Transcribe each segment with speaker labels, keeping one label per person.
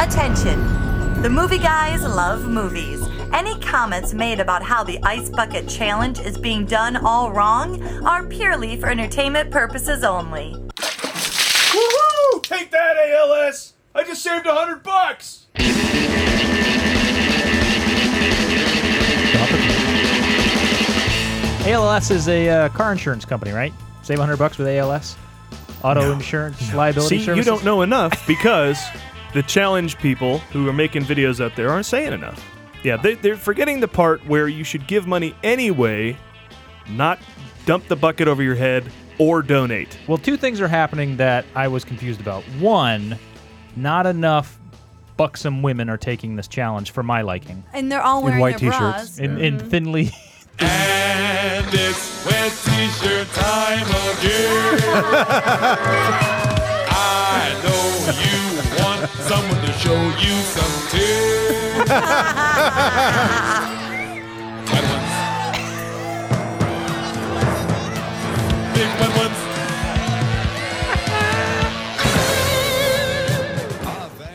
Speaker 1: Attention! The movie guys love movies. Any comments made about how the Ice Bucket Challenge is being done all wrong are purely for entertainment purposes only.
Speaker 2: Woohoo! Take that, ALS! I just saved a hundred bucks!
Speaker 3: ALS is a uh, car insurance company, right? Save 100 bucks with ALS. Auto insurance, liability
Speaker 2: See,
Speaker 3: services.
Speaker 2: you don't know enough because the challenge people who are making videos out there aren't saying enough. Yeah, they, they're forgetting the part where you should give money anyway, not dump the bucket over your head or donate.
Speaker 3: Well, two things are happening that I was confused about. One, not enough buxom women are taking this challenge for my liking.
Speaker 4: And they're all wearing
Speaker 5: white
Speaker 4: their
Speaker 5: t-shirts.
Speaker 4: bras.
Speaker 3: In, in thinly,
Speaker 6: And it's wet t-shirt time again. I know you want someone to show you some too. Wet ones. Big wet ones.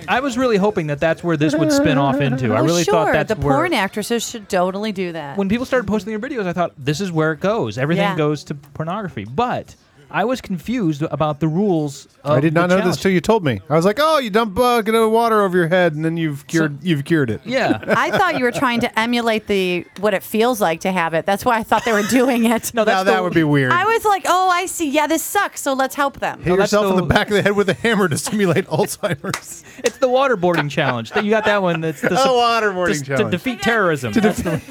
Speaker 3: I was really hoping that that's where this would spin off into. I
Speaker 4: Oh,
Speaker 3: really
Speaker 4: sure.
Speaker 3: thought that's
Speaker 4: the
Speaker 3: where
Speaker 4: porn actresses should totally do that.
Speaker 3: when people started posting their videos, I thought this is where it goes. Everything
Speaker 4: Yeah.
Speaker 3: goes to pornography. But I was confused about the rules. Of
Speaker 5: I did not
Speaker 3: the
Speaker 5: know this
Speaker 3: challenge.
Speaker 5: till you told me. I was like, "Oh, you dump bucket of water over your head, and then you've cured you've cured it."
Speaker 3: Yeah.
Speaker 4: I thought you were trying to emulate the what it feels like to have it. That's why I thought they were doing it.
Speaker 3: No, that's
Speaker 5: now
Speaker 3: the-
Speaker 5: that would be weird.
Speaker 4: I was like, oh, I see. Yeah, this sucks. So let's help them.
Speaker 5: Hit
Speaker 3: No, that's
Speaker 5: yourself in the
Speaker 3: the-
Speaker 5: back of the head with a hammer to simulate Alzheimer's.
Speaker 3: It's the waterboarding challenge. You got that one. That's the,
Speaker 5: Oh, waterboarding
Speaker 3: to,
Speaker 5: challenge.
Speaker 3: To defeat terrorism. That's the-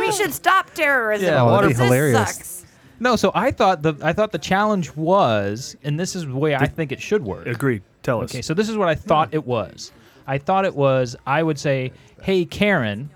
Speaker 4: We should stop terrorism.
Speaker 3: Yeah, Oh, that'd be
Speaker 4: this
Speaker 5: hilarious.
Speaker 4: sucks.
Speaker 3: no, so I thought the I thought the challenge was, and this is the way I think it should work.
Speaker 2: Agreed. Tell us.
Speaker 3: Okay, so this is what I thought it was. I thought it was I would say, "Hey Karen,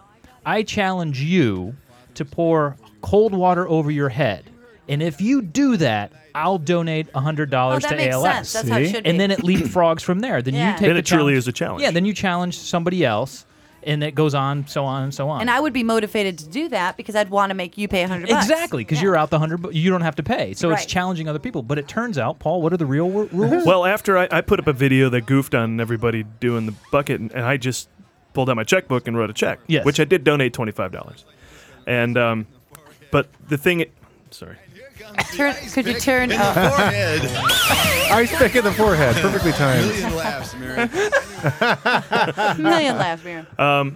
Speaker 3: I challenge you to pour cold water over your head. And if you do that, I'll donate $100
Speaker 4: Oh,
Speaker 3: to
Speaker 4: that makes
Speaker 3: ALS."
Speaker 4: sense. That's how it
Speaker 5: See?
Speaker 4: should be.
Speaker 3: and then it leapfrogs from there. Then
Speaker 4: Yeah.
Speaker 3: you take
Speaker 2: Then
Speaker 3: the
Speaker 2: it truly
Speaker 3: challenge-
Speaker 2: is a challenge.
Speaker 3: Yeah, then you challenge somebody else and it goes on so on and so on.
Speaker 4: and I would be motivated to do that because I'd want to make you pay a hundred.
Speaker 3: Exactly, because
Speaker 4: Yeah.
Speaker 3: you're out the hundred, bu- you don't have to pay, so
Speaker 4: Right.
Speaker 3: it's challenging other people. But it turns out, Paul, what are the real wor- rules?
Speaker 2: Well, after I, I put up a video that goofed on everybody doing the bucket, and, and I just pulled out my checkbook and wrote a check,
Speaker 3: Yes.
Speaker 2: which I did donate twenty five dollars. And um, but the thing, sorry,
Speaker 4: Turn, could you turn?
Speaker 7: In the
Speaker 4: Oh.
Speaker 7: forehead.
Speaker 5: Ice pick in the forehead, perfectly timed.
Speaker 7: Million laughs, Mary.
Speaker 4: Million laughs, Miriam.
Speaker 3: Uh,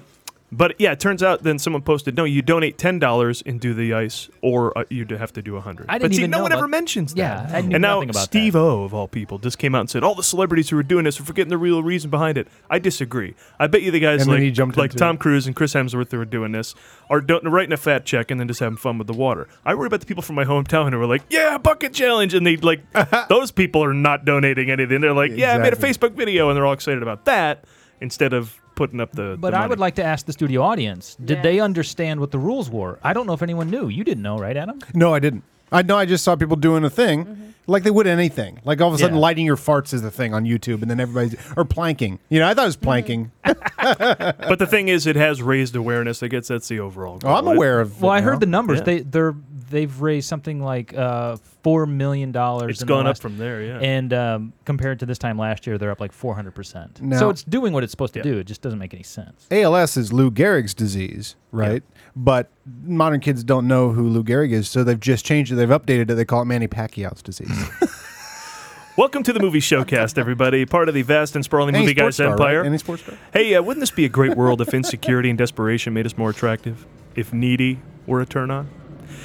Speaker 2: but yeah, it turns out then someone posted, no, you donate ten dollars and do the ice, or uh, you'd have to do a hundred.
Speaker 3: I didn't
Speaker 2: But see,
Speaker 3: even
Speaker 2: no
Speaker 3: know
Speaker 2: one
Speaker 3: about-
Speaker 2: ever mentions
Speaker 3: Yeah,
Speaker 2: that.
Speaker 3: I knew
Speaker 2: and now
Speaker 3: nothing about that.
Speaker 2: Steve O of all people just came out and said all the celebrities who were doing this are forgetting the real reason behind it. I disagree. I bet you the guys
Speaker 5: And then
Speaker 2: like
Speaker 5: he jumped
Speaker 2: like
Speaker 5: into
Speaker 2: Tom
Speaker 5: it.
Speaker 2: Cruise and Chris Hemsworth who are doing this are don't, writing a fat check and then just having fun with the water. I worry about the people from my hometown who are like, yeah, bucket challenge, and they like those people are not donating anything. They're like, yeah, I made a
Speaker 5: Exactly.
Speaker 2: Facebook video, and they're all excited about that instead of putting up the.
Speaker 3: but
Speaker 2: the
Speaker 3: I
Speaker 2: money.
Speaker 3: would like to ask the studio audience: Did
Speaker 4: Yeah.
Speaker 3: they understand what the rules were? I don't know if anyone knew. You didn't know, right, Adam?
Speaker 5: No, I didn't. I know. I just saw people doing a thing, like they would anything. Like all of a sudden,
Speaker 3: Mm-hmm. Yeah.
Speaker 5: lighting your farts is the thing on YouTube, and then everybody's or planking. You know, I thought it was
Speaker 3: Mm-hmm.
Speaker 5: planking.
Speaker 2: But the thing is, it has raised awareness. I guess that's the overall. Goal.
Speaker 5: Oh, I'm
Speaker 2: It-
Speaker 5: aware of.
Speaker 3: Well,
Speaker 5: it
Speaker 3: I
Speaker 5: now.
Speaker 3: heard the numbers.
Speaker 2: Yeah.
Speaker 3: They they're they've raised something like uh, four million dollars.
Speaker 2: It's
Speaker 3: in the
Speaker 2: gone up
Speaker 3: last-
Speaker 2: from there, yeah.
Speaker 3: And um, compared to this time last year, they're up like four hundred percent.
Speaker 5: Now-
Speaker 3: So it's doing what it's supposed to do. It just doesn't make any sense.
Speaker 5: ALS is Lou Gehrig's disease, right? But modern kids don't know who Lou Gehrig is, so they've just changed it. They've updated it. They call it Manny Pacquiao's disease.
Speaker 2: Welcome to the movie showcast, everybody. Part of the vast and sprawling
Speaker 5: Any
Speaker 2: movie guys
Speaker 5: sports star, right?
Speaker 2: empire.
Speaker 5: Any sports star?
Speaker 2: Hey, uh, wouldn't this be a great world if insecurity and desperation made us more attractive? If needy were a turn on?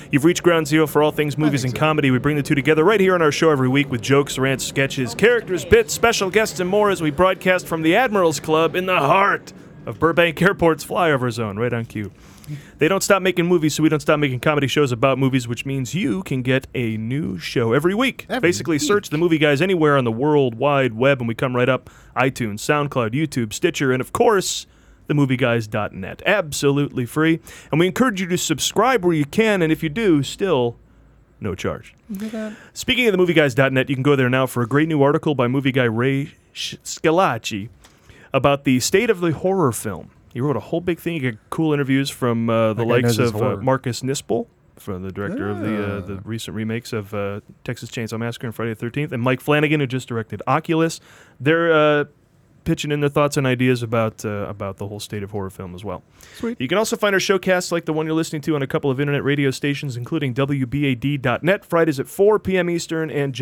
Speaker 2: You've reached ground zero for all things movies and comedy. We bring the two together right here on our show every week with jokes, rants, sketches, characters, bits, special guests, and more as we broadcast from the Admirals Club in the heart of Burbank Airport's flyover zone, right on cue. They don't stop making movies, so we don't stop making comedy shows about movies, which means you can get a new show every week. Basically, search the movie guys anywhere on the world wide web, and we come right up iTunes, SoundCloud, YouTube, Stitcher, and of course, themovieguys.net. Absolutely free. And we encourage you to subscribe where you can, and if you do, still no charge. Speaking of the movieguys.net, you can go there now for a great new article by movie guy Ray Sh- Scalacci about the state of the horror film. He wrote a whole big thing. You get cool interviews from uh, the
Speaker 5: That guy
Speaker 2: likes
Speaker 5: knows his
Speaker 2: of uh,
Speaker 5: horror. Ah.
Speaker 2: Marcus Nispel, from the director of the uh, the recent remakes of uh, Texas Chainsaw Massacre and Friday the Thirteenth, and Mike Flanagan, who just directed Oculus. They're uh, pitching in their thoughts and ideas about uh, about the whole state of horror film as well. Sweet. You can also find our showcasts like the one you're listening to on a couple of internet radio stations, including WBAD.net Fridays at 4 p.m. Eastern and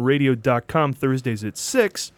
Speaker 2: JonasMountainRadio.com Thursdays at 6.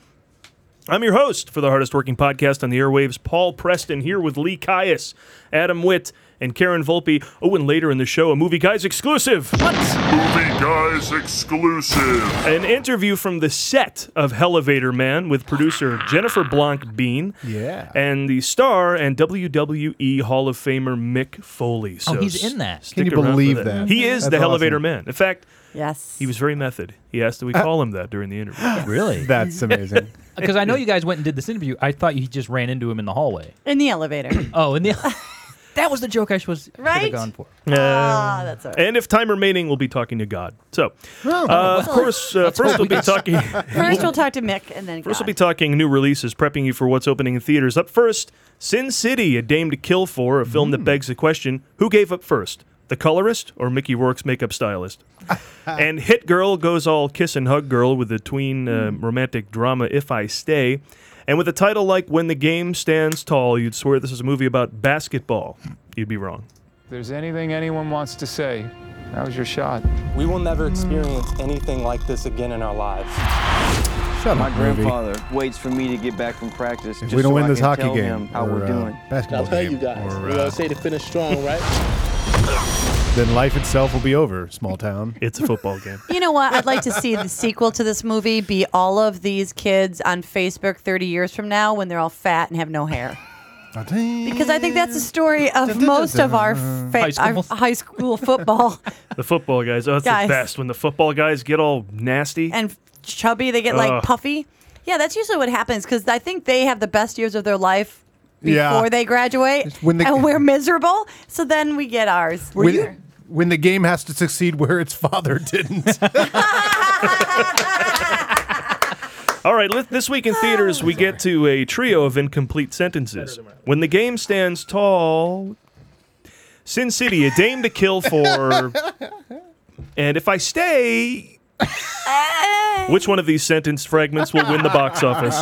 Speaker 2: I'm your host for the hardest working podcast on the airwaves, Paul Preston, here with Lee Caius, Adam Witt, and Karen Volpe. Oh, and later in the show, a Movie Guys exclusive.
Speaker 7: Movie Guys exclusive.
Speaker 2: An interview from the set of Elevator Man with producer Jennifer Blanc Bean.
Speaker 5: Yeah.
Speaker 2: And the star and WWE Hall of Famer Mick Foley. So
Speaker 3: Oh, he's
Speaker 2: s-
Speaker 3: in that.
Speaker 2: stick
Speaker 5: Can you
Speaker 2: around for
Speaker 5: believe that?
Speaker 2: He is
Speaker 5: That's
Speaker 2: the Elevator
Speaker 5: awesome.
Speaker 2: Man. In fact,
Speaker 4: Yes.
Speaker 2: he was very method. He asked that
Speaker 5: Uh,
Speaker 2: we call him that during the interview.
Speaker 3: Really?
Speaker 5: That's amazing.
Speaker 3: Because I know you guys went and did this interview. I thought you just ran into him in the hallway.
Speaker 4: in the elevator.
Speaker 3: Oh, and the, that was the joke I was should have
Speaker 4: Right?
Speaker 3: gone for.
Speaker 5: uh,
Speaker 4: Ah, that's all right.
Speaker 2: And if time remaining, we'll be talking to God. So, uh, of course, uh, first we'll be talking.
Speaker 4: First, we'll talk to Mick, and then
Speaker 2: First,
Speaker 4: God.
Speaker 2: we'll be talking new releases, prepping you for what's opening in theaters. Up first, Sin City, a dame to kill for, a film that begs the question who gave up first, the colorist or Mickey Rourke's makeup stylist? and Hit Girl goes all kiss and hug girl with the tween um romantic drama If I Stay. And with a title like When the Game Stands Tall, you'd swear this is a movie about basketball. You'd be wrong.
Speaker 8: If there's anything anyone wants to say, that was your shot.
Speaker 9: We will never experience anything like this again in our lives.
Speaker 5: Shut
Speaker 10: My
Speaker 5: up, movie.
Speaker 10: grandfather waits for me to get back from practice.
Speaker 5: If
Speaker 10: just
Speaker 5: we don't
Speaker 10: so
Speaker 5: win
Speaker 10: I
Speaker 5: this
Speaker 10: can
Speaker 5: hockey
Speaker 10: tell
Speaker 5: game,
Speaker 10: him how
Speaker 5: or,
Speaker 10: we're
Speaker 5: uh,
Speaker 10: doing.
Speaker 5: basketball game, or, uh,
Speaker 9: to finish strong, right?
Speaker 5: then life itself will be over. Small town.
Speaker 2: It's a football game.
Speaker 4: You know what? I'd like to see the sequel to this movie be all of these kids on Facebook 30 years from now when they're all fat and have no hair. Because I think that's the story of most of our,
Speaker 3: High
Speaker 4: fa-
Speaker 3: school.
Speaker 4: our high school football.
Speaker 2: The football guys, oh, that's the
Speaker 4: Guys.
Speaker 2: best. When the football guys get all nasty.
Speaker 4: and chubby, they get like
Speaker 2: Ugh.
Speaker 4: puffy. Yeah, that's usually what happens because I think they have the best years of their life before
Speaker 5: Yeah.
Speaker 4: they graduate,
Speaker 5: When they-
Speaker 4: and we're miserable. So then we get ours.
Speaker 5: when, when the game has to succeed where its father didn't.
Speaker 2: All right, let, this week in theaters, we get to a trio of incomplete sentences. When the game stands tall, Sin City, a dame to kill for, and if I stay. Which one of these sentence fragments will win the box office?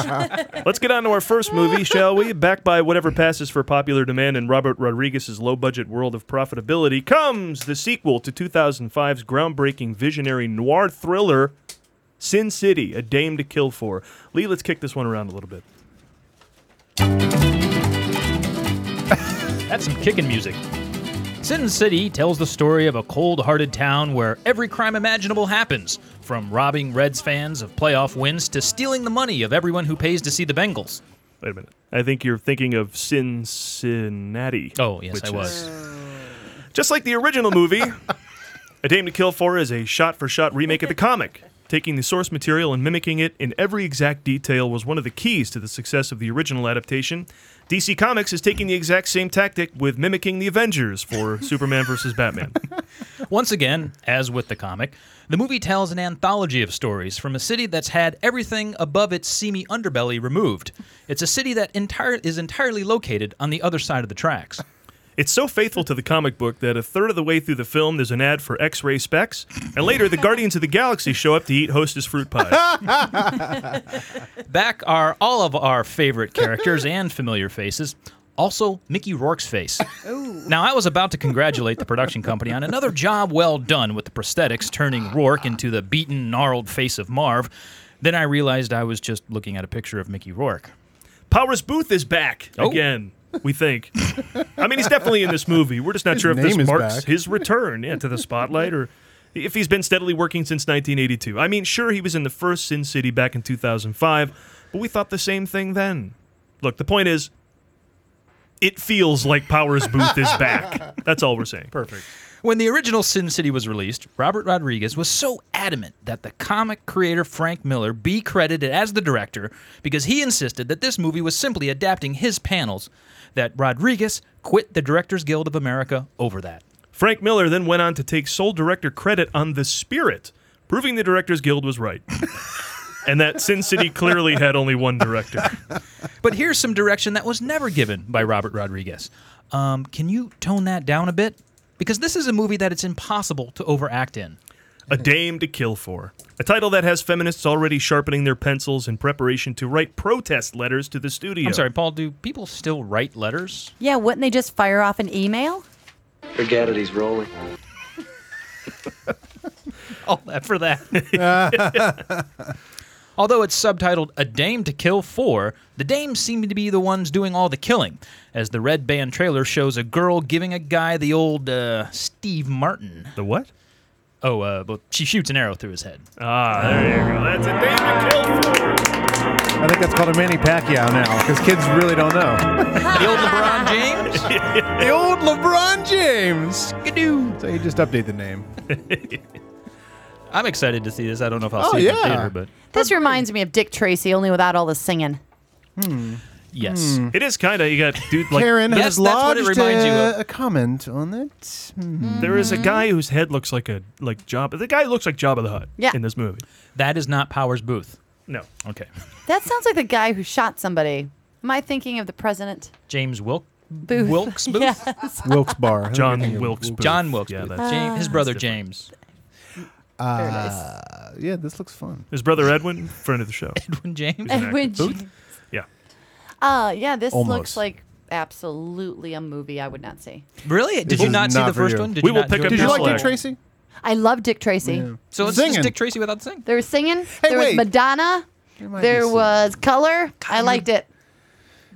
Speaker 2: Let's get on to our first movie, shall we? Backed by whatever passes for popular demand in Robert Rodriguez's low budget world of profitability comes the sequel to 2005's groundbreaking visionary noir thriller, Sin City, A Dame to Kill For. Lee, let's kick this one around a little bit.
Speaker 3: That's some kicking music. Sin City tells the story of a cold hearted town where every crime imaginable happens, from robbing Reds fans of playoff wins to stealing the money of everyone who pays to see the Bengals.
Speaker 2: Wait a minute. I think you're thinking of Cincinnati.
Speaker 3: Oh, yes,
Speaker 2: which
Speaker 3: I was.
Speaker 2: is- just like the original movie, A Dame to Kill For is a shot for shot remake of the comic. Taking the source material and mimicking it in every exact detail was one of the keys to the success of the original adaptation. DC Comics is taking the exact same tactic with mimicking the Avengers for Superman versus Batman.
Speaker 3: Once again, as with the comic, the movie tells an anthology of stories from a city that's had everything above its seamy underbelly removed. It's a city that entire is entirely located on the other side of the tracks.
Speaker 2: It's so faithful to the comic book that a third of the way through the film, there's an ad for X ray specs, and later the Guardians of the Galaxy show up to eat Hostess fruit pie.
Speaker 3: Back are all of our favorite characters and familiar faces. Also, Mickey Rourke's face. Now, I was about to congratulate the production company on another job well done with the prosthetics, turning Rourke into the beaten, gnarled face of Marv. Then I realized I was just looking at a picture of Mickey Rourke.
Speaker 2: Powers Booth is back
Speaker 3: Oh.
Speaker 2: again. We think. I mean, he's definitely in this movie. We're just not sure if this
Speaker 5: name is
Speaker 2: marks
Speaker 5: back.
Speaker 2: his return yeah, to the spotlight or if he's been steadily working since 1982. I mean, sure, he was in the first Sin City back in 2005, but we thought the same thing then. Look, the point is, it feels like Powers Booth is back. That's all we're saying. Perfect.
Speaker 3: When the original Sin City was released, Robert Rodriguez was so adamant that the comic creator Frank Miller be credited as the director because he insisted that this movie was simply adapting his panels, that Rodriguez quit the Directors Guild of America over that.
Speaker 2: Frank Miller then went on to take sole director credit on The Spirit, proving the Directors Guild was right. and that Sin City clearly had only one director.
Speaker 3: But here's some direction that was never given by Robert Rodriguez. Um, can you tone that down a bit? Because this is a movie that it's impossible to overact in.
Speaker 2: A Dame to Kill For. A title that has feminists already sharpening their pencils in preparation to write protest letters to the studio.
Speaker 3: I'm sorry, Paul. Do people still write letters?
Speaker 4: Yeah, wouldn't they just fire off an email?
Speaker 10: Brigadity's rolling.
Speaker 3: All that for that. Although it's subtitled A Dame to Kill For, the dames seem to be the ones doing all the killing, as the red band trailer shows a girl giving a guy the old uh, Steve Martin.
Speaker 2: The what?
Speaker 3: Oh, uh, but she shoots an arrow through his head.
Speaker 2: Ah, there you go. That's a Dame to Kill For.
Speaker 5: I think that's called a Manny Pacquiao now because kids really don't know.
Speaker 3: the old LeBron James?
Speaker 5: the old LeBron James. Skidoo. So you just update the name.
Speaker 3: I'm excited to see this. I don't know if I'll
Speaker 5: Oh,
Speaker 3: see it in the
Speaker 5: yeah.
Speaker 3: theater, but
Speaker 4: This reminds me of Dick Tracy, only without all the singing.
Speaker 3: yes.
Speaker 2: It is kind of you got dude like
Speaker 5: Karen
Speaker 3: Yes,
Speaker 5: has
Speaker 3: that's what it
Speaker 5: lodged
Speaker 3: reminds you
Speaker 5: uh,
Speaker 3: of.
Speaker 5: a comment on it.
Speaker 2: there is a guy whose head looks like a like Job. The guy looks like Jabba the Hutt
Speaker 4: Yeah.
Speaker 2: in this movie.
Speaker 3: That is not Powers Booth.
Speaker 2: No,
Speaker 3: Okay.
Speaker 4: That sounds like the guy who shot somebody. Am I thinking of the president?
Speaker 3: James Wilk
Speaker 4: Booth.
Speaker 3: Wilkes Booth?
Speaker 4: Yes.
Speaker 5: Wilkes Bar.
Speaker 2: John Wilkes Booth.
Speaker 3: John Wilkes
Speaker 2: Yeah,
Speaker 3: Booth.
Speaker 2: that's,
Speaker 3: James, his brother James.
Speaker 4: Very nice.
Speaker 5: Uh, yeah, this looks fun.
Speaker 2: his brother Edwin, friend of the show.
Speaker 3: Edwin James.
Speaker 2: Edwin
Speaker 4: Edwin
Speaker 2: Booth?
Speaker 4: James.
Speaker 2: Yeah.
Speaker 4: Uh, yeah, this looks
Speaker 5: Almost.
Speaker 4: like absolutely a movie I would not see.
Speaker 3: Really? Did
Speaker 5: This
Speaker 3: you
Speaker 5: is
Speaker 3: not see
Speaker 5: not
Speaker 3: the
Speaker 5: for
Speaker 3: first
Speaker 5: you.
Speaker 3: one? Did
Speaker 2: We
Speaker 3: you
Speaker 2: will
Speaker 3: not
Speaker 2: pick
Speaker 3: enjoy
Speaker 2: up
Speaker 5: Did
Speaker 3: the
Speaker 5: you
Speaker 2: your
Speaker 3: first
Speaker 5: like Dick
Speaker 2: slack.
Speaker 3: one?
Speaker 5: Tracy?
Speaker 4: I love Dick Tracy.
Speaker 3: So let's
Speaker 5: Singing.
Speaker 3: just Dick Tracy without the sing.
Speaker 4: There was singing, there was
Speaker 5: wait.
Speaker 4: Madonna,
Speaker 5: might be
Speaker 4: there
Speaker 5: singing.
Speaker 4: was color. I liked it.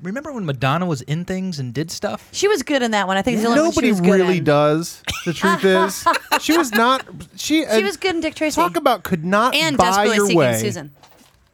Speaker 3: Remember when Madonna was in things and did stuff?
Speaker 4: She was good in that one. I think it's the only
Speaker 5: Nobody
Speaker 4: one she was good
Speaker 5: really
Speaker 4: in.
Speaker 5: does. The truth is, she was not. She
Speaker 4: She was good in Dick Tracy.
Speaker 5: Talk about could not
Speaker 4: and
Speaker 5: buy
Speaker 4: desperately
Speaker 5: your
Speaker 4: seeking
Speaker 5: way.
Speaker 4: Susan.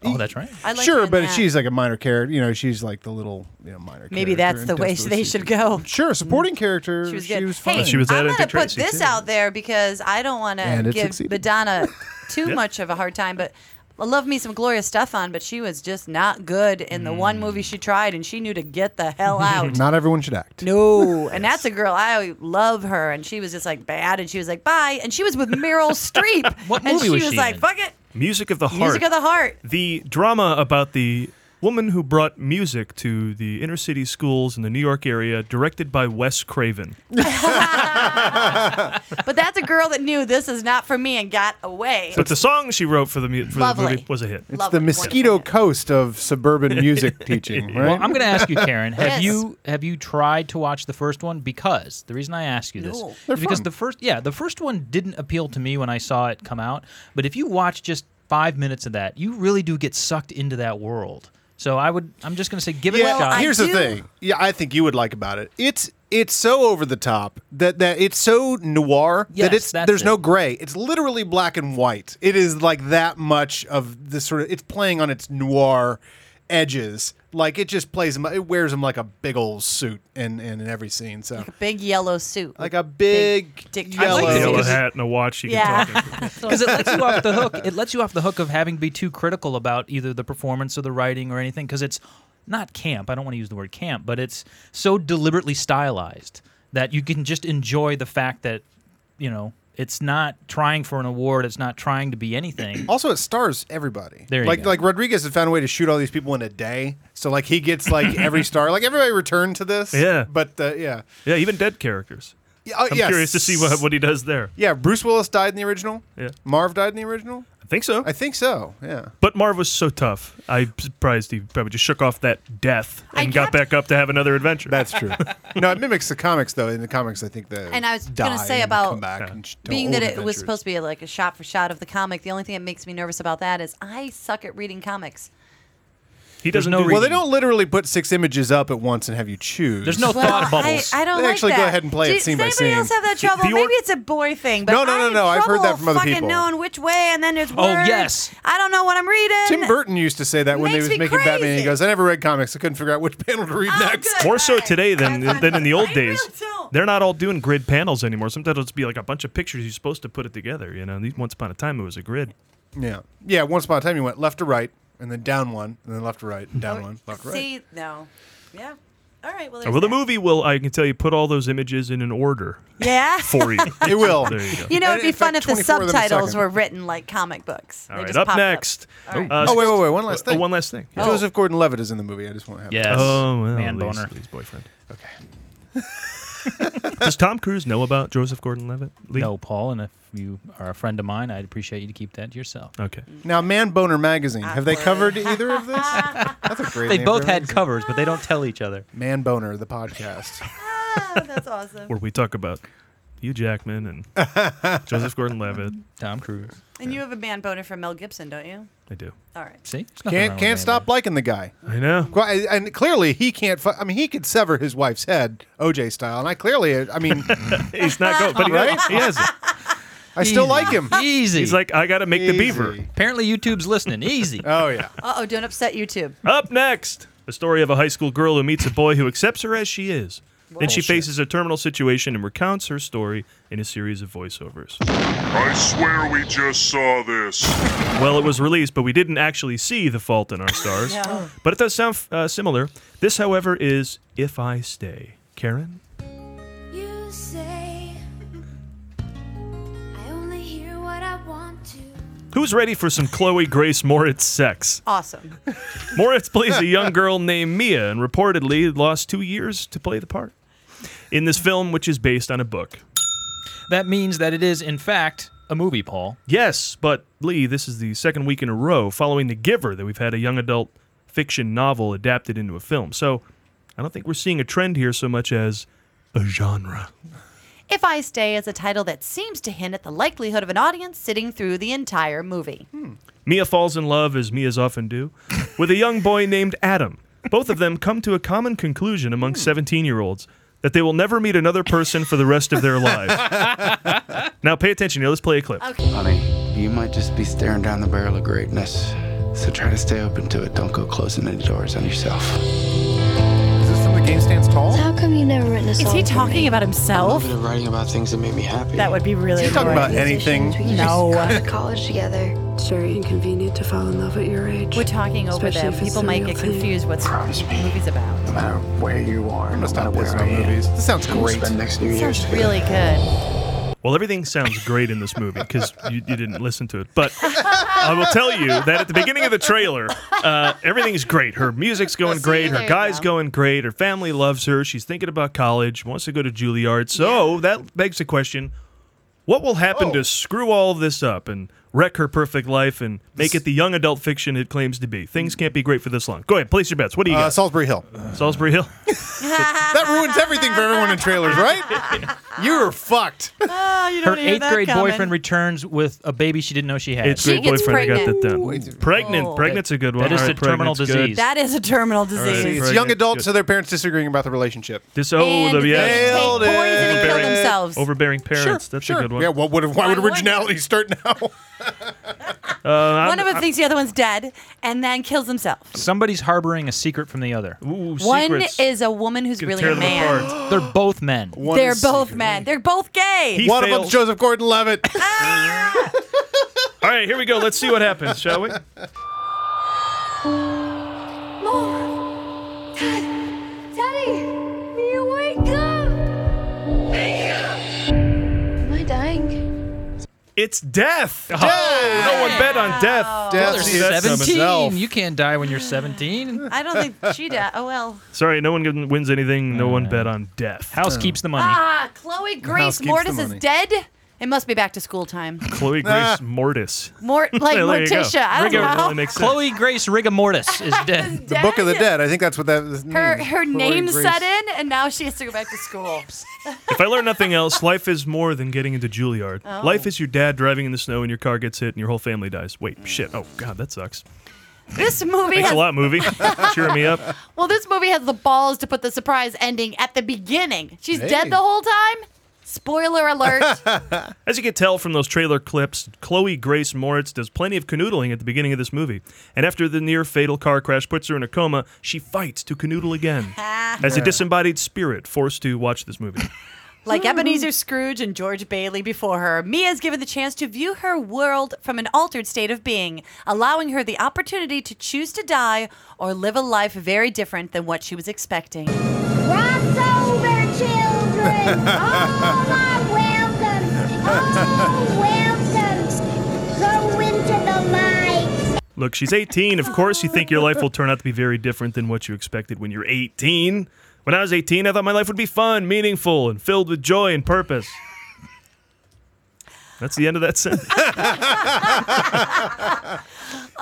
Speaker 3: Oh, that's right.
Speaker 4: I liked her
Speaker 5: sure,
Speaker 4: in
Speaker 5: but
Speaker 4: that.
Speaker 5: she's like a minor character. You know, she's like the little you know minor.
Speaker 4: maybe
Speaker 5: character
Speaker 4: that's
Speaker 5: in
Speaker 4: the way
Speaker 5: Desperately
Speaker 4: they
Speaker 5: Seeking-
Speaker 4: should go. Mm.
Speaker 5: Sure, supporting character.
Speaker 4: She was good.
Speaker 5: fine.
Speaker 4: Hey,
Speaker 2: She was that
Speaker 4: I'm
Speaker 2: in
Speaker 4: gonna
Speaker 2: Dick
Speaker 4: put
Speaker 2: Tracy,
Speaker 4: this
Speaker 2: too.
Speaker 4: out there because I don't want
Speaker 5: And
Speaker 4: to
Speaker 5: it
Speaker 4: give
Speaker 5: succeeded.
Speaker 4: Madonna too
Speaker 2: Yeah.
Speaker 4: much of a hard time, but I love me some Gloria Stefan, but she was just not good in the one movie she tried, and she knew to get the hell out.
Speaker 5: Not everyone should act.
Speaker 4: No, and that's a girl I love her, and she was just like bad, and she was like bye, and she was with Meryl Streep,
Speaker 3: What
Speaker 4: and
Speaker 3: movie
Speaker 4: she
Speaker 3: was
Speaker 4: was
Speaker 3: she
Speaker 4: like
Speaker 3: in?
Speaker 4: fuck it,
Speaker 2: Music of the heart.
Speaker 4: music of the heart.
Speaker 2: the drama about the woman who brought music to the inner city schools in the New York area, directed by Wes Craven.
Speaker 4: But that's a girl that knew this is not for me and got away.
Speaker 2: But the song she wrote for the mu- for the
Speaker 4: Lovely.
Speaker 2: movie was a hit.
Speaker 5: It's the mosquito coast of suburban music teaching, right?
Speaker 3: Well, I'm going to ask you, Karen. Have
Speaker 4: Yes.
Speaker 3: you have you tried to watch the first one? Because the reason I ask you this
Speaker 4: No.
Speaker 5: They're
Speaker 3: is because
Speaker 5: fun.
Speaker 3: the first yeah the first one didn't appeal to me when I saw it come out. But if you watch just five minutes of that, you really do get sucked into that world. So I would I'm just going to say give it
Speaker 5: yeah,
Speaker 3: a shot.
Speaker 5: here's
Speaker 4: I
Speaker 5: the
Speaker 4: do-
Speaker 5: thing. Yeah, I think you would like about it. It's it's so over the top that that it's so noir
Speaker 3: Yes,
Speaker 5: that it's
Speaker 3: that's
Speaker 5: there's
Speaker 3: it.
Speaker 5: no gray. It's literally black and white. It is like that much of this sort of it's playing on its noir edges. Like it just plays them. It wears them like a big old suit in in, in every scene. So
Speaker 4: big yellow suit,
Speaker 5: like a big,
Speaker 4: Dick
Speaker 5: yellow.
Speaker 3: Tracy.
Speaker 2: Yellow
Speaker 3: Because it-
Speaker 2: hat and a watch. You
Speaker 4: Yeah.
Speaker 2: can talk. in.
Speaker 3: because it lets you off the hook. It lets you off the hook of having to be too critical about either the performance or the writing or anything because it's not camp. I don't want to use the word camp, but it's so deliberately stylized that you can just enjoy the fact that you know it's not trying for an award. It's not trying to be anything.
Speaker 5: Also, it stars everybody.
Speaker 3: There you
Speaker 5: like
Speaker 3: go.
Speaker 5: like Rodriguez had found a way to shoot all these people in a day, so like he gets like every star. Like everybody returned to this.
Speaker 2: Yeah.
Speaker 5: but uh, yeah,
Speaker 2: yeah, even dead characters.
Speaker 5: yeah oh,
Speaker 2: I'm
Speaker 5: yes.
Speaker 2: curious to see what, what he does there.
Speaker 5: Yeah, Bruce Willis died in the original.
Speaker 2: Yeah.
Speaker 5: Marv died in the original.
Speaker 2: I think so.
Speaker 5: I think so. Yeah,
Speaker 2: But Marv was so tough. I'm surprised he probably just shook off that death
Speaker 4: I
Speaker 2: and got
Speaker 4: kept-
Speaker 2: back up to have another adventure.
Speaker 5: that's true. no, it mimics the comics though. In the comics, I think the
Speaker 4: And I was
Speaker 5: die
Speaker 4: gonna say
Speaker 5: and
Speaker 4: about
Speaker 5: come back
Speaker 2: Yeah.
Speaker 5: and sh- tell
Speaker 4: being
Speaker 5: old
Speaker 4: that it was
Speaker 5: adventures.
Speaker 4: supposed to be like a shot for shot of the comic, the only thing that makes me nervous about that is I suck at reading comics.
Speaker 2: he doesn't
Speaker 3: no
Speaker 2: do
Speaker 5: Well, they don't literally put six images up at once and have you choose.
Speaker 3: There's no thought
Speaker 4: I,
Speaker 3: bubbles.
Speaker 4: I don't
Speaker 5: They
Speaker 4: like
Speaker 5: actually go
Speaker 4: that.
Speaker 5: ahead and play
Speaker 4: Do,
Speaker 5: it scene by
Speaker 4: Does anybody
Speaker 5: scene.
Speaker 4: else have that trouble?
Speaker 2: the or-
Speaker 4: Maybe it's a boy thing. But
Speaker 5: No, no,
Speaker 4: I
Speaker 5: no,
Speaker 4: have
Speaker 5: no. I've heard that
Speaker 4: trouble
Speaker 5: from other
Speaker 4: fucking
Speaker 5: people.
Speaker 4: knowing which way, and then there's
Speaker 3: Oh,
Speaker 4: words.
Speaker 3: yes.
Speaker 4: I don't know what I'm reading.
Speaker 5: Tim Burton used to say that when they
Speaker 4: Makes
Speaker 5: was
Speaker 4: me
Speaker 5: making Batman. He
Speaker 4: crazy.
Speaker 5: goes, "I never read comics. I couldn't figure out which panel to read
Speaker 4: Oh,
Speaker 5: next."
Speaker 4: good.
Speaker 2: More so today than
Speaker 4: That's-
Speaker 2: than in the
Speaker 4: I
Speaker 2: old
Speaker 4: really
Speaker 2: days.
Speaker 4: don't.
Speaker 2: They're not all doing grid panels anymore. Sometimes it'll just be like a bunch of pictures you're supposed to put it together. You know, these once upon a time it was a grid.
Speaker 5: Yeah. Yeah, once upon a time you went left to right and then down one and then left to right and down one, left to right.
Speaker 4: Oh, See, no, yeah. All right. Well, there's
Speaker 2: Well, the
Speaker 4: that.
Speaker 2: movie will, I can tell you, put all those images in an order
Speaker 4: Yeah.
Speaker 2: for you.
Speaker 5: It will.
Speaker 2: there you go.
Speaker 4: You know,
Speaker 5: And
Speaker 4: it'd be
Speaker 5: in
Speaker 4: fun if
Speaker 5: fact,
Speaker 4: the
Speaker 5: 24 of them a
Speaker 4: subtitles
Speaker 5: second.
Speaker 4: were written like comic books.
Speaker 2: all
Speaker 4: They
Speaker 2: right,
Speaker 4: just
Speaker 2: up
Speaker 4: popped
Speaker 2: next.
Speaker 4: All right.
Speaker 2: uh,
Speaker 5: Oh, wait, wait, wait. One last
Speaker 2: oh,
Speaker 5: thing.
Speaker 2: one last thing.
Speaker 5: Joseph Gordon Levitt is in the movie. I just want to have
Speaker 3: Yes.
Speaker 2: Oh, well,
Speaker 3: man
Speaker 2: Lee's-
Speaker 3: boner.
Speaker 2: Lee's boyfriend. Does Tom Cruise know about Joseph Gordon-Levitt? Lee?
Speaker 3: No, Paul, and if you are a friend of mine, I'd appreciate you to keep that to yourself.
Speaker 2: Okay.
Speaker 5: Now, Man Boner Magazine. Have they covered either of this? That's a great.
Speaker 3: They
Speaker 5: name
Speaker 3: both
Speaker 5: for a
Speaker 3: had
Speaker 5: magazine.
Speaker 3: covers, but they don't tell each other.
Speaker 5: Man Boner, the podcast.
Speaker 4: Ah,
Speaker 1: That's awesome.
Speaker 2: Where we talk about Hugh Jackman and Joseph Gordon-Levitt.
Speaker 3: Tom Cruise.
Speaker 4: And you have a man boner from Mel Gibson, don't you?
Speaker 2: I do.
Speaker 4: All right.
Speaker 3: See,
Speaker 5: Can't can't stop liking the guy.
Speaker 2: I know.
Speaker 5: Qu- And clearly, he can't. Fu- I mean, he could sever his wife's head, OJ style. And I clearly, I mean,
Speaker 2: He's not going, but he,
Speaker 5: Right?
Speaker 2: he has it.
Speaker 5: I still like him.
Speaker 3: Easy.
Speaker 2: He's like, I got to make the beaver.
Speaker 5: Easy.
Speaker 3: apparently YouTube's listening. Easy.
Speaker 5: Oh yeah.
Speaker 4: Uh oh, don't upset YouTube.
Speaker 2: Up next, the story of a high school girl who meets a boy who accepts her as she is. Then she
Speaker 3: Bullshit.
Speaker 2: faces a terminal situation and recounts her story in a series of voiceovers.
Speaker 7: I swear we just saw this.
Speaker 2: Well, it was released, but we didn't actually see The Fault in Our Stars. But it does sound uh, similar. This, however, is If I Stay. Karen?
Speaker 11: You say I only hear what I want to.
Speaker 2: Who's ready for some Chloe Grace Moritz sex?
Speaker 4: Awesome.
Speaker 2: Moritz plays a young girl named Mia and reportedly lost two years to play the part in this film, which is based on a book.
Speaker 3: that means that it is in fact a movie, Paul.
Speaker 2: Yes, but Lee, this is the second week in a row following The Giver that we've had a young adult fiction novel adapted into a film. So I don't think we're seeing a trend here so much as a genre.
Speaker 4: If I Stay is a title that seems to hint at the likelihood of an audience sitting through the entire movie.
Speaker 2: Mia falls in love, as Mias often do, with a young boy named Adam. Both of them come to a common conclusion among 17 year olds that they will never meet another person for the rest of their lives. now, pay attention here. Let's play a clip.
Speaker 12: Honey, you might just be staring down the barrel of greatness. So try to stay open to it. Don't go closing any doors on yourself.
Speaker 5: Is this from the game stands tall?
Speaker 11: How come you never written a song?
Speaker 4: Is he talking about himself?
Speaker 12: Been writing about things that made me happy.
Speaker 4: That would be really
Speaker 5: He's talking
Speaker 4: annoying.
Speaker 5: about anything.
Speaker 11: We
Speaker 4: No.
Speaker 11: just go to college together.
Speaker 13: It's very inconvenient to fall in love at your age.
Speaker 4: We're talking over
Speaker 13: Especially
Speaker 4: them.
Speaker 13: if it's
Speaker 4: People
Speaker 13: the
Speaker 4: might
Speaker 13: real
Speaker 4: get
Speaker 13: thing.
Speaker 4: confused what's
Speaker 12: Promise
Speaker 4: the
Speaker 12: me.
Speaker 4: movie's about.
Speaker 12: No matter where you are,
Speaker 5: I'm
Speaker 12: no
Speaker 5: gonna
Speaker 12: matter
Speaker 5: stop
Speaker 12: where
Speaker 5: pissing
Speaker 12: I
Speaker 5: on
Speaker 12: am,
Speaker 5: movies. This sounds
Speaker 12: we'll
Speaker 5: great. Uh,
Speaker 12: spend next New Year's
Speaker 4: Sounds
Speaker 12: together.
Speaker 4: really good.
Speaker 2: Well, everything sounds great in this movie because you, you didn't listen to it. But I will tell you that at the beginning of the trailer, uh, everything's great. Her music's going
Speaker 4: see,
Speaker 2: great.
Speaker 4: there
Speaker 2: Her
Speaker 4: you
Speaker 2: guy's
Speaker 4: go.
Speaker 2: going great. Her family loves her. She's thinking about college, wants to go to Juilliard. So that begs the question what will happen
Speaker 4: Oh.
Speaker 2: to screw all this up and wreck her perfect life and make it the young adult fiction it claims to be? Things can't be great for this long. Go ahead, place your bets. What do you
Speaker 5: Uh,
Speaker 2: got?
Speaker 5: Salisbury Hill.
Speaker 2: Salisbury Hill?
Speaker 5: That ruins everything for everyone in trailers, right? You're fucked.
Speaker 2: Ah,
Speaker 3: Her eighth grade boyfriend returns with a baby she didn't know she had.
Speaker 2: It's
Speaker 4: She
Speaker 2: great
Speaker 4: gets
Speaker 2: boyfriend. I got
Speaker 4: pregnant.
Speaker 2: that down. Pregnant.
Speaker 4: Oh.
Speaker 2: Pregnant's a good one.
Speaker 3: That is
Speaker 2: All
Speaker 3: a
Speaker 2: right,
Speaker 3: terminal
Speaker 2: pregnant's good.
Speaker 3: disease.
Speaker 4: That is a terminal disease.
Speaker 5: It's
Speaker 2: Right,
Speaker 5: young
Speaker 2: yeah,
Speaker 5: adults
Speaker 2: good.
Speaker 5: to their parents disagreeing about the relationship.
Speaker 2: This oh the
Speaker 4: and
Speaker 2: yes.
Speaker 4: they take
Speaker 5: Nailed it.
Speaker 4: poison and kill
Speaker 2: Overbearing.
Speaker 4: themselves.
Speaker 2: Overbearing parents.
Speaker 5: Sure,
Speaker 2: That's
Speaker 5: sure.
Speaker 2: a good one.
Speaker 5: Yeah, what would why would
Speaker 4: Why would-
Speaker 5: originality start now?
Speaker 2: Uh,
Speaker 4: One of them thinks the other one's dead and then kills himself.
Speaker 3: Somebody's harboring a secret from the other.
Speaker 2: ooh,
Speaker 4: One
Speaker 2: secrets.
Speaker 4: is a woman who's
Speaker 2: Could
Speaker 4: really
Speaker 2: tear
Speaker 4: a
Speaker 2: them
Speaker 4: man.
Speaker 2: apart.
Speaker 3: They're both men.
Speaker 5: One
Speaker 4: They're
Speaker 5: is
Speaker 4: both
Speaker 5: secret.
Speaker 4: men. They're both gay.
Speaker 2: He
Speaker 5: One of
Speaker 2: fails.
Speaker 5: them's Joseph Gordon-Levitt.
Speaker 4: Oh,
Speaker 2: All right, here we go. Let's see what happens, shall we?
Speaker 11: More. Dad. Daddy. Will you wake up? Am I dying?
Speaker 2: It's death. No one bet on death.
Speaker 5: Death
Speaker 2: Brother,
Speaker 5: is
Speaker 2: see that coming.
Speaker 5: himself.
Speaker 3: Seventeen. You can't die when you're seventeen.
Speaker 4: I don't think she died. Oh well.
Speaker 2: Sorry, no one wins anything. No one bet on death.
Speaker 3: House keeps the money.
Speaker 4: Ah, Chloe
Speaker 5: house
Speaker 4: Grace
Speaker 5: keeps
Speaker 4: Mortis
Speaker 5: the
Speaker 4: is
Speaker 5: money.
Speaker 4: dead. It must be back to school time.
Speaker 2: Chloe
Speaker 5: Ah.
Speaker 2: Grace Mortis.
Speaker 4: Mort like
Speaker 2: There you go.
Speaker 4: Morticia. I don't
Speaker 2: Rigo
Speaker 4: know.
Speaker 2: really makes sense.
Speaker 3: Chloe Grace Rigamortis is dead.
Speaker 5: The Book of the Dead. I think that's what that. Is
Speaker 4: Her her name set
Speaker 5: it.
Speaker 4: in, and now she has to go back to school.
Speaker 2: If I learn nothing else, life is more than getting into Juilliard.
Speaker 4: Oh.
Speaker 2: Life is your dad driving in the snow and your car gets hit and your whole family dies. Wait, shit. Oh, God, that sucks.
Speaker 4: this movie
Speaker 2: Thanks
Speaker 4: has
Speaker 2: a lot, movie. Cheering me up.
Speaker 4: well, this movie has the balls to put the surprise ending at the beginning. She's
Speaker 5: Hey.
Speaker 4: dead the whole time. Spoiler alert.
Speaker 2: As you can tell from those trailer clips, Chloe Grace Moritz does plenty of canoodling at the beginning of this movie. And after the near fatal car crash puts her in a coma, she fights to canoodle again as a disembodied spirit forced to watch this movie.
Speaker 4: Like Ebenezer Scrooge and George Bailey before her, Mia is given the chance to view her world from an altered state of being, allowing her the opportunity to choose to die or live a life very different than what she was expecting.
Speaker 11: Cross over, children. All are welcome. All welcome. Go into the light.
Speaker 2: Look, she's 18. Of course, you think your life will turn out to be very different than what you expected when you're 18. When I was 18, I thought my life would be fun, meaningful, and filled with joy and purpose. That's the end of that sentence.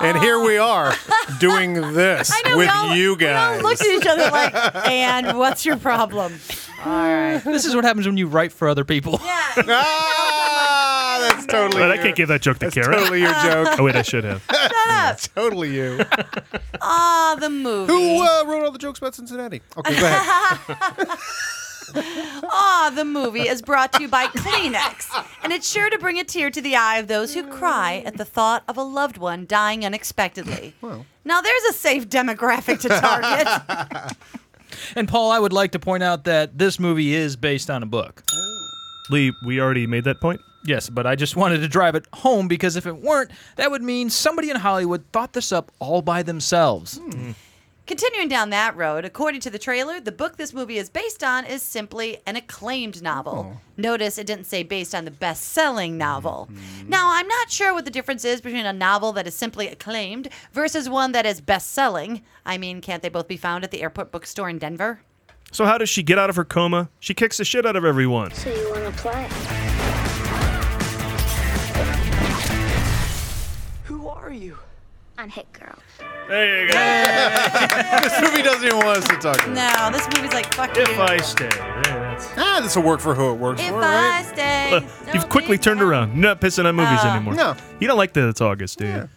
Speaker 5: and here we are doing this
Speaker 4: Oh. I know, we
Speaker 5: with
Speaker 4: all-
Speaker 5: you guys.
Speaker 4: We all looked at each other like, and what's your problem? All right.
Speaker 3: This is what happens when you write for other people.
Speaker 5: ah, that's totally.
Speaker 2: But I
Speaker 5: your-
Speaker 2: can't give that joke to
Speaker 5: that's
Speaker 2: Karen.
Speaker 5: totally your joke.
Speaker 2: Oh, wait, I should have.
Speaker 5: That's totally you.
Speaker 4: Ah, the movie.
Speaker 5: Who uh, wrote all the jokes about Cincinnati? Okay, go ahead.
Speaker 4: Ah, the movie is brought to you by Kleenex, and it's sure to bring a tear to the eye of those who cry at the thought of a loved one dying unexpectedly. Now, there's a safe demographic to target.
Speaker 3: And Paul, I would like to point out that this movie is based on a book.
Speaker 2: Lee, we already made that point.
Speaker 3: Yes, but I just wanted to drive it home because if it weren't, that would mean somebody in Hollywood thought this up all by themselves.
Speaker 4: Continuing down that road, according to the trailer, the book this movie is based on is simply an acclaimed novel. Notice it didn't say based on the best selling novel. Now, I'm not sure what the difference is between a novel that is simply acclaimed versus one that is best selling. I mean, can't they both be found at the airport bookstore in Denver?
Speaker 2: So, how does she get out of her coma? She kicks the shit out of everyone.
Speaker 11: So you want to play?
Speaker 10: Who are you?
Speaker 11: I'm Hit Girl.
Speaker 2: There you go.
Speaker 5: this movie doesn't even want us to talk about. it.
Speaker 4: No, this movie's like, fuck you.
Speaker 2: If I stay. Yeah, that's-
Speaker 5: Ah, this will work for who it works
Speaker 4: If
Speaker 5: for,
Speaker 4: I
Speaker 5: right?
Speaker 4: stay.
Speaker 2: Look, you've quickly turned around. You're not pissing on movies
Speaker 4: Uh,
Speaker 2: anymore.
Speaker 5: no. Uh,
Speaker 2: You don't like that it's August, do you?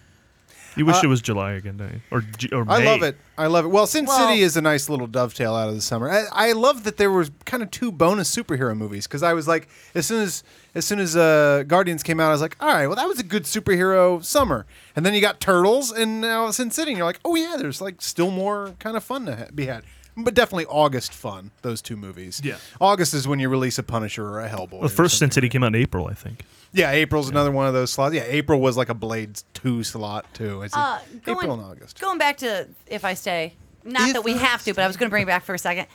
Speaker 2: You wish it was July again, don't you? Or, J- or
Speaker 5: I
Speaker 2: May.
Speaker 5: love it. I love it. Well, Sin
Speaker 4: Well-
Speaker 5: City is a nice little dovetail out of the summer. I, I love that there was kind of two bonus superhero movies because I was like, as soon as as soon as uh, Guardians came out, I was like, all right, well, that was a good superhero summer. And then you got Turtles and now Sin City, and you're like, oh yeah, there's like still more kind of fun to ha- be had. But definitely August fun. Those two movies.
Speaker 2: Yeah.
Speaker 5: August is when you release a Punisher or a Hellboy.
Speaker 2: The
Speaker 5: or
Speaker 2: first Sin
Speaker 5: something.
Speaker 2: City came out in April, I think.
Speaker 5: Yeah, April's another one of those slots. Yeah, April was like a Blade two slot too. It's
Speaker 4: Uh, going,
Speaker 5: April and August.
Speaker 4: Going back to if I stay, not that we have to, but I was going to bring it back for a second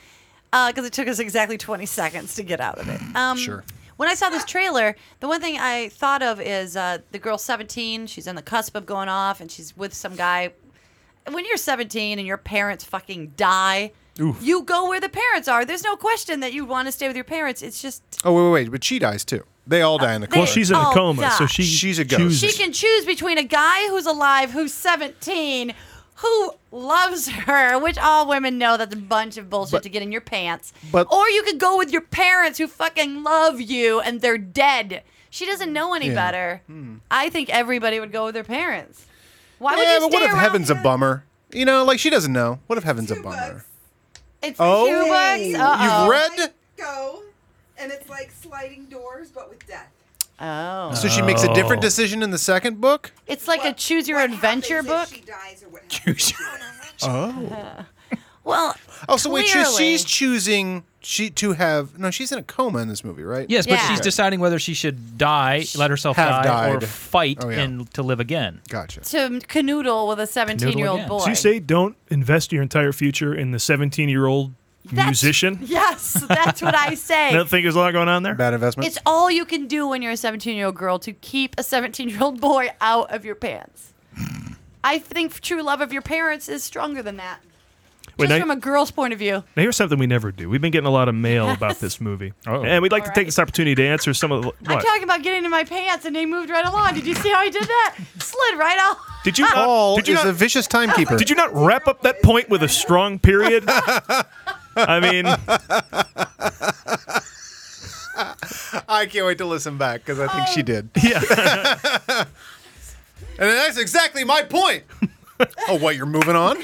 Speaker 4: because it took us exactly 20 seconds to get out of it. Um,
Speaker 5: Sure.
Speaker 4: When I saw this trailer, the one thing I thought of is uh, the girl's 17. She's on the cusp of going off, and she's with some guy. When you're 17 and your parents fucking die, you go where the parents are. There's no question that you want to stay with your parents. It's just
Speaker 5: Oh wait, wait, wait! But she dies too. They all die in the
Speaker 4: they-
Speaker 5: car.
Speaker 2: Well, she's in a
Speaker 4: Oh,
Speaker 2: coma, so
Speaker 4: God.
Speaker 2: she
Speaker 5: She's a ghost.
Speaker 2: chooses.
Speaker 4: she can choose between a guy who's alive, who's 17, who loves her, which all women know that's a bunch of bullshit
Speaker 5: But-
Speaker 4: to get in your pants.
Speaker 5: but-
Speaker 4: or you could go with your parents who fucking love you and they're dead. She doesn't know any
Speaker 5: Yeah. Hmm.
Speaker 4: better. I think everybody would go with their parents. Why would
Speaker 5: yeah,
Speaker 4: you
Speaker 5: but
Speaker 4: stay
Speaker 5: what if
Speaker 4: around
Speaker 5: heaven's a
Speaker 4: here?
Speaker 5: bummer? You know, like she doesn't know. What if heaven's a bummer?
Speaker 4: It's
Speaker 5: Oh,
Speaker 4: two bucks. Uh-oh.
Speaker 5: you've read.
Speaker 14: Go, and it's like sliding doors, but with death.
Speaker 4: Oh.
Speaker 5: So she makes a different
Speaker 2: Oh.
Speaker 5: decision in the second book.
Speaker 4: It's like a choose your adventure book.
Speaker 14: She dies or what?
Speaker 5: Oh,
Speaker 4: Well,
Speaker 5: oh, so wait, she,
Speaker 4: Clearly.
Speaker 5: she's choosing she to have no. She's in a coma in this movie, right?
Speaker 3: Yes, but
Speaker 4: Yeah.
Speaker 3: she's deciding whether she should die, let herself
Speaker 5: Have
Speaker 3: die, or
Speaker 5: died.
Speaker 3: fight
Speaker 5: Oh, yeah.
Speaker 3: and to live again.
Speaker 5: Gotcha.
Speaker 4: to canoodle with a 17 year old
Speaker 3: again.
Speaker 4: boy.
Speaker 2: So you say don't invest your entire future in the 17 year old
Speaker 4: That's-
Speaker 2: musician?
Speaker 4: Yes, that's what I say.
Speaker 2: Don't think there's a lot going on there?
Speaker 5: Bad investment.
Speaker 4: It's all you can do when you're a 17 year old girl to keep a 17 year old boy out of your pants. I think true love of your parents is stronger than that.
Speaker 2: Wait,
Speaker 4: Just
Speaker 2: now,
Speaker 4: from a girl's point of view.
Speaker 2: now here's something we never do. We've been getting a lot of mail about this movie. And we'd like to take this opportunity to answer some of the.
Speaker 4: I'm
Speaker 2: What?
Speaker 4: talking about getting in my pants and they moved right along. Did you see how he did that? Slid right out.
Speaker 2: Did you
Speaker 5: Paul
Speaker 2: did you
Speaker 5: is
Speaker 2: not,
Speaker 5: a vicious timekeeper.
Speaker 2: Did you not wrap up that point with a strong period? I mean,
Speaker 5: I can't wait to listen back because I think
Speaker 4: Oh.
Speaker 5: she did,
Speaker 2: yeah.
Speaker 5: and that's exactly my point. oh, what? You're moving on?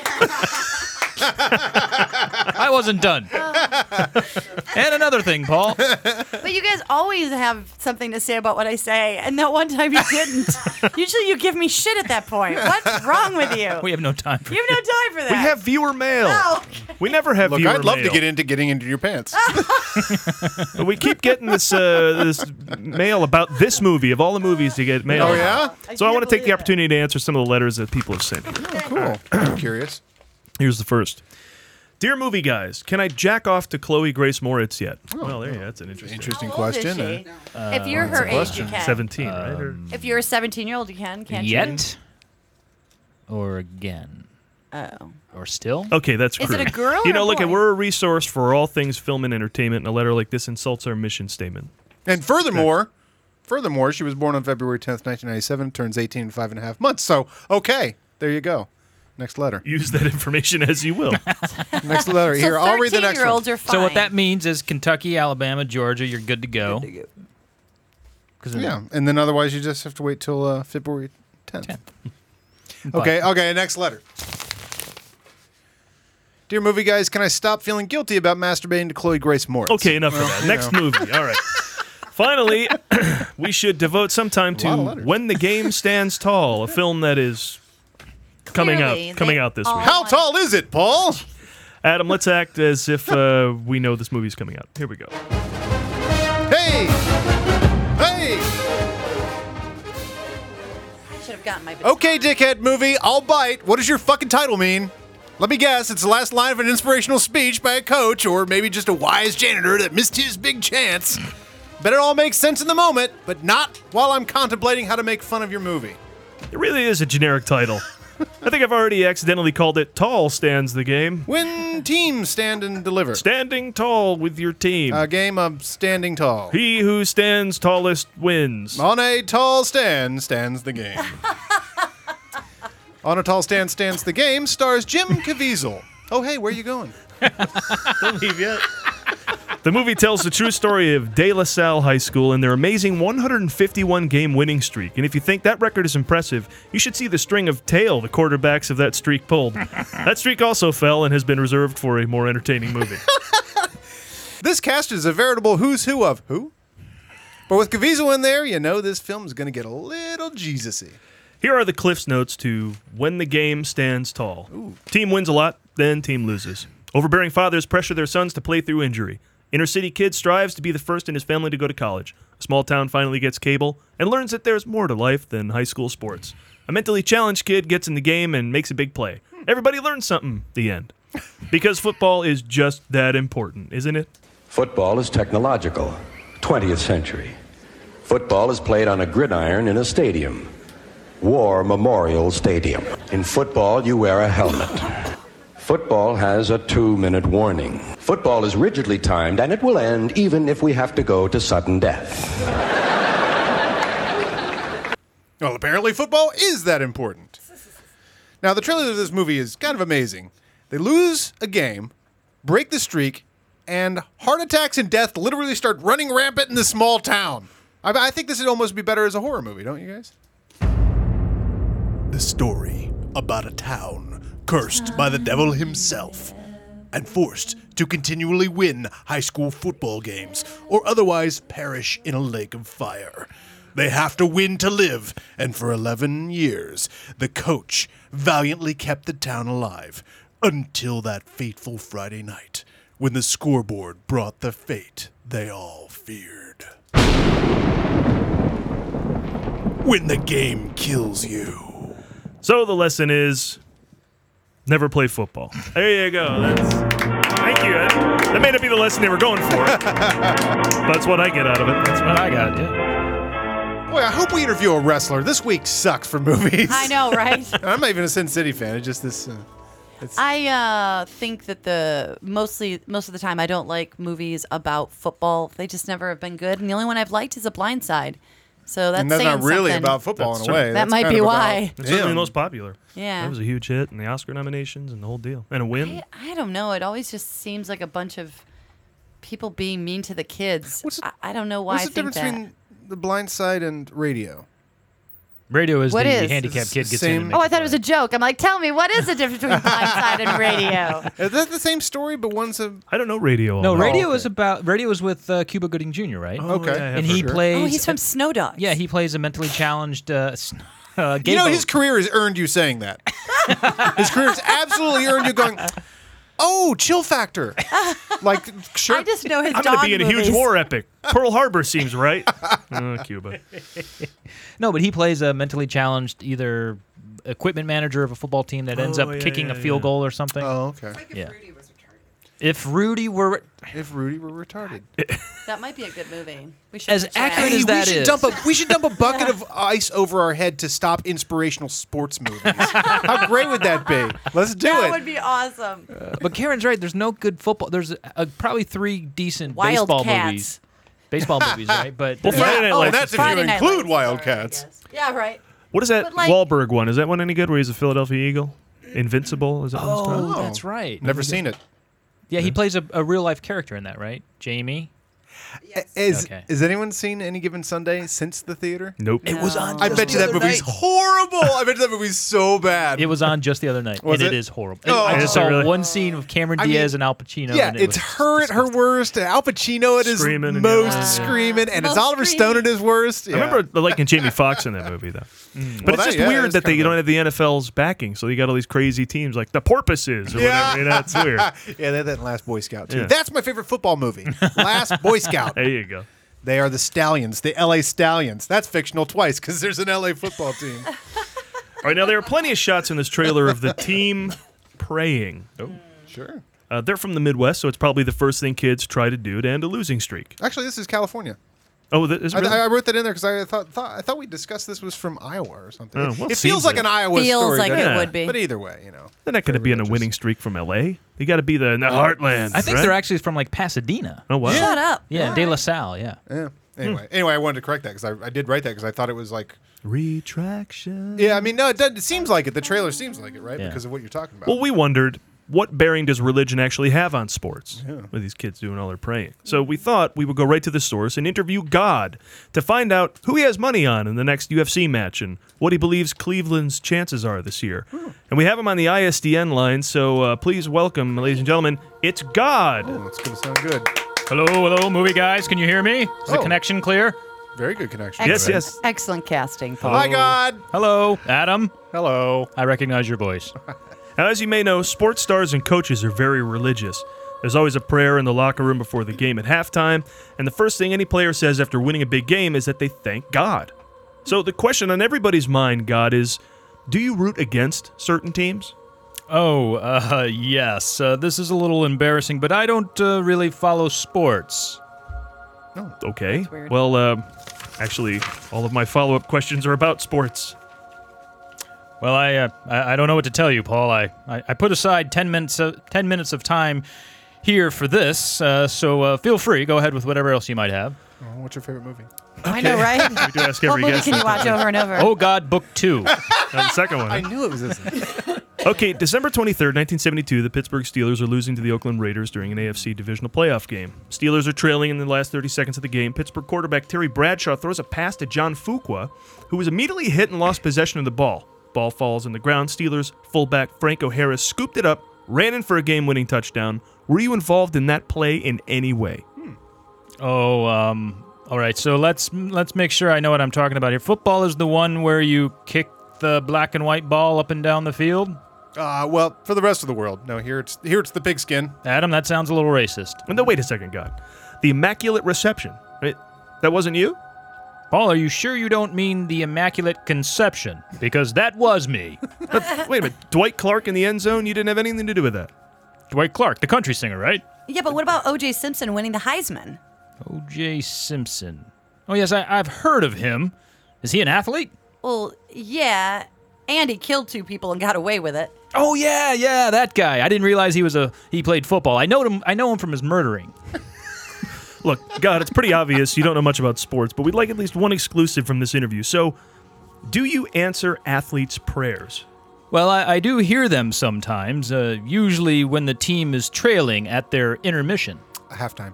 Speaker 3: I wasn't done.
Speaker 4: Oh.
Speaker 3: and another thing, Paul.
Speaker 4: But you guys always have something to say about what I say, and that one time you didn't. Usually you give me shit at that point. What's wrong with you?
Speaker 3: We have no time for
Speaker 4: you have no time for that.
Speaker 2: We have viewer mail.
Speaker 4: Oh,
Speaker 2: We never have
Speaker 5: Look,
Speaker 2: viewer
Speaker 5: I'd love to
Speaker 2: mail.
Speaker 5: get into getting into your pants. Oh,
Speaker 2: But we keep getting this uh, this mail about this movie of all the movies you get mail.
Speaker 5: oh yeah?
Speaker 2: So I want
Speaker 4: can't
Speaker 2: to take
Speaker 4: believe
Speaker 2: the
Speaker 4: it.
Speaker 2: opportunity to answer some of the letters that people have sent. me.
Speaker 5: Cool. I'm curious.
Speaker 2: Here's the first. Dear movie guys, can I jack off to Chloe Grace Moritz yet? well, there, you go. that's an interesting.
Speaker 5: Oh. Interesting
Speaker 4: How old is
Speaker 5: question. eh?
Speaker 4: she? if you're her age, you can.
Speaker 2: Seventeen, right?
Speaker 5: Um,
Speaker 2: Or-
Speaker 4: If you're a 17 year old, you can, can't you?
Speaker 3: Yet or again?
Speaker 4: Oh.
Speaker 3: or still?
Speaker 2: Okay, that's
Speaker 4: Is it
Speaker 2: great.
Speaker 4: a girl
Speaker 2: You
Speaker 4: or a
Speaker 2: know, look,
Speaker 4: boy?
Speaker 2: and we're a resource for all things film and entertainment, and a letter like this insults our mission statement.
Speaker 5: And furthermore, furthermore, she was born on February 10th, 1997, turns 18 in five and a half months. So, okay, there you go. Next letter.
Speaker 2: Use that information as you will.
Speaker 5: next letter. Here, I'll read the next one.
Speaker 3: So what that means is Kentucky, Alabama, Georgia, you're good to go. Because
Speaker 5: Yeah, and then otherwise you just have to wait till uh, February 10th.
Speaker 3: Bye.
Speaker 5: Okay, okay, next letter. Dear movie guys, can I stop feeling guilty about masturbating to Chloe Grace Moritz?
Speaker 2: Okay, enough of that. Next movie. All right. Finally, we should devote some time
Speaker 5: lot of
Speaker 2: to
Speaker 5: letters.
Speaker 2: When the Game Stands Tall, a film that is coming
Speaker 5: Clearly,
Speaker 2: out coming
Speaker 5: they
Speaker 2: out this
Speaker 5: all
Speaker 2: week.
Speaker 5: How tall is it, Paul?
Speaker 2: Adam, let's act as if uh, we know this movie's coming out. Here we go.
Speaker 5: Hey! Hey!
Speaker 4: I should have gotten my.
Speaker 5: Okay, dickhead movie, I'll bite. What does your fucking title mean? Let me guess, it's the last line of an inspirational speech by a coach or maybe just a wise janitor that missed his big chance. But it all makes sense in the moment, but not while I'm contemplating how to make fun of your movie.
Speaker 2: It really is a generic title. I think I've already accidentally called it Tall Stands the Game.
Speaker 5: When teams stand and deliver.
Speaker 2: Standing tall with your team.
Speaker 5: A game of standing tall.
Speaker 2: He who stands tallest wins.
Speaker 5: On a tall stand stands the game. On a tall stand stands the game stars Jim Caviezel. Oh hey, where you going?
Speaker 2: Don't leave yet. The movie tells the true story of De La Salle High School and their amazing 151 game winning streak. And if you think that record is impressive, you should see the string of tail the quarterbacks of that streak pulled. that streak also fell and has been reserved for a more entertaining movie.
Speaker 5: This cast is a veritable who's who of who. But with Caviezel in there, you know this film is going to get a little Jesusy.
Speaker 2: Here are the Cliffs notes to When the Game Stands Tall. Team wins a lot, then team loses. Overbearing fathers pressure their sons to play through injury. Inner city kid strives to be the first in his family to go to college. A small town finally gets cable and learns that there's more to life than high school sports. A mentally challenged kid gets in the game and makes a big play. Everybody learns something, the end. Because football is just that important, isn't it?
Speaker 15: Football is technological, 20th century. Football is played on a gridiron in a stadium, War Memorial Stadium. In football, you wear a helmet. Football has a two minute warning. Football is rigidly timed, and it will end even if we have to go to sudden death.
Speaker 5: Well, apparently football is that important. Now, the trailer of this movie is kind of amazing. They lose a game, break the streak, and heart attacks and death literally start running rampant in this small town. I, I think this would almost be better as a horror movie, don't you guys?
Speaker 16: The story about a town cursed by the devil himself and forced to continually win high school football games or otherwise perish in a lake of fire. They have to win to live, and for 11 years, the coach valiantly kept the town alive until that fateful Friday night when the scoreboard brought the fate they all feared. When the game kills you.
Speaker 2: So the lesson is never play football. There you go. That's thank you. That, that may not be the lesson they were going for. That's what I get out of it. That's what I got. Yeah.
Speaker 5: Boy, I hope we interview a wrestler. This week sucks for movies.
Speaker 4: I know, right?
Speaker 5: I'm not even a Sin City fan. It's just this. Uh,
Speaker 4: I uh, think that the mostly most of the time I don't like movies about football. They just never have been good, and the only one I've liked is The Blind Side. So that's
Speaker 5: and that's
Speaker 4: saying
Speaker 5: not really
Speaker 4: something.
Speaker 5: about football in a way.
Speaker 4: That
Speaker 5: That's
Speaker 4: might
Speaker 5: kind
Speaker 4: be
Speaker 5: of
Speaker 4: why.
Speaker 5: about-
Speaker 2: It's certainly the
Speaker 5: Damn.
Speaker 2: most popular.
Speaker 4: Yeah.
Speaker 2: That was a huge hit and the Oscar nominations and the whole deal. And a win.
Speaker 4: I don't know. It always just seems like a bunch of people being mean to the kids. I, I don't know why.
Speaker 5: What's
Speaker 4: I
Speaker 5: the
Speaker 4: think
Speaker 5: difference
Speaker 4: that.
Speaker 5: between The Blind Side and radio?
Speaker 3: Radio is
Speaker 4: What
Speaker 3: the
Speaker 4: is?
Speaker 3: handicapped kid gets in.
Speaker 5: Same-
Speaker 3: and
Speaker 17: Oh,
Speaker 3: makes
Speaker 17: I thought it was a joke. I'm like, tell me, what is the difference between blindside and radio?
Speaker 5: Is that the same story, but one's a.
Speaker 2: I don't know radio.
Speaker 3: No,
Speaker 4: Oh,
Speaker 2: all
Speaker 3: radio
Speaker 2: that.
Speaker 3: is about radio is with uh, Cuba Gooding Jr. Right?
Speaker 5: Okay. Oh, yeah, yeah,
Speaker 3: and
Speaker 5: for
Speaker 3: he
Speaker 5: sure.
Speaker 3: plays.
Speaker 4: Oh, he's from Snow Dogs.
Speaker 3: Yeah, he plays a mentally challenged. Uh, s- uh, gay
Speaker 5: you know,
Speaker 3: boat.
Speaker 5: his career has earned you saying that. his career has absolutely earned you going, oh, chill factor. Like, sure.
Speaker 4: I just know his
Speaker 2: I'm
Speaker 4: dog
Speaker 2: going to be in a huge
Speaker 4: movies.
Speaker 2: war epic. Pearl Harbor seems right. Uh, Cuba.
Speaker 3: No, but he plays a mentally challenged either equipment manager of a football team that ends
Speaker 2: Oh,
Speaker 3: up
Speaker 2: yeah,
Speaker 3: kicking
Speaker 2: yeah,
Speaker 3: a field
Speaker 2: yeah.
Speaker 3: goal or something.
Speaker 5: Oh, okay.
Speaker 3: yeah.
Speaker 18: If Rudy were
Speaker 5: if Rudy were retarded,
Speaker 4: That might be a good movie. We should
Speaker 18: As
Speaker 4: pitch that.
Speaker 18: accurate as that
Speaker 5: we should
Speaker 18: is.
Speaker 5: dump a we should dump a bucket of ice over our head to stop inspirational sports movies. How great would that be? Let's do
Speaker 4: that
Speaker 5: it.
Speaker 4: would be awesome.
Speaker 18: but Karen's right. There's no good football. There's uh probably three decent
Speaker 4: Wild
Speaker 18: baseball
Speaker 4: Cats.
Speaker 18: movies. Baseball movies, right? But
Speaker 2: Well, Friday Night Lights
Speaker 19: that's
Speaker 2: is
Speaker 19: if you
Speaker 2: fine.
Speaker 19: include Wildcats.
Speaker 4: Yeah, right.
Speaker 2: What is that
Speaker 4: But, like-
Speaker 2: Wahlberg one? Is that one any good? Where he's a Philadelphia Eagle, Invincible? Is that one?
Speaker 18: Oh, that's right.
Speaker 5: Never seen it.
Speaker 18: Yeah, he plays a, a real life character in that, right? Jamie.
Speaker 5: Is
Speaker 18: Okay.
Speaker 5: has anyone seen any given Sunday since the theater?
Speaker 2: Nope.
Speaker 18: It was on
Speaker 5: I
Speaker 18: just
Speaker 5: bet you
Speaker 18: the
Speaker 5: that
Speaker 18: other
Speaker 5: movie's
Speaker 18: night.
Speaker 5: horrible. I bet you that movie's so bad.
Speaker 18: It was on just the other night,
Speaker 5: Was
Speaker 18: and
Speaker 5: it?
Speaker 18: it is horrible.
Speaker 5: Oh.
Speaker 18: I
Speaker 5: Is
Speaker 18: just
Speaker 5: it
Speaker 18: saw
Speaker 5: really?
Speaker 18: one scene with Cameron
Speaker 5: I mean,
Speaker 18: Diaz and Al Pacino.
Speaker 5: yeah,
Speaker 18: and it
Speaker 5: it's
Speaker 18: was,
Speaker 5: her at her worst, and Al Pacino at his
Speaker 2: Screaming and
Speaker 5: most
Speaker 2: yelling.
Speaker 5: screaming, and it's
Speaker 2: Most
Speaker 5: Oliver Stone at his worst.
Speaker 2: I remember liking Jamie Foxx in that movie though.
Speaker 18: Mm.
Speaker 2: But
Speaker 5: Well,
Speaker 2: it's
Speaker 5: that-
Speaker 2: just
Speaker 5: yeah,
Speaker 2: weird
Speaker 5: it's
Speaker 2: that they
Speaker 5: kinda
Speaker 2: don't have the NFL's backing, so you got all these crazy teams like the Porpoises or whatever. You know, it's weird.
Speaker 5: yeah, they had that in Last Boy Scout too.
Speaker 2: Yeah.
Speaker 5: That's my favorite football movie. Last Boy Scout.
Speaker 2: There you go.
Speaker 5: They are the Stallions, the LA Stallions. That's fictional twice because there's an LA football team.
Speaker 2: All right, now there are plenty of shots in this trailer of the team praying. Oh,
Speaker 5: sure.
Speaker 2: Uh, they're from the Midwest, so it's probably the first thing kids try to do to end a losing streak.
Speaker 5: Actually, this is California.
Speaker 2: Oh, that is
Speaker 5: I,
Speaker 2: it really?
Speaker 5: I wrote that in there because I thought, thought I thought we discussed this was from Iowa or something.
Speaker 2: Oh, well,
Speaker 5: it feels
Speaker 2: seems
Speaker 5: like
Speaker 2: it.
Speaker 5: an Iowa
Speaker 4: Feels
Speaker 5: story.
Speaker 4: like it
Speaker 5: doesn't
Speaker 4: would be.
Speaker 5: But either way, you know.
Speaker 2: They're not going to be in a winning streak from L.A. They got to be the, in the heartland.
Speaker 18: Oh. I think they're actually from like Pasadena.
Speaker 2: Oh wow!
Speaker 4: Shut up.
Speaker 18: Yeah, De La Salle. Yeah.
Speaker 5: Yeah. Anyway, anyway, I wanted to correct that because I, I did write that because I thought it was like.
Speaker 2: Retraction.
Speaker 5: Yeah, I mean, no, it, does, it seems like it. The trailer seems like it, right?
Speaker 2: Yeah.
Speaker 5: Because of what you're talking about.
Speaker 2: Well, we wondered what bearing does religion actually have on sports with these kids doing all their praying. So we thought we would go right to the source and interview God to find out who he has money on in the next UFC match and what he believes Cleveland's chances are this year. And we have him on the ISDN line, so uh, please welcome, ladies and gentlemen, it's God.
Speaker 5: it's going to sound good.
Speaker 18: Hello, hello, movie guys. Can you hear me? Is
Speaker 5: Oh.
Speaker 18: the connection clear?
Speaker 5: Very good connection.
Speaker 18: Yes, yes.
Speaker 4: Excellent casting,
Speaker 20: Oh.
Speaker 4: Paul.
Speaker 5: Hi, God.
Speaker 18: Hello, Adam.
Speaker 5: Hello.
Speaker 18: I recognize your voice.
Speaker 2: Now, as you may know, sports stars and coaches are very religious. There's always a prayer in the locker room before the game at halftime, and the first thing any player says after winning a big game is that they thank God. So the question on everybody's mind, God, is do you root against certain teams?
Speaker 3: Oh, uh, yes. Uh, this is a little embarrassing, but I don't uh, really follow sports.
Speaker 2: Okay. Well, uh, actually, all of my follow up questions are about sports.
Speaker 3: Well, I, uh, I I don't know what to tell you, Paul. I, I, I put aside ten minutes uh, ten minutes of time here for this, uh, so uh, feel free. Go ahead with whatever else you might have.
Speaker 5: Oh, what's your favorite movie?
Speaker 4: I know, right?
Speaker 2: We do ask
Speaker 4: what
Speaker 2: every
Speaker 4: movie
Speaker 2: guest.
Speaker 4: can you
Speaker 2: that.
Speaker 4: watch over and over?
Speaker 3: Oh God, book two.
Speaker 2: Uh, the second one.
Speaker 5: I knew it was this. one.
Speaker 2: Okay, December 23rd, 1972, the Pittsburgh Steelers are losing to the Oakland Raiders during an AFC divisional playoff game. Steelers are trailing in the last 30 seconds of the game. Pittsburgh quarterback Terry Bradshaw throws a pass to John Fuqua, who was immediately hit and lost possession of the ball. Ball falls on the ground. Steelers fullback Franco Harris scooped it up, ran in for a game-winning touchdown. Were you involved in that play in any way?
Speaker 3: Oh, um, all right. So let's let's make sure I know what I'm talking about here. Football is the one where you kick the black and white ball up and down the field.
Speaker 5: Uh, well, for the rest of the world, no. Here it's here it's the pigskin.
Speaker 3: Adam, that sounds a little racist.
Speaker 2: And no, wait a second, God. The Immaculate Reception. Right? That wasn't you?
Speaker 3: Paul, are you sure you don't mean the Immaculate Conception? Because that was me.
Speaker 2: But wait a minute. Dwight Clark in the end zone? You didn't have anything to do with that.
Speaker 3: Dwight Clark, the country singer, right?
Speaker 4: Yeah, but what about O.J. Simpson winning the Heisman?
Speaker 3: O.J. Simpson. Oh, yes, I, I've heard of him. Is he an athlete?
Speaker 4: Well, yeah, and he killed two people and got away with it.
Speaker 3: Oh yeah, yeah, that guy. I didn't realize he was a he played football. I know him. I know him from his murdering.
Speaker 2: Look, God, it's pretty obvious you don't know much about sports, but we'd like at least one exclusive from this interview. So, do you answer athletes' prayers?
Speaker 3: Well, I, I do hear them sometimes. Uh, usually when the team is trailing at their intermission,
Speaker 5: Halftime.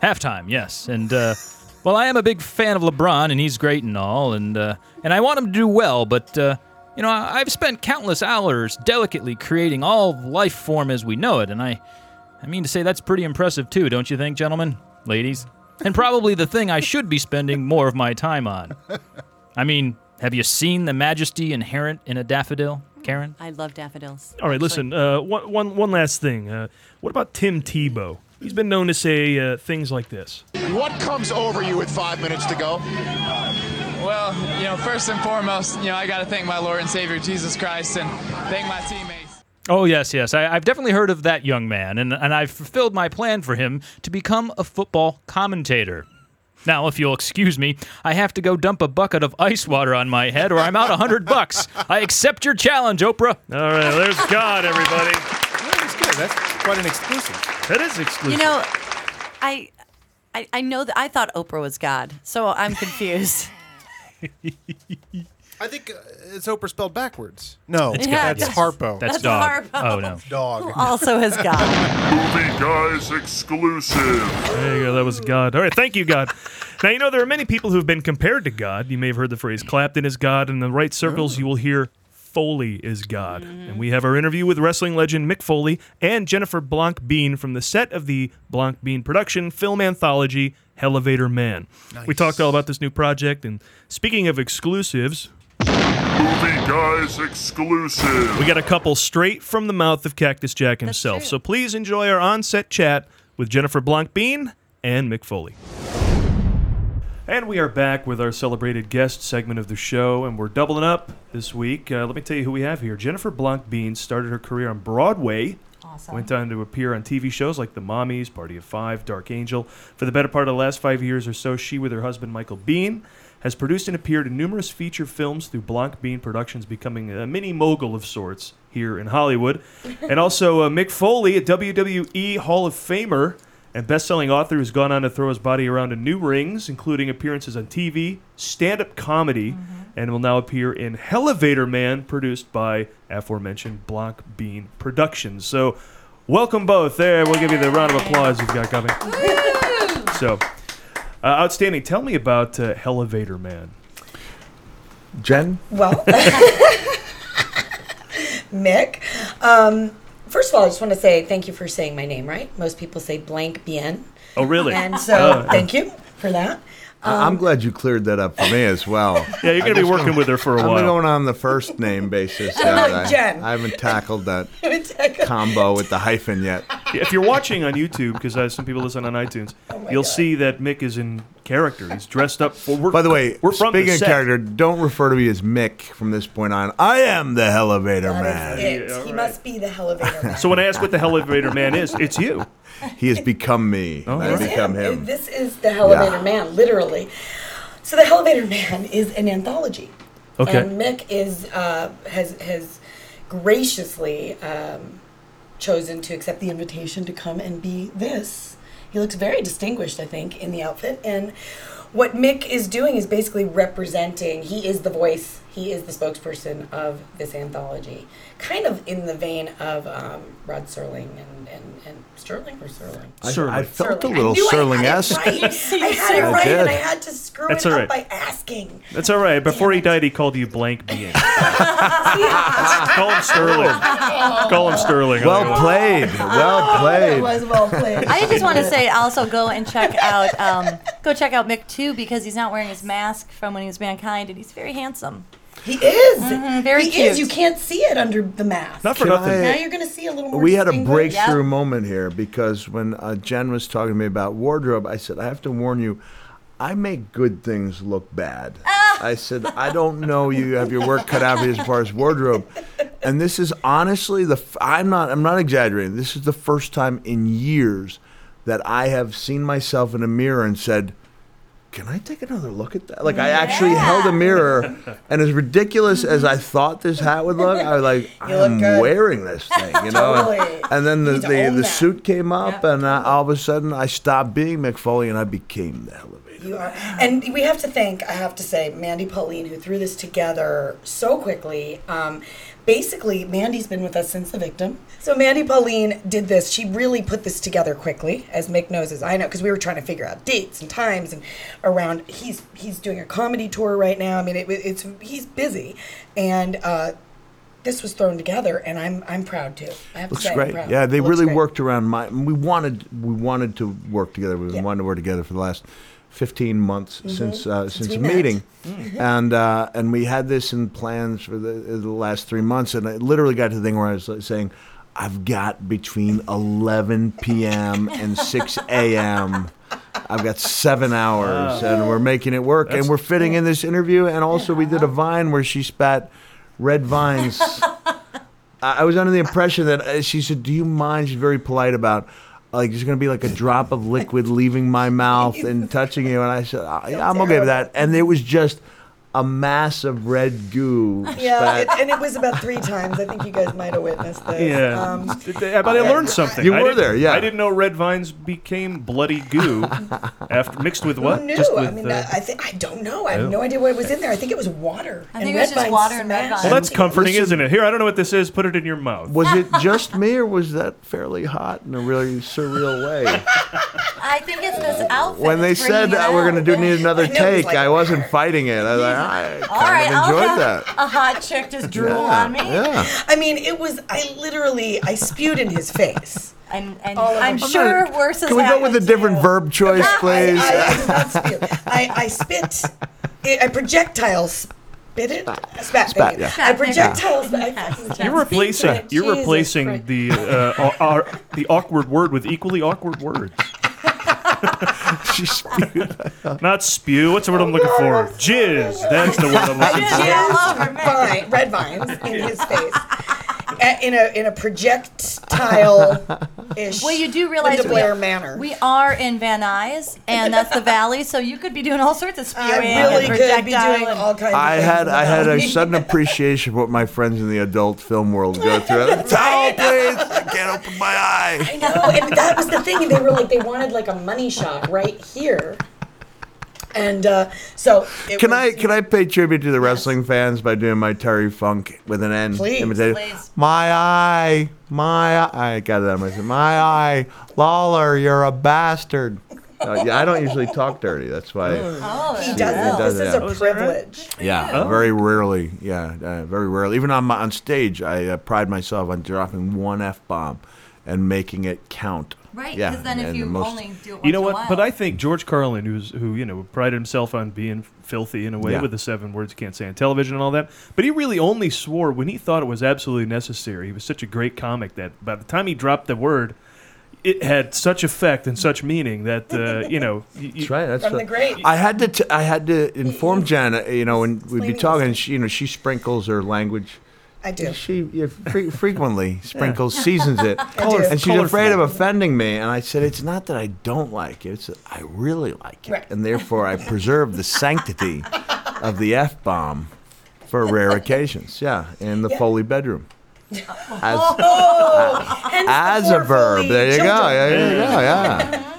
Speaker 3: halftime. Yes, and uh, well, I am a big fan of LeBron, and he's great and all, and uh, and I want him to do well, but. Uh, you know, I- I've spent countless hours delicately creating all of life form as we know it, and I, I mean to say that's pretty impressive too, don't you think, gentlemen, ladies, and probably the thing I should be spending more of my time on. I mean, have you seen the majesty inherent in a daffodil, Karen?
Speaker 4: I love daffodils.
Speaker 2: All right, listen, uh, one, one, one last thing. Uh, what about Tim Tebow? He's been known to say uh, things like this.
Speaker 21: What comes over you with five minutes to go?
Speaker 8: Well, you know, first and foremost, you know, I got to thank my Lord and Savior Jesus Christ and thank my teammates.
Speaker 22: Oh yes, yes. I, I've definitely heard of that young man, and and I've fulfilled my plan for him to become a football commentator. Now, if you'll excuse me, I have to go dump a bucket of ice water on my head, or I'm out a hundred bucks. I accept your challenge, Oprah.
Speaker 2: All right, there's God, everybody.
Speaker 5: That's good. That's quite an exclusive.
Speaker 2: That is exclusive.
Speaker 4: You know, I, I, I know that I thought Oprah was God, so I'm confused.
Speaker 5: I think uh, it's Oprah spelled backwards. No,
Speaker 4: It's
Speaker 5: that's,
Speaker 4: God.
Speaker 5: Harpo.
Speaker 22: That's That's dog. Harpo. Oh, no.
Speaker 5: dog.
Speaker 4: Who also has God.
Speaker 7: Movie Guys exclusive.
Speaker 2: There you go. That was God. All right. Thank you, God. now, you know, there are many people who have been compared to God. You may have heard the phrase Clapton is God. In the right circles, you will hear Foley is God. And we have our interview with wrestling legend Mick Foley and Jennifer Blanc Bean from the set of the Blanc Bean production film anthology Elevator Man. We talked all about this new project. And speaking of exclusives,
Speaker 7: Movie Guys exclusive.
Speaker 2: we got a couple straight from the mouth of Cactus Jack himself. So please enjoy our on-set chat with Jennifer Blanc Bean and Mick Foley. And we are back with our celebrated guest segment of the show, and we're doubling up this week. Uh, let me tell you who we have here. Jennifer Blanc Bean started her career on Broadway.
Speaker 1: Awesome.
Speaker 2: Went on to appear on TV shows like The Mommies, Party of Five, Dark Angel. For the better part of the last five years or so, she, with her husband Michael Bean, has produced and appeared in numerous feature films through Blanc Bean Productions, becoming a mini mogul of sorts here in Hollywood. and also uh, Mick Foley, a WWE E Hall of Famer and best-selling author who's gone on to throw his body around in new rings, including appearances on TV, stand-up comedy, and will now appear in Elevator Man, produced by aforementioned Blanc Bean Productions. So, welcome both. There, we'll give you the round of applause you've got coming. So, uh, outstanding. Tell me about uh, Elevator Man.
Speaker 20: Jen,
Speaker 23: Well, Mick, um, first of all, I just want to say thank you for saying my name right. Most people say blank bien.
Speaker 2: Oh, really?
Speaker 23: And so,
Speaker 2: Oh.
Speaker 23: thank you for that.
Speaker 20: I- I'm glad you cleared that up for me as well.
Speaker 2: Yeah, you're gonna be working with her for a
Speaker 20: I'm
Speaker 2: while.
Speaker 20: going on the first name basis. now that I-
Speaker 23: Jen.
Speaker 20: I haven't tackled that
Speaker 23: Come.
Speaker 20: combo with the hyphen yet.
Speaker 2: If you're watching on YouTube, because uh, some people listen on iTunes,
Speaker 23: Oh
Speaker 2: you'll see that Mick is in character. He's dressed up. For, we're,
Speaker 20: By the way,
Speaker 2: we're from the
Speaker 20: speaking of
Speaker 2: set.
Speaker 20: character, don't refer to me as Mick from this point on. I am the elevator man.
Speaker 23: It. He must be the elevator man.
Speaker 2: So when I ask what the elevator man is, it's you.
Speaker 20: He has become me. and I
Speaker 23: This
Speaker 20: become
Speaker 23: is-
Speaker 20: him.
Speaker 23: This is the elevator man, literally. So the elevator man is an anthology.
Speaker 20: Okay.
Speaker 23: And Mick is uh, has has graciously um, chosen to accept the invitation to come and be this. He looks very distinguished, I think, in the outfit. And what Mick is doing is basically representing. He is the voice. He is the spokesperson of this anthology, kind of in the vein of um, Rod Serling and, and, and Sterling or Serling.
Speaker 20: I, I felt a
Speaker 23: Serling.
Speaker 20: little
Speaker 23: I knew I had it
Speaker 20: Serling esque.
Speaker 23: right. I had it
Speaker 20: I
Speaker 23: right, and
Speaker 20: did.
Speaker 23: I had to screw
Speaker 2: That's
Speaker 23: it
Speaker 2: all
Speaker 23: up
Speaker 2: right.
Speaker 23: by asking.
Speaker 2: That's all right. Before he died, he called you blank being. Call him Sterling.
Speaker 23: Oh.
Speaker 2: Call him Sterling. I
Speaker 20: Well
Speaker 2: like it.
Speaker 20: played. Well
Speaker 23: That
Speaker 20: played.
Speaker 23: was well played.
Speaker 4: I just want to say also go and check out um, go check out Mick too because he's not wearing his mask from when he was mankind and he's very handsome. Mm-hmm,
Speaker 23: He is
Speaker 4: very
Speaker 23: he
Speaker 4: cute.
Speaker 23: Is. You can't see it under the mask.
Speaker 20: Not for Can nothing. I-
Speaker 23: now you're going to see a little more.
Speaker 20: We had a
Speaker 23: distinguished-
Speaker 20: breakthrough moment here because when uh, Jen was talking to me about wardrobe, I said, I have to warn you, I make good things look bad.
Speaker 23: Ah.
Speaker 20: I said, I don't know you have your work cut out for you as far as wardrobe. And this is honestly the f- I'm not I'm not exaggerating. This is the first time in years that I have seen myself in a mirror and said, can I take another look at that? Like I actually held a mirror, and as ridiculous as I thought this hat would look, I was like,
Speaker 23: You look
Speaker 20: I'm
Speaker 23: good.
Speaker 20: wearing this thing, you know. And-
Speaker 23: Totally.
Speaker 20: And then the
Speaker 23: need to
Speaker 20: the,
Speaker 23: own
Speaker 20: the
Speaker 23: that.
Speaker 20: suit came up, and I, all of a sudden I stopped being McFoley, and I became the hell of it.
Speaker 23: You are, and we have to thank. I have to say, Mandy Pauline, who threw this together so quickly. Um, basically, Mandy's been with us since the victim. So Mandy Pauline did this. She really put this together quickly, as Mick knows, as I know, because we were trying to figure out dates and times and around. He's he's doing a comedy tour right now. I mean, it, it's he's busy, and uh, this was thrown together, and I'm I'm proud too. I have
Speaker 20: Looks
Speaker 23: to say, I'm
Speaker 20: great.
Speaker 23: proud.
Speaker 20: Yeah, they
Speaker 23: Looks
Speaker 20: really
Speaker 23: great.
Speaker 20: worked around my. We wanted we wanted to work together. We've been wanting to work together for the last fifteen months
Speaker 24: Mhm.
Speaker 20: since uh,
Speaker 24: Since
Speaker 20: since
Speaker 24: we
Speaker 20: a
Speaker 24: met.
Speaker 20: meeting,
Speaker 24: Mhm.
Speaker 20: and uh, and we had this in plans for the, the last three months, and I literally got to the thing where I was like, saying. I've got between 11 p.m. and 6 a.m. I've got seven hours,
Speaker 24: Wow.
Speaker 20: and we're making it work, and
Speaker 24: That's-
Speaker 20: we're fitting in this interview, and also we did a vine where she spat red vines I I was under the impression that uh, she said, "Do you mind?" She's very polite about. Like there's gonna be like a drop of liquid leaving my mouth and touching you, and I said, "Ah, yeah, "I'm okay with that." And it was just a mass of red goo.
Speaker 23: Yeah,
Speaker 20: spat.
Speaker 23: it, and it was about three times. I think you guys might have witnessed this.
Speaker 2: Yeah,
Speaker 23: Um,
Speaker 2: Did they- but I learned something.
Speaker 20: You
Speaker 2: I
Speaker 20: were
Speaker 2: didn't-
Speaker 20: there, yeah.
Speaker 2: I didn't know red vines became bloody goo after mixed with what?
Speaker 23: Who knew?
Speaker 2: Just with
Speaker 23: I mean,
Speaker 2: uh,
Speaker 23: I think I don't know. I have
Speaker 2: Oh.
Speaker 23: no idea what was in there. I think it was water. I
Speaker 4: think it was just water and red
Speaker 2: well, that's comforting,
Speaker 20: Listen-
Speaker 2: isn't it? Here, I don't know what this is. Put it in your mouth.
Speaker 20: Was it just me, or was that fairly hot in a really surreal way?
Speaker 1: I think it's this outfit.
Speaker 20: when they
Speaker 1: that's bringing
Speaker 20: said
Speaker 1: it
Speaker 20: that we're
Speaker 1: out.
Speaker 20: going to do need another
Speaker 1: I know, it was
Speaker 20: take,
Speaker 1: like-
Speaker 20: I wasn't fighting it. I was like, I
Speaker 1: All
Speaker 20: kind
Speaker 1: right,
Speaker 20: of
Speaker 1: I'll
Speaker 20: enjoyed
Speaker 1: have
Speaker 20: that.
Speaker 1: A hot chick just drool
Speaker 20: Yeah,
Speaker 1: on me.
Speaker 20: yeah.
Speaker 23: I mean, it was. I literally, I spewed in his face.
Speaker 1: And, and
Speaker 23: All of
Speaker 1: I'm
Speaker 23: them.
Speaker 1: sure worse has
Speaker 20: Can we go
Speaker 1: happened.
Speaker 20: with a different verb choice, please?
Speaker 23: I, I spit. I I projectile spit it. Spat.
Speaker 20: Spat,
Speaker 23: thank you.
Speaker 20: yeah.
Speaker 23: I projectile. Spat.
Speaker 2: You're replacing. You're
Speaker 23: Jesus
Speaker 2: replacing
Speaker 23: Christ.
Speaker 2: the uh, au- au- the awkward word with equally awkward words. Not spew. What's the word I'm looking for? Jizz. That's the word I'm looking for.
Speaker 23: vine, red vines in his face. A- In a in a projectile ish.
Speaker 1: Well, you do realize
Speaker 23: Linda Blair
Speaker 1: we,
Speaker 23: manner.
Speaker 1: we are in Van Nuys, and that's the valley, so you could be doing all sorts of spewing
Speaker 23: I really
Speaker 1: and
Speaker 23: could be
Speaker 1: projectile
Speaker 23: doing
Speaker 1: and-
Speaker 23: all kinds.
Speaker 20: I
Speaker 23: of things
Speaker 20: had I had a
Speaker 23: without-
Speaker 20: sudden appreciation of what my friends in the adult film world go through. Towel, please. I can't open my eye.
Speaker 23: I know, and that was the thing. They were like, they wanted like a money shot right here, and uh, so it
Speaker 20: Can
Speaker 23: was,
Speaker 20: I can I pay tribute to the wrestling fans by doing my Terry Funk with an N
Speaker 23: Please,
Speaker 20: imitation?
Speaker 23: please.
Speaker 20: My eye, my eye. I got it out of my My eye, Lawler, you're a bastard. Uh, yeah, I don't usually talk dirty. That's why.
Speaker 23: Oh, he
Speaker 20: she-
Speaker 23: doesn't.
Speaker 20: does
Speaker 23: This
Speaker 20: it,
Speaker 23: is
Speaker 20: yeah.
Speaker 23: a privilege.
Speaker 20: Yeah,
Speaker 23: Oh.
Speaker 20: very rarely. Yeah, uh, very rarely. Even on my, on stage, I uh, pride myself on dropping one f bomb and making it count.
Speaker 1: Right,
Speaker 20: Yeah,
Speaker 1: 'cause then if
Speaker 20: and the
Speaker 1: you
Speaker 20: most-
Speaker 1: only do it once
Speaker 2: You know
Speaker 1: in a
Speaker 2: what?
Speaker 1: while.
Speaker 2: But I think George Carlin, who's who you know prided himself on being filthy in a way
Speaker 20: Yeah.
Speaker 2: with the seven words you can't say on television and all that, but he really only swore when he thought it was absolutely necessary. He was such a great comic that by the time he dropped the word, it had such effect and such meaning that uh, you know. You,
Speaker 20: That's right. That's
Speaker 23: From
Speaker 20: right.
Speaker 23: the grapes.
Speaker 20: I had to. T- I had to inform Jen. uh, You know, when we'd be
Speaker 23: Explaining
Speaker 20: talking, she, you know, she sprinkles her language.
Speaker 23: I do.
Speaker 20: She yeah, fre- frequently sprinkles, seasons it,
Speaker 23: do.
Speaker 20: and she's
Speaker 23: Colorful.
Speaker 20: afraid of offending me. And I said, "It's not that I don't like it; it's that I really like it,
Speaker 23: Right.
Speaker 20: and therefore I preserve the sanctity of the f bomb for rare occasions." Yeah, in the
Speaker 23: Yeah.
Speaker 20: Foley bedroom. As,
Speaker 23: Oh, hence the
Speaker 20: as a
Speaker 23: four
Speaker 20: verb,
Speaker 23: Foley
Speaker 20: there you go.
Speaker 23: children.
Speaker 20: Yeah, there you go. Yeah.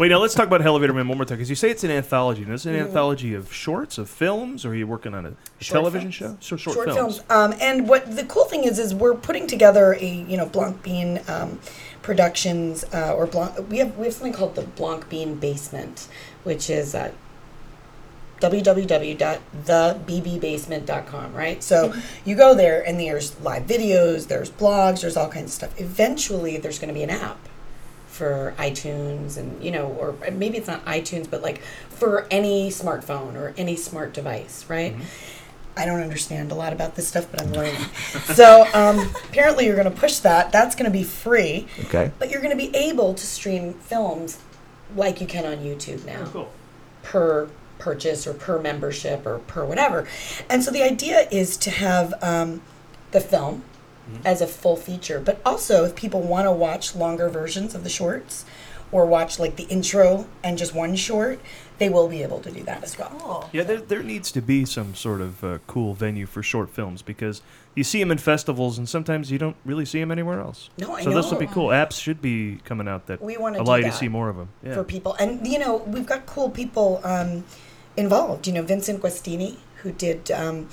Speaker 2: Wait, now let's talk about Elevator Man one more time because you say it's an anthology. Now, is it an anthology of shorts, of films, or are you working on a, a
Speaker 23: Short
Speaker 2: television
Speaker 23: films.
Speaker 2: show? So short,
Speaker 23: short
Speaker 2: films.
Speaker 23: films. Um, and what the cool thing is, is we're putting together a you know Blanc Bean um, Productions uh, or Blanc. We have we have something called the Blanc Bean Basement, which is uh, www.thebbbasement.com. Right. So you go there, and there's live videos, there's blogs, there's all kinds of stuff. Eventually, there's going to be an app for iTunes and you know or maybe it's not iTunes but like for any smartphone or any smart device right I don't understand a lot about this stuff but I'm learning so um, apparently you're going to push that that's going to be free
Speaker 20: Okay.
Speaker 23: but you're going to be able to stream films like you can on YouTube now
Speaker 2: Oh, cool.
Speaker 23: per purchase or per membership or per whatever and so the idea is to have um, the film as a full feature. But also, if people want to watch longer versions of the shorts or watch like the intro and just one short, they will be able to do that as well.
Speaker 2: Yeah, there, there needs to be some sort of uh, cool venue for short films because you see them in festivals and sometimes you don't really see them anywhere else.
Speaker 23: No, I
Speaker 2: so this will be
Speaker 23: know.
Speaker 2: cool. Apps should be coming out that
Speaker 23: We want to
Speaker 2: allow
Speaker 23: do
Speaker 2: you to
Speaker 23: that
Speaker 2: see more of them. Yeah.
Speaker 23: for people. And you know, we've got cool people um, involved. You know, Vincent Guastini, who did um,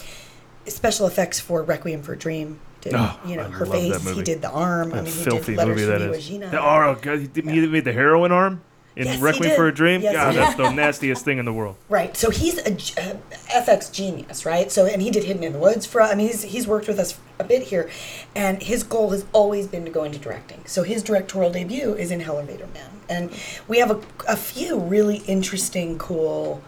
Speaker 23: special effects for Requiem for a Dream. Did,
Speaker 2: Oh,
Speaker 23: you know,
Speaker 2: I
Speaker 23: her
Speaker 2: love that
Speaker 23: face. He
Speaker 2: movie.
Speaker 23: did the arm. I
Speaker 2: That
Speaker 23: mean, he
Speaker 2: filthy
Speaker 23: did Letters
Speaker 2: movie
Speaker 23: from
Speaker 2: that
Speaker 23: Iwo
Speaker 2: is.
Speaker 23: Gina.
Speaker 2: The, oh, God, he, did, he made the heroin arm in
Speaker 23: Yes, he
Speaker 2: Requiem
Speaker 23: did.
Speaker 2: for a Dream?
Speaker 23: Yes,
Speaker 2: God,
Speaker 23: he
Speaker 2: that's
Speaker 23: did.
Speaker 2: the nastiest thing in the world.
Speaker 23: Right. So he's a, g- a FX genius, right? So and he did Hidden in the Woods for I mean he's he's worked with us a bit here and his goal has always been to go into directing. So his directorial debut is in Elevator Man. And we have a, a few really interesting cool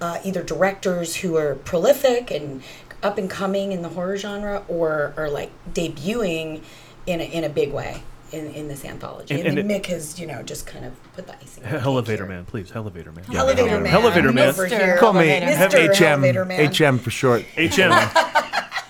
Speaker 23: uh, either directors who are prolific and up and coming in the horror genre or are like debuting in a, in a big way in, in this anthology.
Speaker 2: And-
Speaker 23: And,
Speaker 2: and
Speaker 23: then
Speaker 2: it-
Speaker 23: Mick has, you know, just kind of put the icing. on the cake
Speaker 2: Elevator
Speaker 23: here.
Speaker 2: Man, please. Elevator Man.
Speaker 23: Yeah. Elevator Man.
Speaker 2: Elevator Man.
Speaker 23: Mr.
Speaker 20: Call me
Speaker 23: Elevator Man. Mr.
Speaker 20: HM.
Speaker 23: Elevator Man.
Speaker 20: HM for short.
Speaker 2: HM.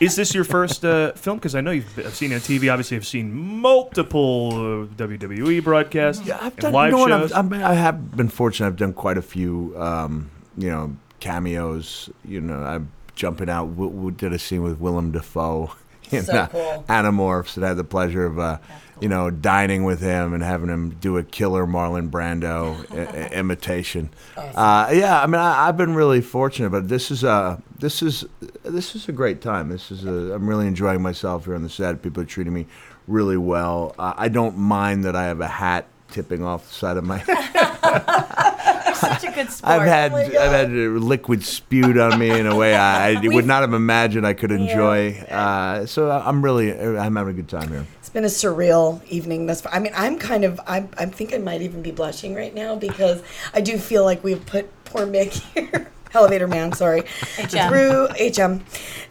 Speaker 2: Is this your first uh, film? Because I know you've I've seen it on TV. Obviously, I've seen multiple uh, WWE broadcasts
Speaker 20: yeah, I've
Speaker 2: and
Speaker 20: done,
Speaker 2: live
Speaker 20: you know what,
Speaker 2: shows.
Speaker 20: I've, I've been- I have been fortunate. I've done quite a few, um, you know, cameos. You know, I'm jumping out. We, we did a scene with Willem Dafoe in uh,
Speaker 6: So cool.
Speaker 20: Animorphs, and I had the pleasure of, uh, you know, dining with him and having him do a killer Marlon Brando i- i- imitation. Uh, yeah, I mean, I, I've been really fortunate, but this is a this is this is a great time. This is a, I'm really enjoying myself here on the set. People are treating me really well. Uh, I don't mind that I have a hat tipping off the side of my
Speaker 4: Such a good sport. Oh
Speaker 20: I've had I've had uh, liquid spewed on me in a way I, I would not have imagined I could enjoy. Uh, so I- I'm really uh, I'm having a good time here.
Speaker 23: It's been a surreal evening thus far. I mean, I'm kind of, I'm, I think I might even be blushing right now because I do feel like we've put poor Mick here, elevator man, sorry,
Speaker 4: HM.
Speaker 23: through HM,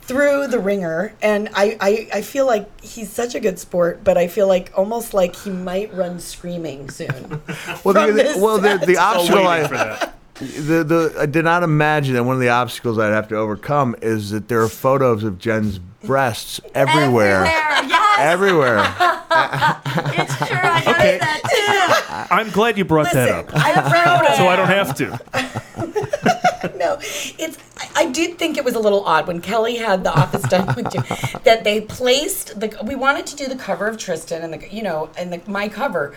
Speaker 23: through the ringer. And I, I, I feel like he's such a good sport, but I feel like almost like he might run screaming soon.
Speaker 20: Well,
Speaker 23: from
Speaker 20: the,
Speaker 23: this
Speaker 20: the, well, the,
Speaker 23: set.
Speaker 20: the obstacle I, the, the, I did not imagine that one of the obstacles I'd have to overcome is that there are photos of Jen's breasts everywhere.
Speaker 4: yes.
Speaker 20: Everywhere.
Speaker 2: okay. I'm glad you brought that up.
Speaker 23: I'm proud of
Speaker 2: so I
Speaker 23: you.
Speaker 2: don't have to.
Speaker 23: no, it's. I- I did think it was a little odd when Kelly had the office done with you that they placed the. We wanted to do the cover of Tristan and the you know and the, my cover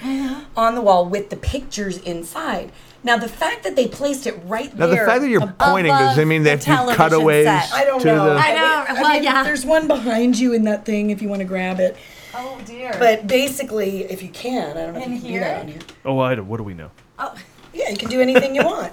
Speaker 23: on the wall with the pictures inside. Now the fact that they placed it right
Speaker 20: Now,
Speaker 23: there.
Speaker 20: the fact that you're pointing, does that mean they have to do
Speaker 23: television
Speaker 20: cutaways
Speaker 23: I don't
Speaker 20: to
Speaker 23: know.
Speaker 20: the- I
Speaker 23: know. well, yeah. There's one behind you in that thing if you want to grab it. Oh dear. But basically, if you can, I don't know.
Speaker 1: In
Speaker 23: if you
Speaker 1: here?
Speaker 23: Can do that on here.
Speaker 2: Oh, Ida, what do we know?
Speaker 23: Oh, Yeah, you can do anything you want.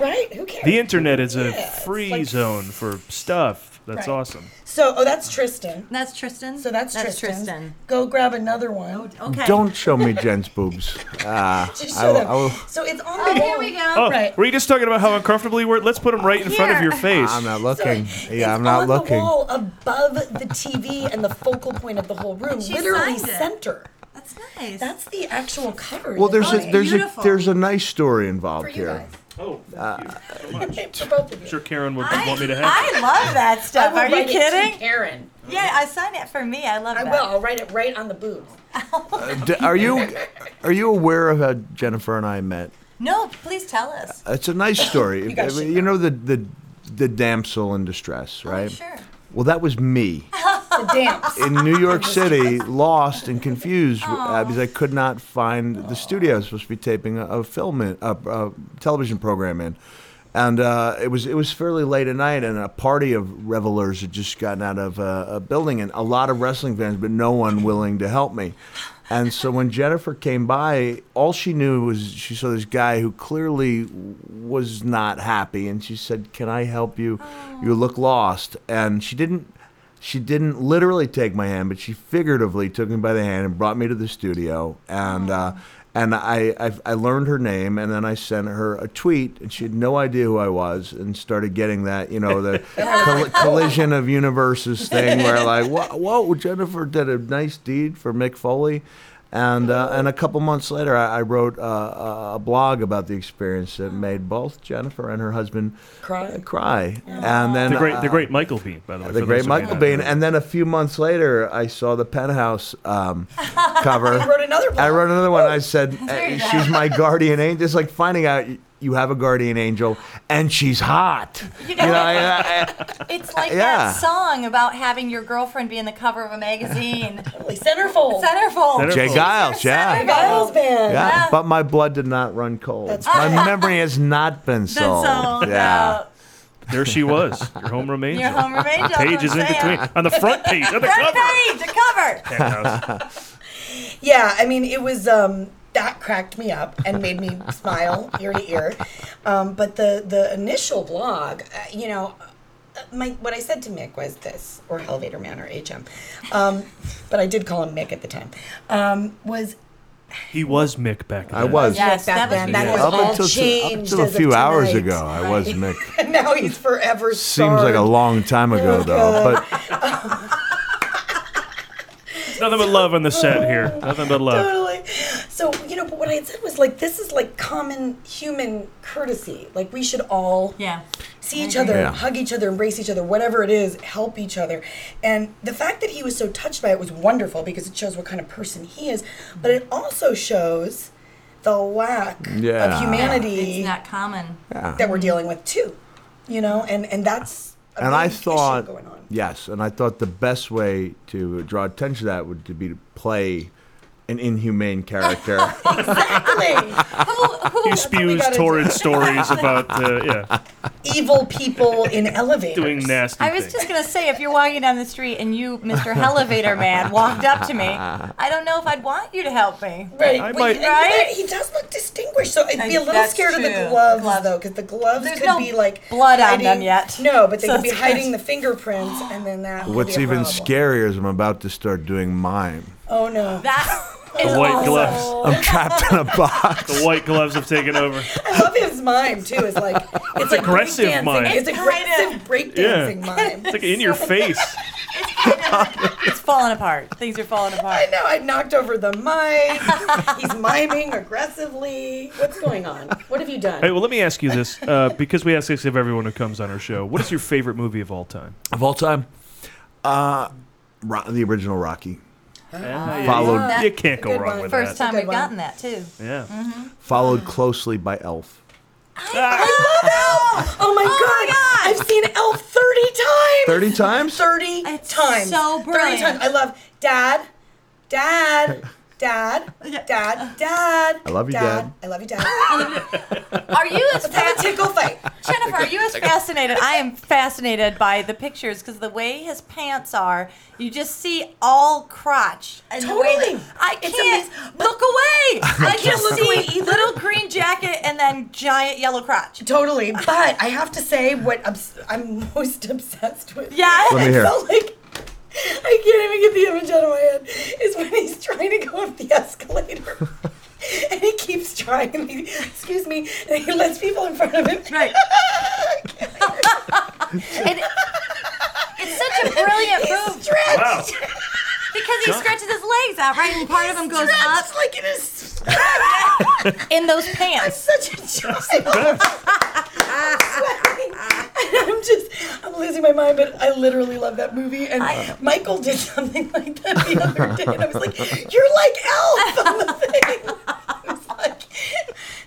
Speaker 23: right? Who cares?
Speaker 2: The internet is a
Speaker 23: Yeah, it's
Speaker 2: free
Speaker 23: like-
Speaker 2: zone for stuff. That's
Speaker 23: Right.
Speaker 2: awesome.
Speaker 23: So, oh, that's Tristan.
Speaker 1: That's Tristan.
Speaker 23: So that's, Oh,
Speaker 1: That's
Speaker 23: Tristan's.
Speaker 1: Tristan.
Speaker 23: Go grab another one.
Speaker 20: Don't show me Jen's boobs. Uh,
Speaker 23: Just
Speaker 20: I
Speaker 23: show
Speaker 20: will-
Speaker 23: them.
Speaker 20: I will-
Speaker 23: So it's on
Speaker 1: Oh,
Speaker 23: the
Speaker 1: here we go.
Speaker 2: Oh, were you just talking about how uncomfortable you were? Let's put them right in front of
Speaker 23: Here.
Speaker 2: your face.
Speaker 20: I'm not looking. yeah, I'm not
Speaker 23: on
Speaker 20: looking.
Speaker 23: the wall above the TV and the focal point of the whole
Speaker 20: Oh.
Speaker 23: room,
Speaker 1: She
Speaker 23: literally
Speaker 1: signed it.
Speaker 23: center. That's nice. That's the actual cover.
Speaker 20: Well, there's a there's
Speaker 23: beautiful.
Speaker 20: a there's a nice story involved
Speaker 23: you
Speaker 20: here.
Speaker 2: Oh,
Speaker 20: uh,
Speaker 2: I'm sure Karen would want me to have.
Speaker 1: I love that stuff.
Speaker 23: will
Speaker 1: Are you
Speaker 23: write it to
Speaker 1: kidding?
Speaker 23: Karen.
Speaker 1: Yeah, I sign it for me. I love
Speaker 23: I
Speaker 1: that.
Speaker 23: will. I'll write it right on the boobs.
Speaker 20: d- are you are you aware of how Jennifer and I met?
Speaker 1: No, please tell us.
Speaker 20: It's a nice story.
Speaker 1: You
Speaker 20: you,
Speaker 1: guys should Oh,
Speaker 20: know the the the damsel in distress, right?
Speaker 1: sure.
Speaker 20: Well, that was me
Speaker 23: the damps.
Speaker 20: in New York City, lost and confused uh, because I could not find the studio I was supposed to be taping a, a film in, a, a television program in. And uh, it was it was fairly late at night, and a party of revelers had just gotten out of uh, a building, and a lot of wrestling fans, but no one willing to help me. And so when Jennifer came by, all she knew was she saw this guy who clearly was not happy, and she said, "Can I help you? You look lost." And she didn't she didn't literally take my hand, but she figuratively took me by the hand and brought me to the studio. And uh, and I, I I learned her name, and then I sent her a tweet, and she had no idea who I was, and started getting that you know the coll- collision of universes thing where like whoa, whoa Jennifer did a nice deed for Mick Foley. And, uh, and a couple months later, I, I wrote uh, a, a blog about the experience that made both Jennifer and her husband
Speaker 23: cry.
Speaker 20: cry. And then
Speaker 2: the great, the
Speaker 20: uh,
Speaker 2: great Michael Bean, by the way.
Speaker 20: the
Speaker 2: for
Speaker 20: great
Speaker 2: those who may
Speaker 20: Michael
Speaker 2: not
Speaker 20: Bean.
Speaker 2: know.
Speaker 20: And then a few months later, I saw the Penthouse um, cover.
Speaker 23: You wrote another
Speaker 20: I wrote another one. I said,
Speaker 23: There you
Speaker 20: "Eh,
Speaker 23: go.
Speaker 20: "She's my guardian angel." It's like finding out y- you have a guardian angel, and she's hot. You know, I- I-
Speaker 1: It's like
Speaker 20: Yeah.
Speaker 1: that song about having your girlfriend be in the cover of a magazine.
Speaker 23: Centerfold.
Speaker 1: Centerfold.
Speaker 20: Jay Giles, yeah.
Speaker 1: Jay Giles
Speaker 20: yeah.
Speaker 1: band.
Speaker 20: But my blood did not run cold.
Speaker 1: That's
Speaker 20: my
Speaker 1: right.
Speaker 20: memory has not been sold.
Speaker 1: sold,
Speaker 20: yeah.
Speaker 2: There she was. Your home remains.
Speaker 1: Your home remains,
Speaker 2: The
Speaker 1: that's
Speaker 2: page
Speaker 1: what
Speaker 2: is
Speaker 1: I'm
Speaker 2: in
Speaker 1: saying.
Speaker 2: between. On the front page. On the
Speaker 1: Front
Speaker 2: cover.
Speaker 1: page, the cover.
Speaker 23: Yeah, I mean, it was um, that cracked me up and made me smile ear to ear. Um, but the the initial blog, uh, you know, uh, my what I said to Mick was this, or Elevator Man, or HM, um, but I did call him Mick at the time. Um, was
Speaker 2: He was Mick back then.
Speaker 20: I was.
Speaker 23: Yes, back that was then. That Mick. has
Speaker 20: up
Speaker 23: all
Speaker 20: until, up
Speaker 23: changed
Speaker 20: until a
Speaker 23: as of
Speaker 20: few hours
Speaker 23: tonight.
Speaker 20: ago, I was Mick.
Speaker 23: and now he's forever.
Speaker 20: Seems like a
Speaker 23: scarred.
Speaker 20: long time ago,
Speaker 23: Oh,
Speaker 20: though. But
Speaker 23: God.
Speaker 2: Nothing but love on the set here. Nothing but love.
Speaker 23: Totally. So, you know, but what I had said was like, this is like common human courtesy. Like, we should all.
Speaker 1: Yeah.
Speaker 23: see each other,
Speaker 20: Yeah.
Speaker 23: hug each other, embrace each other, whatever it is, help each other. And the fact that he was so touched by it was wonderful because it shows what kind of person he is, but it also shows the lack
Speaker 20: Yeah.
Speaker 23: of humanity
Speaker 4: it's not common
Speaker 20: Yeah.
Speaker 23: that we're dealing with too. You know, and and that's a
Speaker 20: and I
Speaker 23: big issue
Speaker 20: thought,
Speaker 23: going on.
Speaker 20: yes, and I thought the best way to draw attention to that would to be to play an inhumane character.
Speaker 2: He spews
Speaker 23: gotta
Speaker 2: torrid
Speaker 23: do.
Speaker 2: stories about, uh, yeah,
Speaker 23: evil people in elevators.
Speaker 2: doing nasty
Speaker 4: I was
Speaker 2: things.
Speaker 4: just gonna say, if you're walking down the street and you, Mr. Elevator Man, walked up to me, I don't know if I'd want you to help me.
Speaker 23: Right. Well, you- and you
Speaker 4: Right?
Speaker 23: know, he does look distinguished, so I'd
Speaker 4: I-
Speaker 23: be a little
Speaker 4: that's
Speaker 23: scared of
Speaker 4: true.
Speaker 23: the gloves, though, because the gloves
Speaker 4: There's
Speaker 23: could
Speaker 4: no
Speaker 23: be like
Speaker 4: blood on them
Speaker 23: hiding-
Speaker 4: yet.
Speaker 23: No, but they
Speaker 4: So
Speaker 23: could be
Speaker 4: it's
Speaker 23: hiding
Speaker 4: good.
Speaker 23: the fingerprints, and then that. would
Speaker 20: What's
Speaker 23: be a
Speaker 20: even
Speaker 23: problem.
Speaker 20: scarier is I'm about to start doing mime.
Speaker 23: Oh no.
Speaker 4: That
Speaker 20: is
Speaker 2: white
Speaker 23: awesome.
Speaker 2: gloves.
Speaker 20: I'm trapped in a box.
Speaker 2: The white gloves have taken over.
Speaker 23: I love his mime too. It's like it's like
Speaker 2: aggressive
Speaker 23: breakdancing.
Speaker 2: mime.
Speaker 23: It's aggressive breakdancing
Speaker 2: Yeah.
Speaker 23: mime.
Speaker 2: It's like in your face.
Speaker 4: It's falling apart. Things are falling apart.
Speaker 23: I know. I knocked over the mime. He's miming aggressively. What's going on? What have you done?
Speaker 2: Hey, well, let me ask you this uh, because we ask this of everyone who comes on our show. What is your favorite movie of all time?
Speaker 20: Of all time, uh, Ro- the original Rocky,
Speaker 2: Ah,
Speaker 20: followed
Speaker 4: yeah.
Speaker 2: you can't go
Speaker 23: Good
Speaker 2: wrong
Speaker 23: one.
Speaker 2: with
Speaker 4: Uh, First
Speaker 2: that.
Speaker 4: time we've gotten that too.
Speaker 2: Yeah.
Speaker 20: followed closely by Elf.
Speaker 23: Oh my god! I've seen Elf thirty times.
Speaker 20: 30 times?
Speaker 23: Thirty times.
Speaker 4: so brilliant.
Speaker 23: Thirty times. I love Dad, Dad, Dad, Dad, Dad.
Speaker 20: I love you, Dad.
Speaker 23: I love you, Dad.
Speaker 4: Are you as
Speaker 23: Let's have a
Speaker 4: fascinated?
Speaker 23: tickle fight.
Speaker 4: Jennifer, are you as fascinated? I am fascinated by the pictures because the way his pants are, you just see all crotch. And the way
Speaker 23: Totally.
Speaker 4: that- I
Speaker 23: It's
Speaker 4: can't
Speaker 23: amazing.
Speaker 4: look away. I
Speaker 23: can't
Speaker 4: just
Speaker 23: look away
Speaker 4: see
Speaker 23: either.
Speaker 4: little green jacket and then giant yellow crotch.
Speaker 23: Totally, but I have to say what obs- I'm most obsessed with.
Speaker 4: Yeah.
Speaker 20: Let me hear.
Speaker 23: I felt like I can't even get the image out of my head. Is when he's trying to go up the escalator. And he keeps trying. And he, excuse me. And he lets people in front of him.
Speaker 4: Right. And it's such a brilliant
Speaker 23: He's
Speaker 4: move
Speaker 23: stretched.
Speaker 2: Wow.
Speaker 4: because he
Speaker 2: John-
Speaker 4: stretches his legs out, right? And part of him goes up
Speaker 23: Stretched like it is
Speaker 4: in those pants.
Speaker 23: such a child. And I'm just, I'm losing my mind, but I literally love that movie. And Michael did something like that the other day, and I was like, "You're like Elf on the thing." I was like,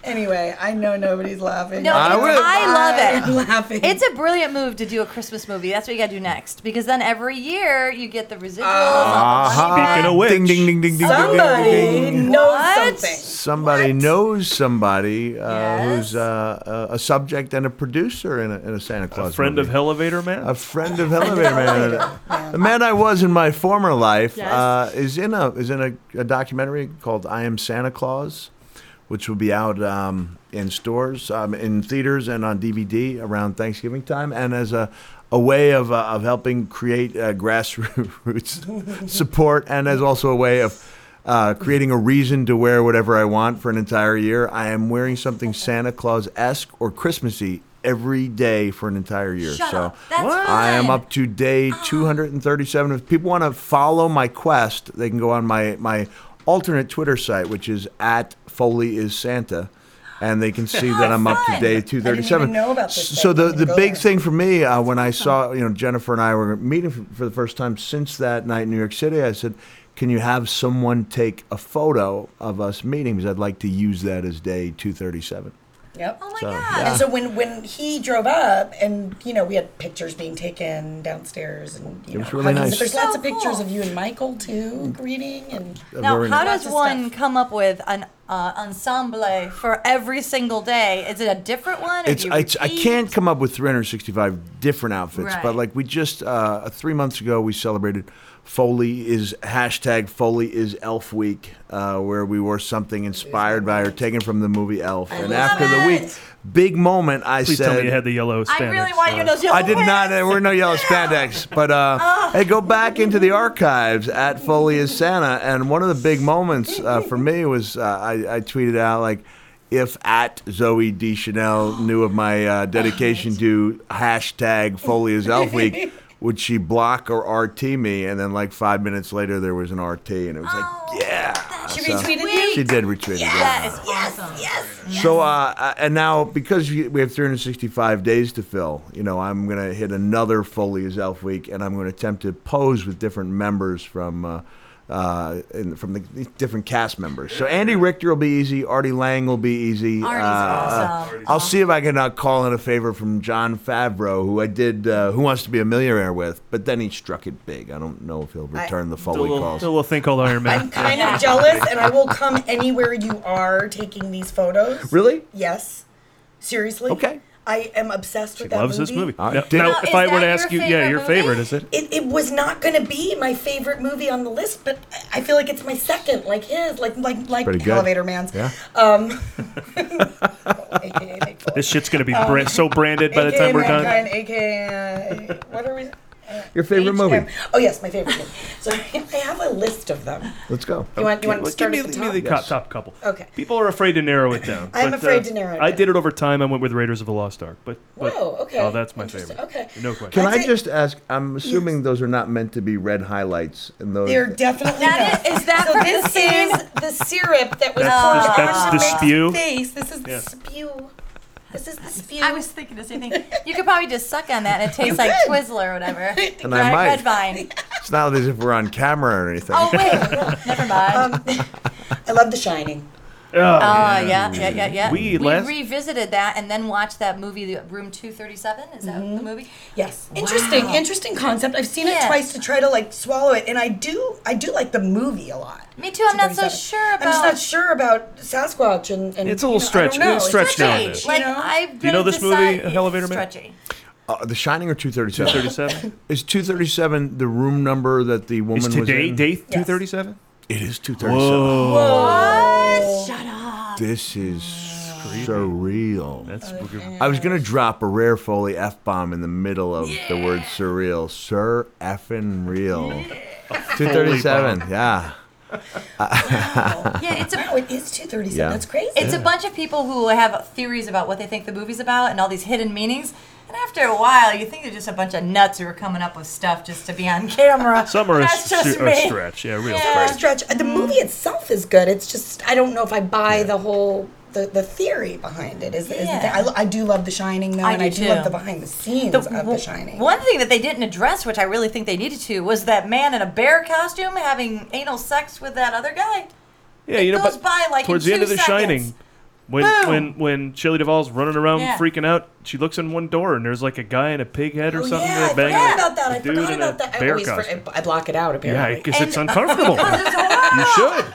Speaker 23: anyway, I know nobody's laughing.
Speaker 4: No,
Speaker 20: I
Speaker 4: it's-
Speaker 20: would-
Speaker 4: I love it.
Speaker 23: I'm laughing.
Speaker 4: It's a brilliant move to do a Christmas movie. That's what you got to do next because then every year you get the residuals.
Speaker 20: Ah.
Speaker 4: all the money
Speaker 2: Speaking
Speaker 4: back.
Speaker 2: of which,
Speaker 20: Ding, ding, ding, ding, ding, ding, ding, ding,
Speaker 23: somebody
Speaker 20: ding.
Speaker 23: knows
Speaker 4: What?
Speaker 23: something.
Speaker 20: Somebody knows somebody uh,
Speaker 4: Yes.
Speaker 20: who's uh, a a subject and a producer in a, in a Santa Claus.
Speaker 2: friend
Speaker 20: movie.
Speaker 2: of Elevator Man?
Speaker 20: A friend of Elevator Man. The man I was in my former life
Speaker 17: Yes.
Speaker 20: uh, is in a is in a, a documentary called "I Am Santa Claus," which will be out um, in stores, um, in theaters, and on DVD around Thanksgiving time, and as a a way of, uh, of helping create uh, grassroots support, and as also a way of uh, creating a reason to wear whatever I want for an entire year. I am wearing something Santa Claus esque or Christmassy every day for an entire year.
Speaker 4: Shut
Speaker 20: so
Speaker 4: up. That's What?
Speaker 20: I am
Speaker 4: fun.
Speaker 20: up to day 237. If people want to follow my quest, they can go on my my alternate Twitter site, which is at Foley is Santa. And they can see that I'm up to
Speaker 4: Fun.
Speaker 20: day 237.
Speaker 23: know about this
Speaker 20: so
Speaker 23: thing.
Speaker 20: the,
Speaker 23: I'm gonna
Speaker 20: the
Speaker 23: go
Speaker 20: big
Speaker 23: there.
Speaker 20: thing for me uh, when I saw you know Jennifer and I were meeting for, for the first time since that night in New York City, I said, "Can you have someone take a photo of us meeting? Because I'd like to use that as day 237."
Speaker 23: Yep.
Speaker 4: Oh my
Speaker 20: So,
Speaker 4: god!
Speaker 20: yeah.
Speaker 23: And so when when he drove up, and you know, we had pictures being taken downstairs, and you
Speaker 20: It was
Speaker 23: know,
Speaker 20: really
Speaker 23: hugging.
Speaker 20: nice.
Speaker 23: There's
Speaker 4: So
Speaker 23: lots of pictures
Speaker 4: cool.
Speaker 23: of you and Michael too, greeting and
Speaker 20: A
Speaker 4: Now,
Speaker 20: very
Speaker 4: how
Speaker 20: nice-
Speaker 4: does
Speaker 23: Lots of
Speaker 4: one
Speaker 23: stuff.
Speaker 4: come up with an uh, ensemble for every single day? Is it a different one? Or
Speaker 20: It's
Speaker 4: do you
Speaker 20: I, I
Speaker 4: repeat?
Speaker 20: can't come up with 365 different outfits,
Speaker 4: Right.
Speaker 20: but like we just uh, three months ago we celebrated Foley is hashtag Foley is Elf Week, uh, where we wore something inspired by or taken from the movie Elf. and
Speaker 4: love
Speaker 20: after the
Speaker 4: it.
Speaker 20: week, big moment, I
Speaker 2: Please
Speaker 20: said.
Speaker 2: tell me you had the yellow
Speaker 4: I
Speaker 2: spandex.
Speaker 4: really want you to know.
Speaker 20: I did not. There were no yellow spandex, but uh, hey, go back into the archives at Foley is Santa, and one of the big moments uh, for me was uh, I, I tweeted out like, if at Zoe D Chanel knew of my uh, dedication to hashtag Foley is Elf Week, would she block or
Speaker 1: Oh.
Speaker 20: RT me? And then like five minutes later, there was an RT, and it was like, yeah.
Speaker 23: She
Speaker 20: So-
Speaker 23: retweeted you.
Speaker 20: She did retreat again.
Speaker 14: That is awesome.
Speaker 20: So, uh, uh, and now because we we have 365 days to fill, you know, I'm going to hit another Foley's Elf Week, and I'm going to attempt to pose with different members from. Uh, uh, in, from the different cast members. So Andy Richter will be easy. Artie Lang will be easy.
Speaker 14: Artie's
Speaker 20: Uh, uh,
Speaker 14: awesome.
Speaker 20: I'll see if I can uh, call in a favor from John Favreau, who I did uh, Who Wants to Be a Millionaire with, but then he struck it big. I don't know if he'll
Speaker 23: I-
Speaker 20: return the
Speaker 2: The
Speaker 20: Foley
Speaker 2: little,
Speaker 20: calls.
Speaker 2: the little thing called Iron Man.
Speaker 20: I'm
Speaker 23: kind of jealous, and I will come anywhere you are taking these photos.
Speaker 20: Really?
Speaker 23: Yes. Seriously. Okay. I am obsessed with that
Speaker 2: Loves
Speaker 23: movie.
Speaker 2: this movie.
Speaker 20: All right.
Speaker 2: Now,
Speaker 20: Did-
Speaker 2: now,
Speaker 23: Now,
Speaker 2: if
Speaker 23: is
Speaker 2: I were to
Speaker 23: that
Speaker 2: ask you,
Speaker 23: your
Speaker 2: yeah, your
Speaker 23: favorite
Speaker 2: favorite is it?
Speaker 23: It, it was not going to be my favorite movie on the list, but I feel like it's my second, like his, like like like
Speaker 2: Pretty good.
Speaker 23: Elevator Man's.
Speaker 2: Yeah.
Speaker 23: Um,
Speaker 2: This shit's gonna be
Speaker 23: Um,
Speaker 2: bra- so branded by the
Speaker 23: AKA
Speaker 2: time we're done.
Speaker 23: Mankind, AKA, uh, what are we?
Speaker 20: Your favorite
Speaker 23: Um,
Speaker 20: movie?
Speaker 23: oh yes, my favorite. Movie. So I have a list of them.
Speaker 20: Let's go.
Speaker 23: You want- you want to
Speaker 2: Well,
Speaker 23: start
Speaker 2: give
Speaker 23: at
Speaker 2: me,
Speaker 23: the
Speaker 2: give me
Speaker 23: top?
Speaker 2: the
Speaker 23: Yes.
Speaker 2: top couple.
Speaker 23: Okay.
Speaker 2: People are afraid to narrow it down.
Speaker 23: I'm
Speaker 2: but,
Speaker 23: afraid to narrow it
Speaker 2: I
Speaker 23: down.
Speaker 2: did it over time. I went with Raiders of the Lost Ark, but, but
Speaker 23: Whoa, okay.
Speaker 2: oh, that's my favorite.
Speaker 23: Interesting. Okay.
Speaker 2: No question.
Speaker 20: Can I just ask? I'm assuming those are not meant to be red highlights, and those
Speaker 23: They're definitely that is, that so this is the syrup that was
Speaker 20: That's
Speaker 23: poured
Speaker 20: the- that's
Speaker 23: on
Speaker 20: the
Speaker 23: Meg's
Speaker 20: spew?
Speaker 23: face. This is
Speaker 20: Yeah.
Speaker 23: the spew. This is the spew.
Speaker 4: I was
Speaker 23: thinking
Speaker 4: the same thing. You could probably just suck on that and it tastes like
Speaker 23: could.
Speaker 4: Twizzler or whatever.
Speaker 20: And I might.
Speaker 4: Red vine.
Speaker 20: It's not as if we're on camera or anything.
Speaker 4: Oh, wait. Never mind.
Speaker 23: Um, I love The Shining.
Speaker 2: Oh,
Speaker 4: Oh, yeah, yeah, yeah, yeah.
Speaker 2: We last-
Speaker 4: revisited that and then watched that movie, The Room 237. Is that the movie?
Speaker 23: Mm-hmm. Yes. Interesting,
Speaker 4: Wow.
Speaker 23: interesting concept. I've seen
Speaker 4: Yeah.
Speaker 23: it twice to try to like swallow it, and I do, I do like the movie a lot.
Speaker 4: Me too. I'm not so
Speaker 23: 237.
Speaker 4: sure about.
Speaker 23: I'm just not sure about Sasquatch and, and
Speaker 2: It's a little
Speaker 23: you know, I don't
Speaker 2: stretch-
Speaker 23: know.
Speaker 2: it's stretched down there.
Speaker 4: Like, I've
Speaker 2: Do you know
Speaker 4: really
Speaker 2: this movie,
Speaker 4: decided-
Speaker 2: Elevator Man?
Speaker 4: Stretchy.
Speaker 20: Uh, the Shining or 237?
Speaker 2: 237.
Speaker 20: is 237 the room number that the woman was
Speaker 2: today
Speaker 20: in?
Speaker 2: date 237?
Speaker 20: It is 237.
Speaker 2: Whoa.
Speaker 4: What? Shut up.
Speaker 20: This is surreal.
Speaker 2: That's okay.
Speaker 20: I was going to drop a rare Foley F bomb in the middle of the word surreal. Sir effing real.
Speaker 2: A Foley
Speaker 20: 237,
Speaker 2: bomb.
Speaker 20: yeah.
Speaker 4: Yeah, it's a.
Speaker 23: it is 237.
Speaker 20: Yeah. That's crazy.
Speaker 4: It's a
Speaker 20: Yeah.
Speaker 4: bunch of people who have theories about what they think the movie's about and all these hidden meanings. And after a while, you think they're just a bunch of nuts who are coming up with stuff just to be on camera.
Speaker 2: Some are a,
Speaker 4: That's just
Speaker 2: stu- a
Speaker 4: me.
Speaker 2: stretch. Yeah, real
Speaker 23: It's a
Speaker 2: stretch.
Speaker 23: stretch. The movie itself is good. It's just I don't know if I buy the whole the, the theory behind it. Is, is
Speaker 4: Yeah.
Speaker 23: that, I, lo- I do love The Shining though,
Speaker 4: I
Speaker 23: and
Speaker 4: do
Speaker 23: I do love
Speaker 4: too.
Speaker 23: the behind the scenes of The Shining.
Speaker 4: One thing that they didn't address, which I really think they needed to, was that man in a bear costume having anal sex with that other guy.
Speaker 2: Yeah, you know,
Speaker 4: goes
Speaker 2: but
Speaker 4: by, like, in
Speaker 2: towards the end
Speaker 4: two
Speaker 2: of The
Speaker 4: seconds.
Speaker 2: Shining, when
Speaker 4: Boom.
Speaker 2: when when Shelley Duvall's running around
Speaker 4: Yeah.
Speaker 2: freaking out, she looks in one door and there's like a guy in a pig head or something.
Speaker 23: Oh, yeah, I
Speaker 2: banging
Speaker 23: forgot
Speaker 2: a
Speaker 23: about that. I
Speaker 2: dude
Speaker 23: forgot
Speaker 2: in a
Speaker 23: about that. I
Speaker 2: bear
Speaker 23: always for-
Speaker 2: costume.
Speaker 23: I block it out
Speaker 2: yeah,
Speaker 23: apparently.
Speaker 2: because it's uncomfortable. you should.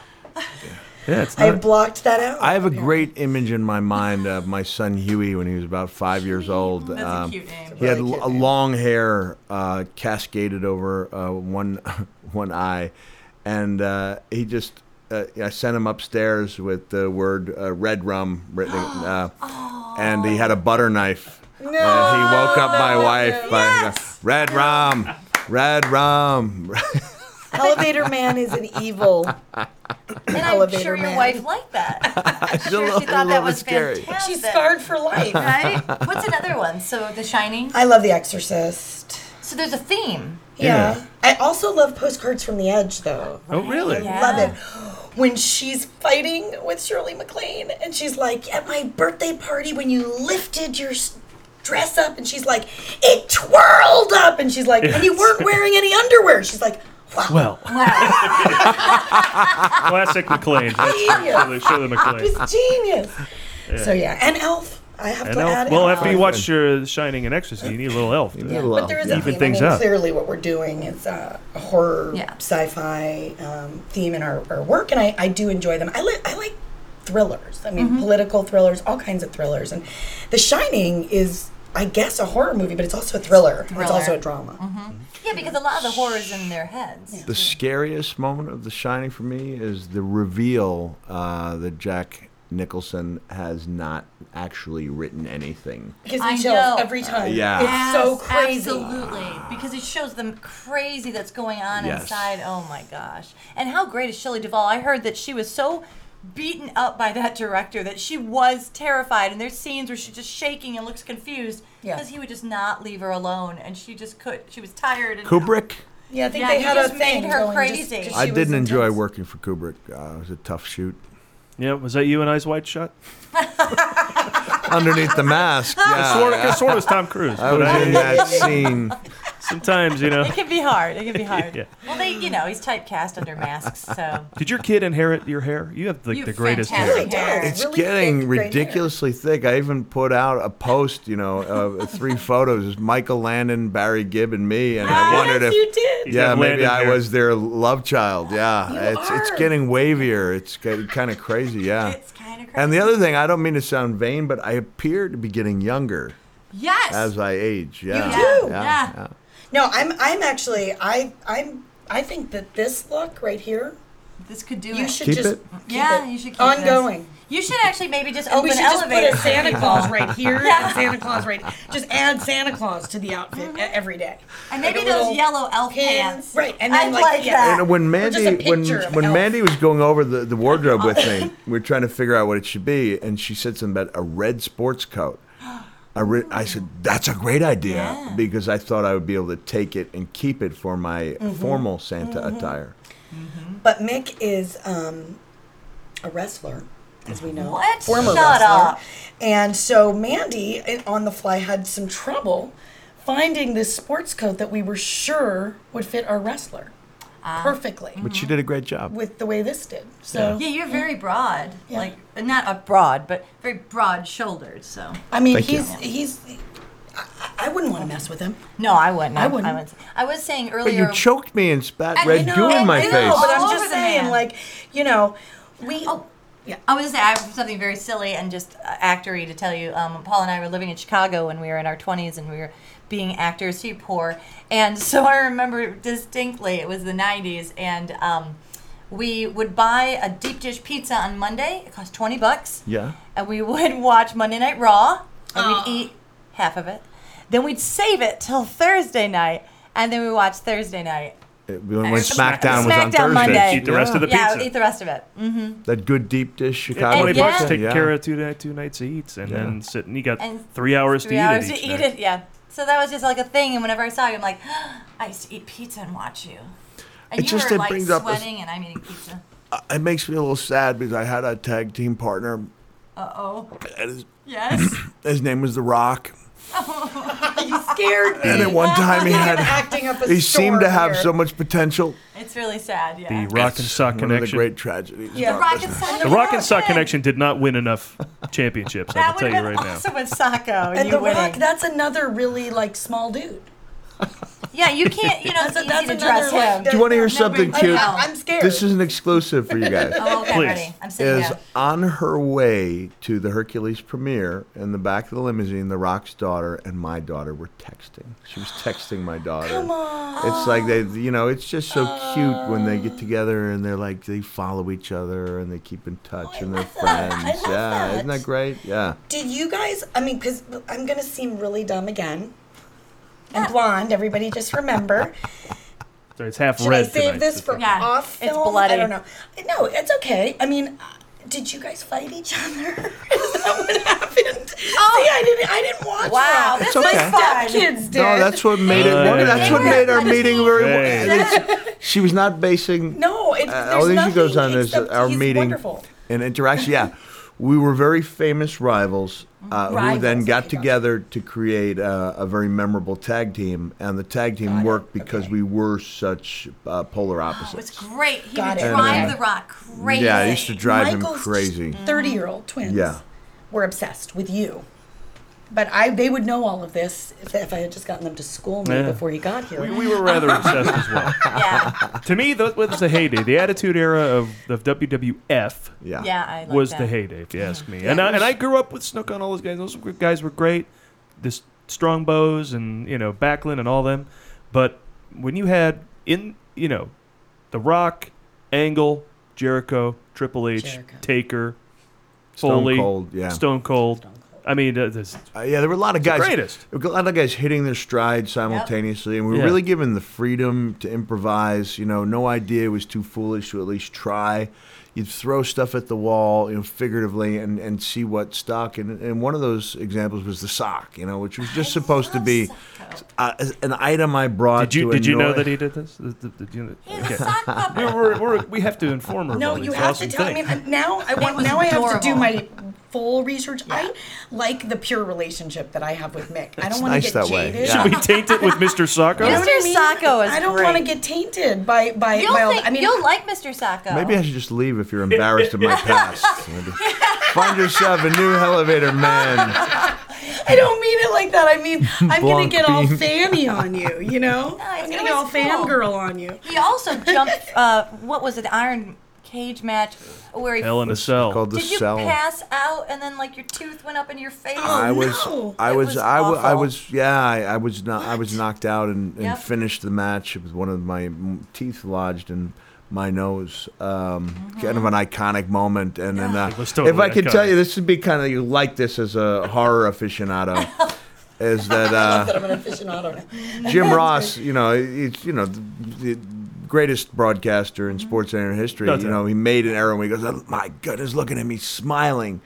Speaker 2: Yeah, it's
Speaker 23: I
Speaker 20: not.
Speaker 23: blocked that out.
Speaker 20: I have a great image in my mind of my son Huey when he was about five years old.
Speaker 23: That's a
Speaker 20: Um,
Speaker 23: cute name.
Speaker 20: He had
Speaker 23: Really
Speaker 20: l- a long hair uh, cascaded over uh, one one eye, and uh, he just uh, I sent him upstairs with the word uh, red rum written, uh,
Speaker 23: Oh.
Speaker 20: and he had a butter knife. No, and he woke up my wife by red rum, red rum.
Speaker 23: Elevator Man is an evil
Speaker 4: And I'm
Speaker 23: elevator
Speaker 4: sure your
Speaker 23: man.
Speaker 4: wife liked that.
Speaker 20: I'm
Speaker 4: sure she thought that was
Speaker 20: scary.
Speaker 4: fantastic.
Speaker 23: She's scarred for life.
Speaker 4: right? What's another one? So The Shining.
Speaker 23: I love The Exorcist.
Speaker 4: So there's a theme.
Speaker 23: Yeah. I also love Postcards from the Edge, though.
Speaker 2: Oh, really?
Speaker 23: I love it. When she's fighting with Shirley MacLaine, and she's like, "At my birthday party, when you lifted your s- dress up," and she's like, "It twirled up," and she's like, "And you weren't wearing any underwear." She's like,
Speaker 2: Well, classic McLean. That's Shirley, Shirley MacLaine.
Speaker 23: "It's genius." So yeah, and Elf. I have
Speaker 2: And
Speaker 23: to
Speaker 2: elf-
Speaker 23: add.
Speaker 2: well,
Speaker 23: Elf.
Speaker 2: after you watch uh, The Shining and Exorcist, you need a little elf. to
Speaker 23: But there is a
Speaker 2: even
Speaker 23: theme.
Speaker 2: things
Speaker 23: I mean,
Speaker 2: up.
Speaker 23: clearly what we're doing is uh, a horror, sci-fi um, theme in our, our work, and I, I do enjoy them. I, li- I like thrillers. I mean,
Speaker 14: Mhm.
Speaker 23: political thrillers, all kinds of thrillers. And The Shining is, I guess, a horror movie, but it's also a thriller. and It's
Speaker 4: Thriller. Mm-hmm.
Speaker 23: also a drama.
Speaker 20: Mm-hmm.
Speaker 4: Yeah, because a lot of the horror's in their heads.
Speaker 20: The scariest moment of The Shining for me is the reveal uh, that Jack Nicholson has not actually written anything.
Speaker 23: It gives
Speaker 4: I
Speaker 23: me chills
Speaker 4: know.
Speaker 23: every time.
Speaker 20: Yeah.
Speaker 23: It's so
Speaker 4: Yes,
Speaker 23: crazy.
Speaker 4: Absolutely. Because it shows them crazy that's going on
Speaker 20: Yes.
Speaker 4: inside. Oh my gosh. And how great is Shelley Duvall? I heard that she was so beaten up by that director that she was terrified and there's scenes where she's just shaking and looks confused
Speaker 23: Yeah.
Speaker 4: because he would just not leave her alone and she just could she was tired and
Speaker 20: Kubrick.
Speaker 23: Yeah, I think
Speaker 4: Yeah,
Speaker 23: they
Speaker 4: he
Speaker 23: had
Speaker 4: just
Speaker 23: a
Speaker 4: made
Speaker 23: thing
Speaker 4: her
Speaker 23: going, just-
Speaker 4: crazy.
Speaker 23: just
Speaker 20: I
Speaker 23: she was
Speaker 20: didn't enjoy
Speaker 23: intense.
Speaker 20: working for Kubrick. Uh, it was a tough shoot.
Speaker 2: Yeah, was that you in Eyes Wide Shut?
Speaker 20: Underneath the mask.
Speaker 2: I
Speaker 20: Yeah.
Speaker 2: sort of, I sort of was Tom Cruise.
Speaker 20: Uh, I
Speaker 2: but
Speaker 20: was in that scene.
Speaker 2: Sometimes, you know.
Speaker 1: It can be hard. It can be hard.
Speaker 2: Yeah.
Speaker 1: Well, they, you know, he's typecast under masks, so.
Speaker 2: Did your kid inherit your hair? You have
Speaker 1: You
Speaker 2: like the
Speaker 1: have
Speaker 2: greatest hair.
Speaker 1: fantastic hair.
Speaker 20: It's
Speaker 1: Really
Speaker 20: getting
Speaker 1: thick, great hair.
Speaker 20: ridiculously thick. I even put out a post, you know, of three photos: Michael Landon, Barry Gibb, and me. And I wondered if
Speaker 1: you did.
Speaker 20: Yeah,
Speaker 2: You have
Speaker 20: maybe
Speaker 2: Landon
Speaker 20: I
Speaker 2: hair.
Speaker 20: was their love child. Yeah, it's it's getting wavier. It's kind of crazy. Yeah, it's
Speaker 1: kind of
Speaker 20: crazy. And the other thing, I don't mean to sound vain, but I appear to be getting younger
Speaker 1: Yes.
Speaker 20: as I age. Yeah,
Speaker 4: do.
Speaker 20: Yeah. yeah.
Speaker 4: No, I'm I'm actually I I'm I think that this look right here
Speaker 1: This could do
Speaker 4: you
Speaker 1: it.
Speaker 4: should
Speaker 20: Keep
Speaker 4: just
Speaker 20: it.
Speaker 4: keep
Speaker 1: yeah,
Speaker 4: it
Speaker 1: you should keep
Speaker 4: ongoing.
Speaker 1: This. You should actually maybe just
Speaker 4: And
Speaker 1: open
Speaker 4: we should just put
Speaker 1: elevator.
Speaker 4: a Santa Claus right here
Speaker 1: Yeah. Uh-huh.
Speaker 4: and Santa Claus right. Just add Santa Claus to the outfit e- every day.
Speaker 1: And maybe
Speaker 4: Like a
Speaker 1: those
Speaker 4: little
Speaker 1: yellow elf
Speaker 4: pin.
Speaker 1: pants.
Speaker 4: Right, and then
Speaker 1: I'd
Speaker 4: like,
Speaker 1: like
Speaker 4: yeah.
Speaker 1: that.
Speaker 20: And when
Speaker 4: Or just a
Speaker 20: Mandy when
Speaker 4: picture of
Speaker 20: when
Speaker 4: elf.
Speaker 20: Mandy was going over the, the wardrobe with me, we were trying to figure out what it should be, and she said something about a red sports coat. I, re- I said that's a great idea because I thought I would be able to take it and keep it for my
Speaker 4: Mhm.
Speaker 20: formal Santa
Speaker 4: Mhm.
Speaker 20: attire.
Speaker 4: But Mick is um, a wrestler, as we know.
Speaker 1: What?
Speaker 4: Former
Speaker 1: Shut
Speaker 4: wrestler.
Speaker 1: up.
Speaker 4: And so Mandy in- on the fly had some trouble finding this sports coat that we were sure would fit our wrestler perfectly
Speaker 20: But she did a great job.
Speaker 4: with the way this did. So
Speaker 1: yeah, you're very broad. Like not a broad, but very broad shouldered. So
Speaker 4: I mean,
Speaker 1: Thank you.
Speaker 4: he's he's. I, I wouldn't want to mess with him.
Speaker 1: No, I wouldn't.
Speaker 4: I wouldn't.
Speaker 1: I, was, I was saying
Speaker 20: But you
Speaker 1: earlier.
Speaker 20: choked me and spat
Speaker 4: I
Speaker 20: red
Speaker 4: know,
Speaker 20: goo in my
Speaker 4: I know,
Speaker 20: face.
Speaker 4: But I'm
Speaker 1: All
Speaker 4: just
Speaker 1: over the
Speaker 4: saying,
Speaker 1: man.
Speaker 4: like, you know, we.
Speaker 1: I was gonna say I have something very silly and just uh, actory to tell you. Um, Paul and I were living in Chicago when we were in our twenties and we were being actors, he poor, and so I remember distinctly it was the '90s, and um, we would buy a deep dish pizza on Monday. It cost twenty bucks,
Speaker 20: Yeah.
Speaker 1: and we would watch Monday Night Raw, and we'd eat half of it. Then we'd save it till Thursday night, and then we watch Thursday night.
Speaker 20: It- When, when SmackDown, was on
Speaker 1: SmackDown
Speaker 20: Thursday,
Speaker 1: Monday.
Speaker 2: Eat the rest of the
Speaker 1: yeah,
Speaker 2: pizza.
Speaker 1: eat the rest of it. Mm-hmm.
Speaker 20: that good deep dish Chicago.
Speaker 2: Twenty bucks,
Speaker 20: pizza,
Speaker 2: take
Speaker 20: yeah.
Speaker 2: care of two night, two nights eats, and then sit. And you got
Speaker 1: And
Speaker 2: three hours
Speaker 1: three
Speaker 2: to
Speaker 1: hours
Speaker 2: eat it.
Speaker 1: to
Speaker 2: each
Speaker 1: eat
Speaker 2: night.
Speaker 1: it. Yeah. So that was just like a thing, and whenever I saw you, I'm like, I used to eat pizza and watch you, and
Speaker 20: It
Speaker 1: you
Speaker 20: just-
Speaker 1: were
Speaker 20: it
Speaker 1: like
Speaker 20: brings up this-
Speaker 1: sweating, and I'm eating pizza.
Speaker 20: It makes me a little sad because I had a tag team partner.
Speaker 1: Uh oh.
Speaker 20: and his-
Speaker 1: Yes.
Speaker 20: His name was The Rock.
Speaker 4: you scared me.
Speaker 20: And at one time he had
Speaker 4: acting up a
Speaker 20: he seemed to
Speaker 4: storm
Speaker 20: have
Speaker 4: here.
Speaker 20: so much potential.
Speaker 1: It's really sad. Yeah.
Speaker 2: The Rock and
Speaker 20: It's
Speaker 2: Sock
Speaker 20: one of the
Speaker 2: connection.
Speaker 20: great tragedies.
Speaker 1: Yeah. The Rock and Sock.
Speaker 2: The Rock and Sock connection did not win enough championships. I
Speaker 1: That
Speaker 2: will
Speaker 1: would
Speaker 2: tell
Speaker 1: have
Speaker 2: you
Speaker 1: been
Speaker 2: right
Speaker 1: awesome with Sacco and
Speaker 4: And
Speaker 1: you
Speaker 4: The
Speaker 1: winning.
Speaker 4: Rock, that's another really like small dude.
Speaker 1: Yeah, you can't. You know, it's
Speaker 4: That's a-
Speaker 1: easy to
Speaker 4: that's
Speaker 1: dress
Speaker 4: another, like,
Speaker 1: him.
Speaker 20: Do you want to hear something
Speaker 4: I-
Speaker 20: cute?
Speaker 4: I'm scared.
Speaker 20: This is an exclusive for you guys.
Speaker 1: Oh, okay, I'm Please. ready. I'm sitting
Speaker 20: is
Speaker 1: down.
Speaker 20: on her way to the Hercules premiere in the back of the limousine. The Rock's daughter and my daughter were texting. She was texting my daughter.
Speaker 4: Come on. Oh.
Speaker 20: It's like they, you know, it's just so cute when they get together and they're like they follow each other and they keep in
Speaker 4: Oh,
Speaker 20: touch and they're friends. yeah, isn't that great? Yeah.
Speaker 4: Did you guys? I mean, because I'm gonna seem really dumb again. And blonde, everybody just remember.
Speaker 2: now. So it's half
Speaker 4: Should I
Speaker 2: red.
Speaker 4: save
Speaker 2: tonight.
Speaker 4: this for
Speaker 1: Yeah,
Speaker 4: off
Speaker 1: it's
Speaker 4: film?
Speaker 1: bloody.
Speaker 4: I don't know. No, it's okay. I mean, did you guys fight each other? Is that what happened? Oh, See, I didn't. I didn't watch.
Speaker 1: Wow,
Speaker 4: that.
Speaker 1: this
Speaker 20: It's
Speaker 1: is
Speaker 20: okay.
Speaker 1: fun.
Speaker 4: Kids did.
Speaker 20: No, that's what made it.
Speaker 2: Uh,
Speaker 20: work. That's what
Speaker 2: They
Speaker 20: made our
Speaker 2: were
Speaker 20: meeting very.
Speaker 2: Hey.
Speaker 20: Well. It's- She was not basing.
Speaker 4: No, it's,
Speaker 20: uh,
Speaker 4: there's
Speaker 20: all things she
Speaker 4: nothing
Speaker 20: goes on is
Speaker 4: except
Speaker 20: our
Speaker 4: he's
Speaker 20: meeting
Speaker 4: Wonderful.
Speaker 20: and interaction. Yeah, we were very famous rivals, uh, who
Speaker 4: Rivals,
Speaker 20: then
Speaker 4: oh my
Speaker 20: got together to create uh, a very memorable tag team, and the tag team worked because we were such uh, polar
Speaker 1: It was
Speaker 20: opposites.
Speaker 1: great. He
Speaker 4: Got
Speaker 1: would
Speaker 20: it.
Speaker 1: drive
Speaker 20: And, uh,
Speaker 1: the Rock crazy.
Speaker 20: Yeah, it used to drive him
Speaker 4: Michael's
Speaker 20: crazy.
Speaker 4: Thirty-year-old twins.
Speaker 20: Yeah.
Speaker 4: Were obsessed with you. But I, they would know all of this if, if I had just gotten them to school me
Speaker 2: Yeah.
Speaker 4: before you got here.
Speaker 2: We, we were rather obsessed as well. To me, that was the heyday. The Attitude Era of, of WWF
Speaker 20: yeah.
Speaker 1: Yeah, I like
Speaker 2: was
Speaker 1: that.
Speaker 2: the heyday, if you ask me. And, I, and I grew up with Snook on all those guys. Those were- guys were great. This Strongbows and, you know, Backlund and all them. But when you had in, you know, The Rock, Angle, Jericho, Triple H, Taker,
Speaker 20: Stone
Speaker 2: Foley,
Speaker 20: Cold, yeah.
Speaker 2: Stone Cold. I mean, uh, this,
Speaker 20: Uh, yeah, there were a lot of
Speaker 2: It's the
Speaker 20: guys.
Speaker 2: greatest.
Speaker 20: there were A lot of guys hitting their stride simultaneously, and we were
Speaker 2: Yeah.
Speaker 20: really given the freedom to improvise. You know, no idea was too foolish to at least try. You'd throw stuff at the wall, you know, figuratively, and, and see what stuck. And and one of those examples was the sock, you know, which was just supposed to be uh, an item I brought.
Speaker 2: did you
Speaker 20: to
Speaker 2: did you know
Speaker 20: annoy-
Speaker 2: that he did this? Did, did, did you, okay. we we're, we're, we have to inform her.
Speaker 23: No,
Speaker 2: about
Speaker 23: you
Speaker 2: these
Speaker 23: have to
Speaker 2: awesome
Speaker 23: tell me
Speaker 2: things.
Speaker 23: me now. I want
Speaker 1: was
Speaker 23: now. I have to do
Speaker 1: adorable.
Speaker 23: my full research. I like the pure relationship that I have with Mick. I don't want to
Speaker 2: nice
Speaker 23: get
Speaker 2: that way.
Speaker 23: jaded.
Speaker 2: Should we taint it with Mr. Sacco?
Speaker 23: You know what I
Speaker 1: Mr.
Speaker 23: mean?
Speaker 1: Sacco is
Speaker 23: I don't
Speaker 1: great.
Speaker 23: want to get tainted by by.
Speaker 1: You'll,
Speaker 23: by all-
Speaker 1: think,
Speaker 23: I mean,
Speaker 1: you'll like Mr. Sacco.
Speaker 20: Maybe I should just leave if you're embarrassed of my past. Find yourself a new elevator man.
Speaker 23: I don't mean it like that. I mean, I'm gonna
Speaker 20: Blunt
Speaker 23: get all
Speaker 20: beam.
Speaker 23: fanny on you. You know, I'm
Speaker 1: it
Speaker 23: gonna get all
Speaker 1: was cool.
Speaker 23: fangirl on you.
Speaker 1: He also jumped. Uh, what was it? Iron cage match where he
Speaker 2: Hell in a cell.
Speaker 20: Called the
Speaker 1: did you
Speaker 20: cell.
Speaker 1: pass out and then like your tooth went up in your face?
Speaker 23: Oh,
Speaker 20: I was, I
Speaker 1: It
Speaker 20: was, I, w- I
Speaker 1: awful.
Speaker 20: was, yeah, I, I was not, I was knocked out and, and
Speaker 1: Yep.
Speaker 20: finished the match with one of my m- teeth lodged in my nose. Um,
Speaker 1: Mm-hmm.
Speaker 20: Kind of an iconic moment, and then uh,
Speaker 2: was totally
Speaker 20: if I could
Speaker 2: iconic.
Speaker 20: tell you, this would be kind of you like this as a horror aficionado, is that uh,
Speaker 23: That I'm an aficionado.
Speaker 20: Jim Ross, you know, it's you know the, the greatest broadcaster in sports entertainment history.
Speaker 2: No doubt.
Speaker 20: you know, he made an error when he goes, oh, "My goodness, looking at me smiling,"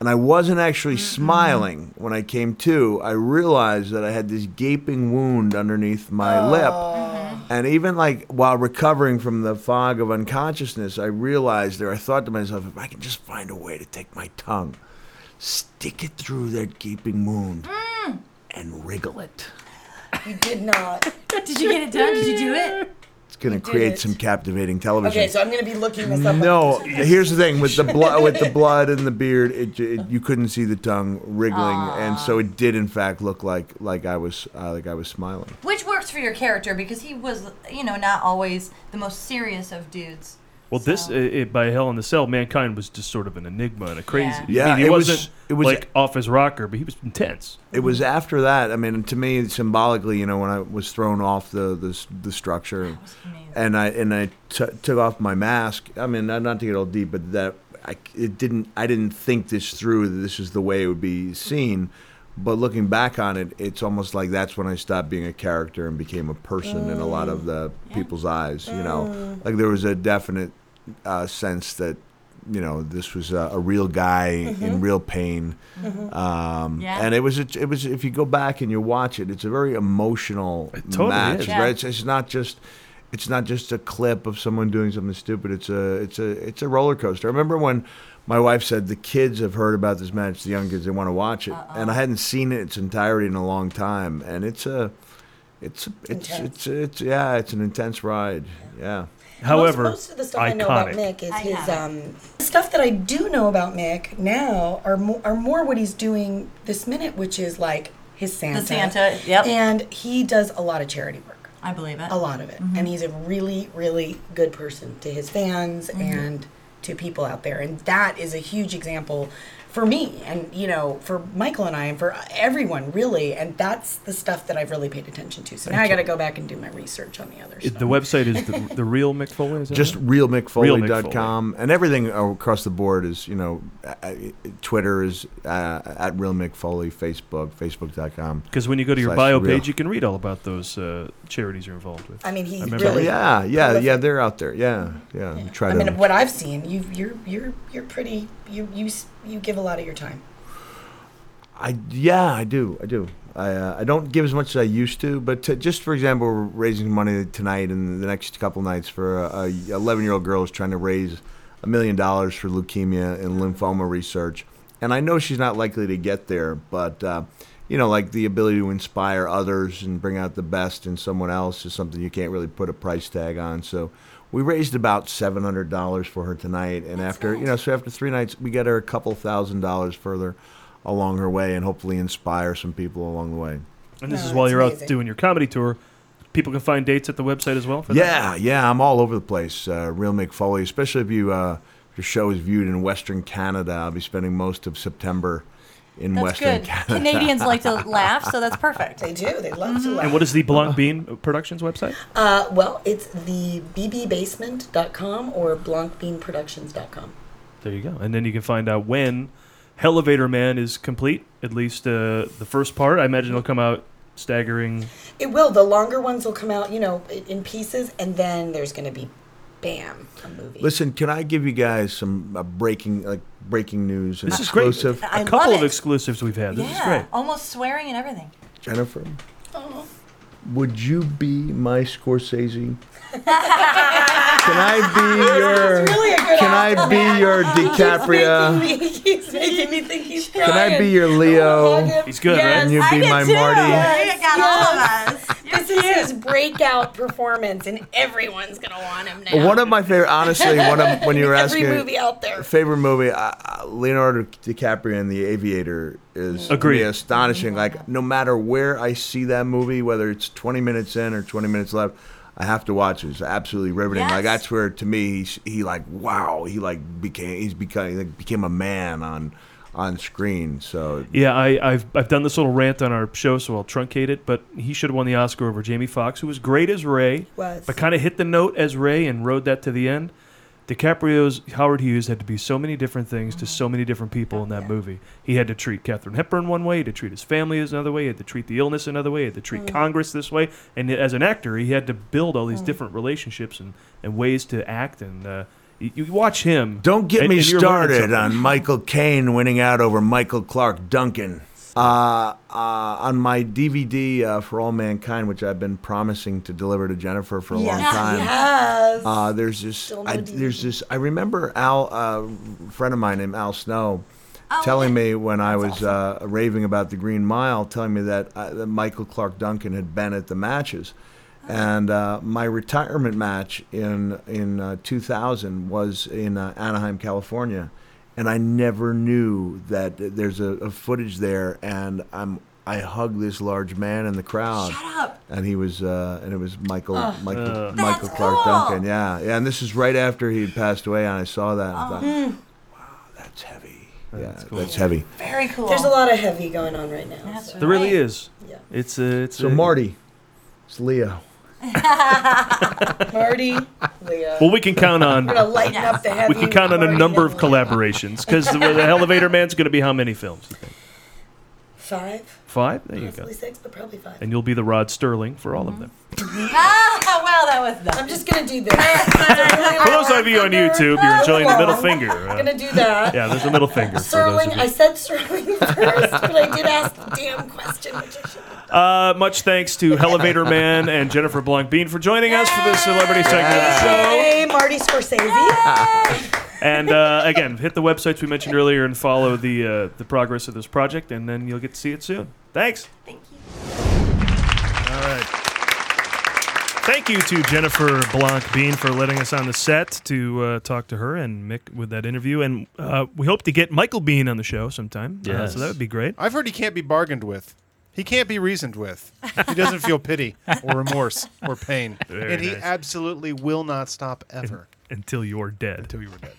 Speaker 20: and I wasn't actually smiling when I came to. I realized that I had this gaping wound underneath my lip, and even like while recovering from the fog of unconsciousness, I realized there. I thought to myself, if I can just find a way to take my tongue, stick it through that gaping wound, and wriggle it.
Speaker 23: You did not.
Speaker 1: Did you get it done? Did you do it?
Speaker 20: It's going
Speaker 23: did
Speaker 20: to create
Speaker 23: it.
Speaker 20: some captivating television.
Speaker 23: Okay, so I'm gonna be looking this up.
Speaker 20: no, here's the thing with the blood, with the blood and the beard, it, it, you couldn't see the tongue wriggling, and so it did in fact look like like I was uh, like I was smiling.
Speaker 1: Which works for your character because he was, you know, not always the most serious of dudes.
Speaker 2: Well, this i i by Hell in the Cell, mankind was just sort of an enigma and a crazy.
Speaker 20: Yeah.
Speaker 2: I mean, he
Speaker 20: Yeah, it was-
Speaker 2: wasn't
Speaker 20: it was-
Speaker 2: like off his rocker, but he was intense.
Speaker 20: It was after that. I mean, to me, symbolically, you know, when I was thrown off the the, the structure, and I and I t- took off my mask. I mean, not, not to get all deep, but that I it didn't. I didn't think this through. That this is the way it would be seen. But looking back on it, it's almost like that's when I stopped being a character and became a person in a lot of the people's eyes. You know, like there was a definite uh, sense that you know this was a, a real guy in real pain. Um,
Speaker 6: Yeah.
Speaker 20: And it was a, it was if you go back and you watch it, it's a very emotional
Speaker 2: totally
Speaker 20: match,
Speaker 2: is.
Speaker 20: right?
Speaker 2: Yeah.
Speaker 20: It's, it's not just it's not just a clip of someone doing something stupid. It's a it's a it's a roller coaster. I remember when my wife said the kids have heard about this match, the young kids they want to watch it, and I hadn't seen it in its entirety in a long time, and it's a it's it's it's, it's, yeah, it's an intense ride. Yeah.
Speaker 2: However,
Speaker 23: most, most of the stuff I know about
Speaker 2: iconic.
Speaker 23: Mick is his um, stuff that I do know about Mick now are more, are more what he's doing this minute, which is like his Santa.
Speaker 1: Santa, yep.
Speaker 23: And he does a lot of charity work,
Speaker 1: I believe it.
Speaker 23: a lot of it, and he's a really, really good person to his fans and to people out there, and that is a huge example. For me, and you know, for Michael and I, and for everyone really, and that's the stuff that I've really paid attention to. So now I
Speaker 2: Thank
Speaker 23: got
Speaker 2: you.
Speaker 23: to go back and do my research on the other
Speaker 2: It-
Speaker 23: stuff.
Speaker 2: the website is the, the real Mick Foley. Is that
Speaker 20: just
Speaker 2: right?
Speaker 20: realmickfoley.com and everything across the board is you know uh, uh, twitter is uh, at real mcfoley facebook facebook.com
Speaker 2: Because when you go to your
Speaker 20: slash
Speaker 2: bio
Speaker 20: real-
Speaker 2: page, you can read all about those uh, charities you're involved with.
Speaker 23: I mean, he's
Speaker 2: remember
Speaker 23: really-
Speaker 2: that.
Speaker 20: yeah yeah yeah they're out there yeah yeah, We try
Speaker 23: I
Speaker 20: to
Speaker 23: mean, what I've seen, you you're you're you're pretty you you s- you give a lot of your time.
Speaker 20: I yeah, I do. I do. I uh, I don't give as much as I used to, but to, just for example, we're raising money tonight and the next couple nights for a 11 year old girl who's trying to raise a million dollars for leukemia and lymphoma research. And I know she's not likely to get there, but uh, you know, like the ability to inspire others and bring out the best in someone else is something you can't really put a price tag on. So. We raised about seven hundred dollars for her tonight, and after you know, so after three nights, we get her a couple thousand dollars further along her way and hopefully inspire some people along the way.
Speaker 2: And this
Speaker 23: No,
Speaker 2: is while
Speaker 23: that's
Speaker 2: you're
Speaker 23: amazing.
Speaker 2: out doing your comedy tour. People can find dates at the website as well. For
Speaker 20: yeah,
Speaker 2: that?
Speaker 20: yeah, I'm all over the place. Uh, Real Mick Foley, especially if you uh, if your show is viewed in Western Canada. I'll be spending most of September in
Speaker 1: That's
Speaker 20: Western
Speaker 1: good.
Speaker 20: Canada.
Speaker 1: Canadians like to laugh, so that's perfect.
Speaker 23: They do. They love to laugh.
Speaker 2: And what is the Blunt Bean Productions website?
Speaker 23: Uh, well, it's the bbasement.com or blancbeanproductions.com.
Speaker 2: There you go. And then you can find out when Elevator Man is complete, at least uh, the first part. I imagine it'll come out staggering.
Speaker 23: It will. The longer ones will come out, you know, i- in pieces, and then there's going to be, bam, a movie.
Speaker 20: Listen, can I give you guys some uh, breaking like breaking news and
Speaker 2: This is great.
Speaker 20: exclusive?
Speaker 1: I A couple love of it.
Speaker 2: exclusives we've had.
Speaker 1: yeah, almost swearing and everything.
Speaker 20: Jennifer,
Speaker 23: Uh-huh.
Speaker 20: would you be my Scorsese? Can I be your? can I be your DiCaprio?
Speaker 23: he's making me think he's
Speaker 20: Can I be your Leo? He's
Speaker 2: good,
Speaker 20: right? And you be my Marty.
Speaker 1: I got all
Speaker 23: of us. This is his breakout performance, and everyone's gonna want him now.
Speaker 20: One of my favorite, honestly, one of when you were
Speaker 23: Every
Speaker 20: asking
Speaker 23: movie out there.
Speaker 20: favorite movie, uh, uh, Leonardo DiCaprio in The Aviator is to
Speaker 2: Agreed.
Speaker 20: me astonishing. Like no matter where I see that movie, whether it's 20 minutes in or 20 minutes left, I have to watch it. It's absolutely riveting.
Speaker 6: Yes.
Speaker 20: Like that's where to me he, he like wow he like became he's become he like, became a man on on screen. So
Speaker 2: Yeah, I, I've I've done this little rant on our show, so I'll truncate it. But he should have won the Oscar over Jamie Foxx, who was great as Ray,
Speaker 23: Was.
Speaker 2: but kind of hit the note as Ray and rode that to the end. DiCaprio's Howard Hughes had to be so many different things
Speaker 23: Mm-hmm.
Speaker 2: to so many different people in that movie. He had to treat Catherine Hepburn one way, he had to treat his family as another way, he had to treat the illness another way, he had to treat
Speaker 23: Mm.
Speaker 2: Congress this way. And as an actor, he had to build all these
Speaker 23: Mm.
Speaker 2: different relationships and, and ways to act. And uh, you, you watch him.
Speaker 20: Don't get
Speaker 2: and-
Speaker 20: me
Speaker 2: and you're learning
Speaker 20: started
Speaker 2: something.
Speaker 20: on Michael Caine winning out over Michael Clark Duncan. Uh, uh, on my DVD uh, for All Mankind, which I've been promising to deliver to Jennifer for a long
Speaker 23: Yes,
Speaker 20: time.
Speaker 23: yes.
Speaker 20: Uh, there's this.
Speaker 23: Still no
Speaker 20: I,
Speaker 23: DVD.
Speaker 20: there's this. I remember Al, uh, a friend of mine named Al Snow, telling me when I was uh, raving about the Green Mile, telling me that, uh, that Michael Clark Duncan had been at the matches. And uh, my retirement match in in uh, 2000 was in uh, Anaheim, California, and I never knew that there's a, a footage there. And I'm I hugged this large man in the crowd. Shut
Speaker 1: up.
Speaker 20: And he was uh, and it was Michael
Speaker 1: Ugh.
Speaker 20: Michael
Speaker 1: Uh.
Speaker 20: Michael
Speaker 1: That's
Speaker 20: Clark
Speaker 1: cool.
Speaker 20: Duncan. Yeah, yeah. And this is right after he had passed away, and I saw that. And
Speaker 1: Oh.
Speaker 20: I thought,
Speaker 1: Hmm.
Speaker 23: Mm.
Speaker 20: that's heavy. yeah, that's, heavy.
Speaker 23: Very cool. There's a lot of heavy going on right now. That's
Speaker 2: There really is. It's a. It's
Speaker 20: So
Speaker 2: a-
Speaker 20: Marty, it's Leo.
Speaker 23: Marty, Leo.
Speaker 2: Well, we can count on.
Speaker 23: We're gonna lighten up the heavy.
Speaker 2: we can count on a number of collaborations because the, the Elevator Man's going to be how many films? you think?
Speaker 23: Five.
Speaker 2: Five. There you go.
Speaker 23: Possibly six, but probably five.
Speaker 2: And you'll be the Rod Sterling for all of
Speaker 23: Mm-hmm.
Speaker 2: them.
Speaker 4: Oh,
Speaker 23: ah, well, that was that. I'm just gonna do this.
Speaker 2: For those of you on YouTube, you're enjoying the middle finger.
Speaker 23: I'm
Speaker 2: uh,
Speaker 23: gonna do that.
Speaker 2: yeah, there's a middle finger. For those
Speaker 23: Sterling,
Speaker 2: of
Speaker 23: I
Speaker 2: you.
Speaker 23: said Sterling first, but I did ask the damn question, which I should.
Speaker 2: Uh, much thanks to Elevator Man and Jennifer Blanc Bean for joining us for this celebrity segment of the show.
Speaker 23: Hey, Marty Scorsese.
Speaker 2: And uh, again, hit the websites we mentioned earlier and follow the uh, the progress of this project, and then you'll get to see it soon. Thanks. Thank you. All right. Thank you to Jennifer Blanc Bean for letting us on the set to uh, talk to her and Mick with that interview, and uh, we hope to get Michael Bean on the show sometime. Uh,
Speaker 5: Yes.
Speaker 2: so that would be great.
Speaker 5: I've heard he can't be bargained with. He can't be reasoned with. He doesn't feel pity or remorse or pain,
Speaker 2: Very
Speaker 5: and he
Speaker 2: nice.
Speaker 5: absolutely will not stop ever.
Speaker 2: Until you're dead. Until you were dead.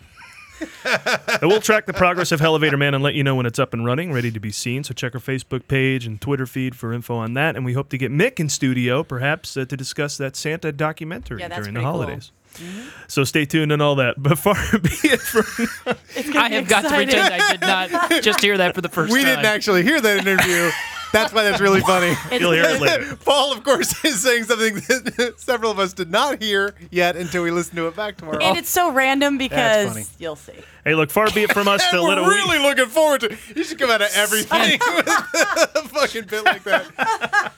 Speaker 2: and we'll track the progress of Elevator Man and let you know when it's up and running, ready to be seen. So check our Facebook page and Twitter feed for info on that. And we hope to get Mick in studio, perhaps, uh, to discuss that Santa documentary
Speaker 22: Yeah, that's
Speaker 2: during the
Speaker 22: pretty cool. Mm-hmm.
Speaker 2: holidays. So stay tuned and all that. But far be it from
Speaker 3: I have got to pretend I did not just hear that for the first
Speaker 5: we
Speaker 3: time.
Speaker 5: didn't actually hear that interview. That's why that's really funny.
Speaker 2: You'll hear it later.
Speaker 5: Paul, of course, is saying something that several of us did not hear yet until we listened to it back tomorrow.
Speaker 4: And it's so random
Speaker 5: That's funny.
Speaker 4: because you'll see.
Speaker 2: Hey, look, far be it from us to
Speaker 5: And
Speaker 2: let a
Speaker 5: we're
Speaker 2: week.
Speaker 5: really looking forward to. You should come out of everything with a fucking bit like that.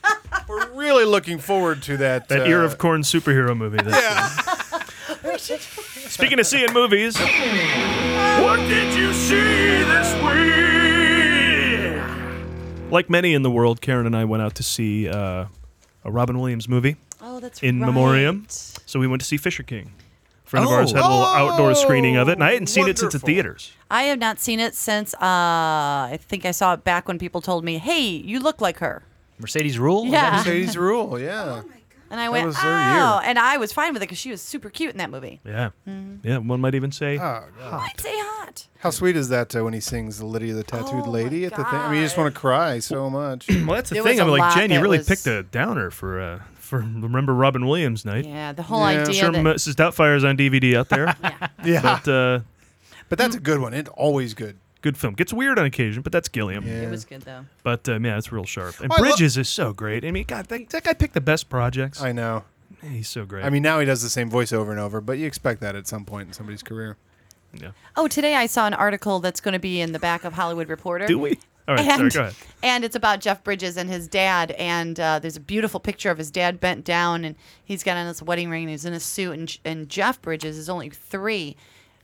Speaker 5: We're really looking forward to that.
Speaker 2: That
Speaker 5: uh,
Speaker 2: ear of corn superhero movie. That's- Speaking of seeing movies,
Speaker 7: What did you see this week?
Speaker 2: like many in the world, Karen and I went out to see uh, a Robin Williams movie.
Speaker 4: Oh, that's
Speaker 2: in
Speaker 4: right.
Speaker 2: memoriam. So we went to see Fisher King. A friend of ours had a little
Speaker 4: Oh.
Speaker 2: outdoor screening of it, and I hadn't seen it since the
Speaker 4: Wonderful.
Speaker 2: theaters.
Speaker 4: I have not seen it since uh, I think I saw it back when people told me, "Hey, you look like her,"
Speaker 3: Mercedes Rule? Is that
Speaker 4: Yeah.
Speaker 3: what it is?
Speaker 5: Mercedes
Speaker 4: Oh
Speaker 5: Rule, yeah.
Speaker 4: and I went,
Speaker 5: was her year.
Speaker 4: "Oh!" And I was fine with it because she was super cute in that movie.
Speaker 2: Yeah.
Speaker 4: Mm-hmm.
Speaker 2: Yeah, one might even say.
Speaker 7: Ah.
Speaker 4: I'd say hot.
Speaker 5: How sweet is that uh, when he sings Lydia
Speaker 4: Oh
Speaker 5: the Tattooed Lady at the thing? I mean, you just want to cry so much.
Speaker 2: well, that's the
Speaker 4: There was
Speaker 2: thing. I'm
Speaker 4: a
Speaker 2: like,
Speaker 4: lot
Speaker 2: Jen, you
Speaker 4: that
Speaker 2: really
Speaker 4: was-
Speaker 2: picked a downer for uh, for Remember Robin Williams night.
Speaker 4: Yeah, the whole idea
Speaker 2: sure
Speaker 4: that-
Speaker 2: Mrs. Doubtfire's on DVD out there.
Speaker 5: Yeah.
Speaker 2: But, uh,
Speaker 5: But that's a good one. It's always good.
Speaker 2: Good film. Gets weird on occasion, but that's Gilliam.
Speaker 4: It was good though.
Speaker 2: But um, yeah, it's real sharp. And
Speaker 4: I lo-
Speaker 2: Bridges is so great. I mean, God, that, that guy picked the best projects.
Speaker 5: I know.
Speaker 2: he's so great.
Speaker 5: I mean, now he does the same voice over and over, but you expect that at some point in somebody's career.
Speaker 2: Yeah.
Speaker 4: Oh, today I saw an article that's going to be in the back of Hollywood Reporter.
Speaker 5: Do we?
Speaker 2: All right, sorry,
Speaker 4: and,
Speaker 2: go ahead.
Speaker 4: And it's about Jeff Bridges and his dad. And uh, there's a beautiful picture of his dad bent down, and he's got on his wedding ring, and he's in a suit. And, and Jeff Bridges is only three.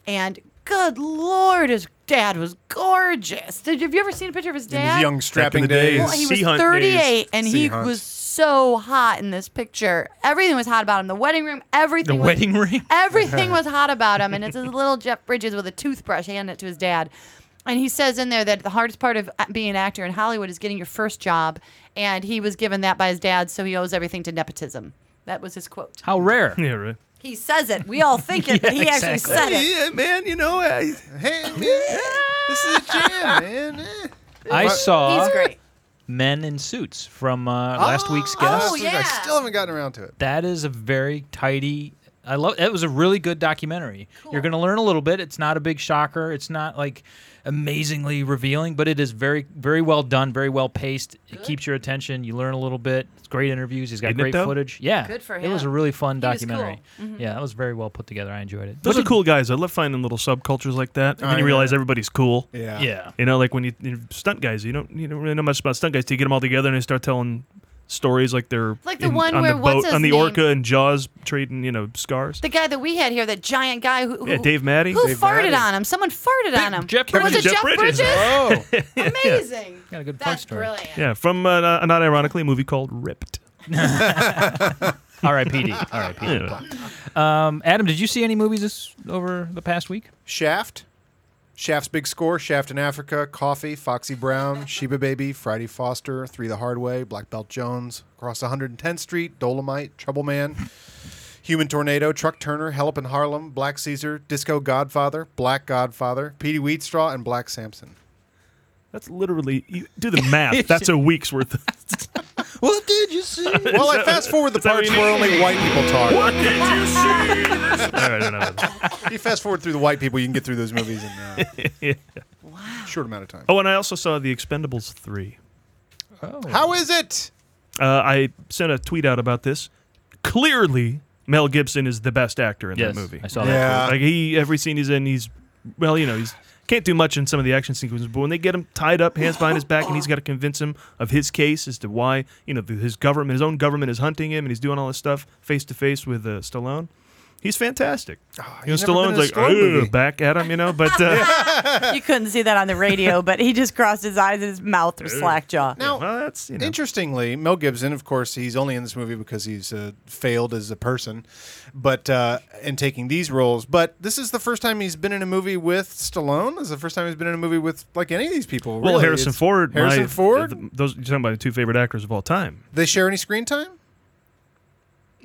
Speaker 4: And good Lord, his dad was gorgeous. Did, have you ever seen a picture of his
Speaker 5: In
Speaker 4: dad?
Speaker 5: his young strapping days.
Speaker 4: Well, he was 38, and he
Speaker 5: Sea-hunt.
Speaker 4: was so hot in this picture. Everything was hot about him. The wedding room, everything. was-
Speaker 22: wedding ring?
Speaker 4: Everything was hot about him, and it's his little Jeff Bridges with a toothbrush handing it to his dad. And he says in there that the hardest part of being an actor in Hollywood is getting your first job, and he was given that by his dad, so he owes everything to nepotism. That was his quote.
Speaker 3: How rare.
Speaker 2: Yeah, right.
Speaker 4: He says it. We all think it, but he actually said it.
Speaker 5: Yeah, man, you know, I, hey, man, this is a jam, man. eh.
Speaker 3: I
Speaker 5: But-
Speaker 3: saw
Speaker 5: He's great.
Speaker 3: Men in Suits from uh, last week's guest.
Speaker 5: Oh, I still haven't gotten around to it.
Speaker 3: That is a very tidy. I love. It was a really good documentary. You're going to learn a little bit. It's not a big shocker. It's not like amazingly revealing, but it is very, very well done. Very well paced. It keeps your attention. You learn a little bit. It's great interviews. He's got
Speaker 2: Isn't it,
Speaker 3: great
Speaker 2: though?
Speaker 3: footage. Yeah,
Speaker 2: Good for
Speaker 3: It was a
Speaker 2: him.
Speaker 3: really fun
Speaker 2: He was cool.
Speaker 3: documentary.
Speaker 2: Mhm.
Speaker 3: Yeah, that was very well put together. I enjoyed it.
Speaker 2: Those are cool guys. I love finding little subcultures like that. And
Speaker 3: Oh,
Speaker 2: then you
Speaker 3: yeah.
Speaker 2: realize everybody's cool.
Speaker 3: Yeah. Yeah.
Speaker 2: You know, like when you, you know, stunt guys, you don't you don't really know much about stunt guys till you get them all together and they start telling stories like they're
Speaker 4: Like the
Speaker 2: in-
Speaker 4: one
Speaker 2: on
Speaker 4: where
Speaker 2: the
Speaker 4: what's
Speaker 2: boat
Speaker 4: his
Speaker 2: on the
Speaker 4: name?
Speaker 2: orca and jaws trading, you know, scars.
Speaker 4: The guy that we had here, that giant guy who, who
Speaker 2: Yeah, Dave Maddy.
Speaker 4: who
Speaker 2: Dave
Speaker 4: farted
Speaker 2: Maddy.
Speaker 4: on him. Someone farted on him.
Speaker 2: Jeff
Speaker 4: Was it
Speaker 2: Bridges. Jeff
Speaker 4: Jeff
Speaker 2: Bridges.
Speaker 4: Bridges?
Speaker 2: Oh.
Speaker 4: amazing!
Speaker 3: Got a good
Speaker 4: That's brilliant.
Speaker 2: Yeah, from uh, not, not ironically a movie called Ripped.
Speaker 3: R.I.P.D. R.I.P.D. Um, Adam, did you see any movies this over the past week?
Speaker 5: Shaft, Shaft's Big Score, Shaft in Africa, Coffee, Foxy Brown, Sheba Baby, Friday Foster, Three the Hard Way, Black Belt Jones, Across 110th Street, Dolomite, Trouble Man, Human Tornado, Truck Turner, Help in Harlem, Black Caesar, Disco Godfather, Black Godfather, Petey Wheatstraw, and Black Samson.
Speaker 2: That's literally you do the math. That's a week's worth.
Speaker 5: What did you see? Well, I fast forward the
Speaker 2: Is that what
Speaker 5: parts
Speaker 2: you
Speaker 5: where
Speaker 2: mean?
Speaker 5: only white people talk.
Speaker 2: What did you see?
Speaker 5: You fast forward through the white people, you can get through those movies in uh, short amount of time.
Speaker 2: Oh, and I also saw The Expendables 3.
Speaker 5: How is it?
Speaker 2: Uh, I sent a tweet out about this. Clearly, Mel Gibson is the best actor in
Speaker 3: Yes,
Speaker 2: that movie.
Speaker 3: I saw that Yeah. too.
Speaker 2: Like he, every scene he's in, he's well, you know, he's can't do much in some of the action sequences, but when they get him tied up, hands behind his back, and he's got to convince him of his case as to why you know the, his government, his own government, is hunting him, and he's doing all this stuff face to face with uh, Stallone. He's fantastic. you know,
Speaker 4: Ah, he's never been
Speaker 2: Stallone's
Speaker 4: in a
Speaker 2: like
Speaker 4: Stallone movie.
Speaker 2: "Ugh," back at him, you know, but uh,
Speaker 4: you couldn't see that on the radio, but he just crossed his eyes and his mouth was slack jaw.
Speaker 5: Now,
Speaker 2: that's
Speaker 5: interestingly, Mel Gibson. Of course, he's only in this movie because he's uh, failed as a person, but uh, and taking these roles. But this is the first time he's been in a movie with Stallone. This is the first time he's been in a movie with like any of these people.
Speaker 2: well,
Speaker 5: really.
Speaker 2: Harrison
Speaker 5: It's-
Speaker 2: Ford. my-
Speaker 5: Harrison Ford.
Speaker 2: th- those you're talking about the two favorite actors of all time.
Speaker 5: they share any screen time?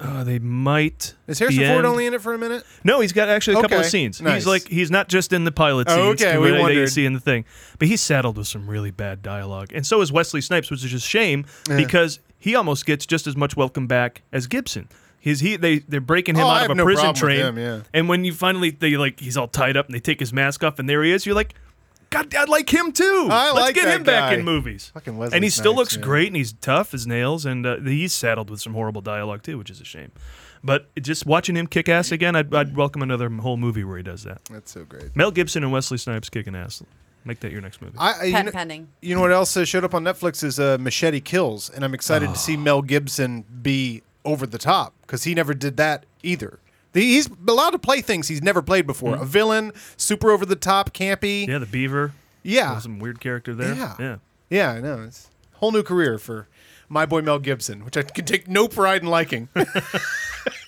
Speaker 2: Uh, they might.
Speaker 5: Is Harrison
Speaker 2: the
Speaker 5: Ford
Speaker 2: end-
Speaker 5: only in it for a minute?
Speaker 2: No, he's got actually a couple of
Speaker 5: Okay,
Speaker 2: scenes.
Speaker 5: nice.
Speaker 2: He's like he's not just in the pilot scenes
Speaker 5: Oh, okay,
Speaker 2: that
Speaker 5: we
Speaker 2: that you
Speaker 5: wondered.
Speaker 2: see in the thing, but he's saddled with some really bad dialogue, and so is Wesley Snipes, which is a shame
Speaker 5: Yeah.
Speaker 2: because he almost gets just as much welcome back as Gibson. His he they they're breaking him
Speaker 5: Oh, I
Speaker 2: out
Speaker 5: have
Speaker 2: of a
Speaker 5: no
Speaker 2: prison
Speaker 5: problem with
Speaker 2: train,
Speaker 5: him, yeah.
Speaker 2: and when you finally they like he's all tied up and they take his mask off and there he is. You're like, God, I like him too.
Speaker 5: I
Speaker 2: Let's
Speaker 5: like
Speaker 2: get
Speaker 5: that
Speaker 2: him back
Speaker 5: guy.
Speaker 2: in movies.
Speaker 5: Fucking Wesley
Speaker 2: and he still
Speaker 5: Snipes,
Speaker 2: looks
Speaker 5: yeah.
Speaker 2: great and he's tough as nails and uh, he's saddled with some horrible dialogue too, which is a shame. But just watching him kick ass again, I'd, I'd welcome another whole movie where he does that.
Speaker 5: That's so great.
Speaker 2: Mel Gibson and Wesley Snipes kicking ass. Make that your next movie.
Speaker 5: I, I- you
Speaker 4: Pen
Speaker 5: know,
Speaker 4: pending.
Speaker 5: You know what else uh, showed up on Netflix is uh, Machete Kills, and I'm excited to see
Speaker 2: Oh.
Speaker 5: Mel Gibson be over the top because he never did that either. The- He's allowed to play things he's never played before.
Speaker 2: Mm-hmm.
Speaker 5: A villain, super over the top, campy.
Speaker 2: yeah, the Beaver.
Speaker 5: Yeah.
Speaker 2: some weird character there.
Speaker 5: Yeah.
Speaker 2: yeah.
Speaker 5: Yeah, I know. It's a whole new career for my boy Mel Gibson, which I can take no pride in liking.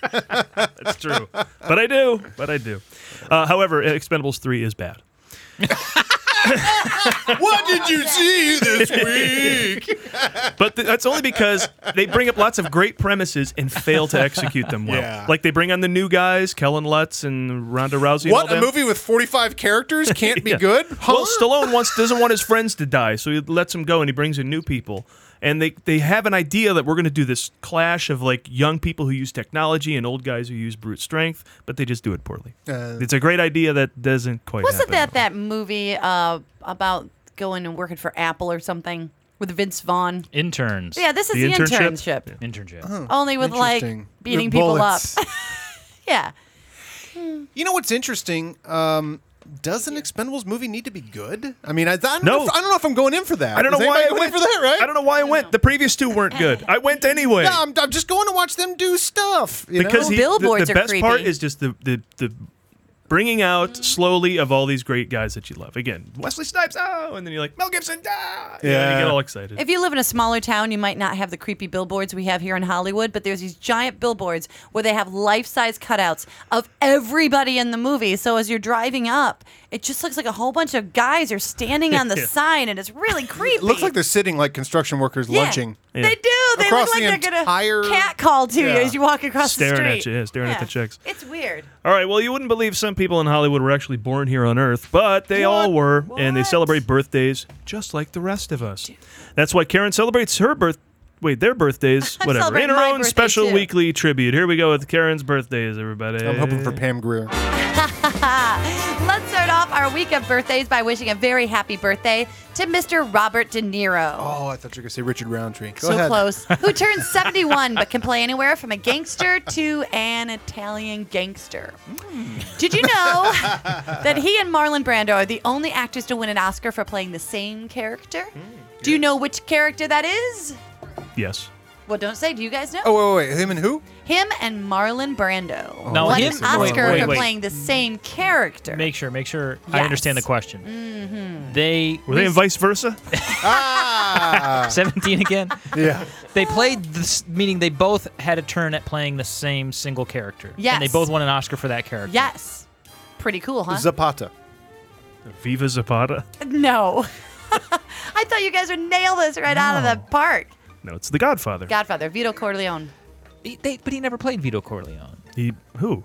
Speaker 2: That's true. But I do. But I do. Uh, however, Expendables three is bad.
Speaker 5: what did you see this week?
Speaker 2: But th- that's only because they bring up lots of great premises and fail to execute them well.
Speaker 5: Yeah.
Speaker 2: Like they bring on the new guys, Kellen Lutz and Ronda Rousey. and all
Speaker 5: What a
Speaker 2: them.
Speaker 5: movie with 45 characters can't be
Speaker 2: Yeah.
Speaker 5: good?
Speaker 2: Well, Stallone wants doesn't want his friends to die, so he lets them go and he brings in new people. and they they have an idea that we're going to do this clash of like young people who use technology and old guys who use brute strength, but they just do it poorly.
Speaker 5: Uh,
Speaker 2: it's a great idea that doesn't quite.
Speaker 4: Wasn't
Speaker 2: happen.
Speaker 4: that that movie uh, about going and working for Apple or something with Vince Vaughn?
Speaker 3: Interns.
Speaker 4: Yeah, this is the, internship.
Speaker 3: Internship.
Speaker 2: Oh.
Speaker 4: Only with like
Speaker 5: interesting.
Speaker 4: beating
Speaker 5: With
Speaker 4: people
Speaker 5: bullets.
Speaker 4: up. yeah.
Speaker 5: You know what's interesting? Um, does an Expendables movie need to be good? I mean, I, I, don't, know
Speaker 2: No.
Speaker 5: if, I don't know if I'm going in for that.
Speaker 2: I don't know
Speaker 5: Is
Speaker 2: why I
Speaker 5: anybody
Speaker 2: went
Speaker 5: going in for that, right?
Speaker 2: I don't know why I went. The previous two weren't good. I went anyway.
Speaker 5: No, I'm, I'm just going to watch them do stuff. you know?
Speaker 2: because he- the- the, best part is just the the, the bringing out slowly of all these great guys that you love. Again, Wesley Snipes, oh, and then you're like Mel Gibson, ah, yeah, and you get all excited.
Speaker 4: If you live in a smaller town, you might not have the creepy billboards we have here in Hollywood, but there's these giant billboards where they have life size cutouts of everybody in the movie. So as you're driving up, it just looks like a whole bunch of guys are standing on the
Speaker 5: Yeah.
Speaker 4: sign, and it's really creepy.
Speaker 5: It looks like they're sitting like construction workers
Speaker 4: Yeah.
Speaker 5: lunching.
Speaker 4: They do. They
Speaker 5: Across
Speaker 4: look
Speaker 5: the
Speaker 4: like they're
Speaker 5: entire-
Speaker 4: gonna cat call to
Speaker 2: Yeah.
Speaker 4: you as you walk across the
Speaker 2: staring
Speaker 4: street.
Speaker 2: at you, yeah, staring
Speaker 4: Yeah.
Speaker 2: at the chicks.
Speaker 4: It's weird.
Speaker 2: All right, well, you wouldn't believe some people in Hollywood were actually born here on Earth, but they all were, and they celebrate birthdays just like the rest of us. That's why Karen celebrates her birth. Wait, their birthdays, whatever. In
Speaker 4: celebrating
Speaker 2: her
Speaker 4: my
Speaker 2: own
Speaker 4: birthday,
Speaker 2: special
Speaker 4: too.
Speaker 2: weekly tribute. Here we go with Karen's birthdays, everybody.
Speaker 5: I'm hoping for Pam Greer.
Speaker 4: Let's start off our week of birthdays by wishing a very happy birthday to Mr. Robert De Niro.
Speaker 5: Oh, I thought you were going to say Richard Roundtree. Go
Speaker 4: so
Speaker 5: ahead.
Speaker 4: close. Who turns 71 but can play anywhere from a gangster to an Italian gangster.
Speaker 2: Hmm.
Speaker 4: Did you know that he and Marlon Brando are the only actors to win an Oscar for playing the same character?
Speaker 5: Hmm,
Speaker 4: Do you know which character that is?
Speaker 2: Yes.
Speaker 4: Well, don't say. Do you guys know?
Speaker 5: Oh, wait, wait, wait. Him and who?
Speaker 4: Him and Marlon Brando.
Speaker 3: Now,
Speaker 4: won
Speaker 3: him-
Speaker 4: an Oscar
Speaker 3: wait, wait,
Speaker 4: for
Speaker 3: wait.
Speaker 4: playing the same character.
Speaker 3: Make sure, make sure I understand the question.
Speaker 4: Mm-hmm.
Speaker 3: They
Speaker 2: Were they in vice versa?
Speaker 3: 17 again?
Speaker 5: Yeah.
Speaker 3: They played this, meaning they both had a turn at playing the same single character. And they
Speaker 4: Yes.
Speaker 3: both won an Oscar for that character.
Speaker 4: Yes. Pretty cool, huh?
Speaker 5: Zapata.
Speaker 2: Viva Zapata?
Speaker 4: No. I thought you guys would nail this right out of the park.
Speaker 2: No, it's The Godfather.
Speaker 4: Godfather, Vito Corleone.
Speaker 3: but he never played Vito Corleone.
Speaker 2: He who?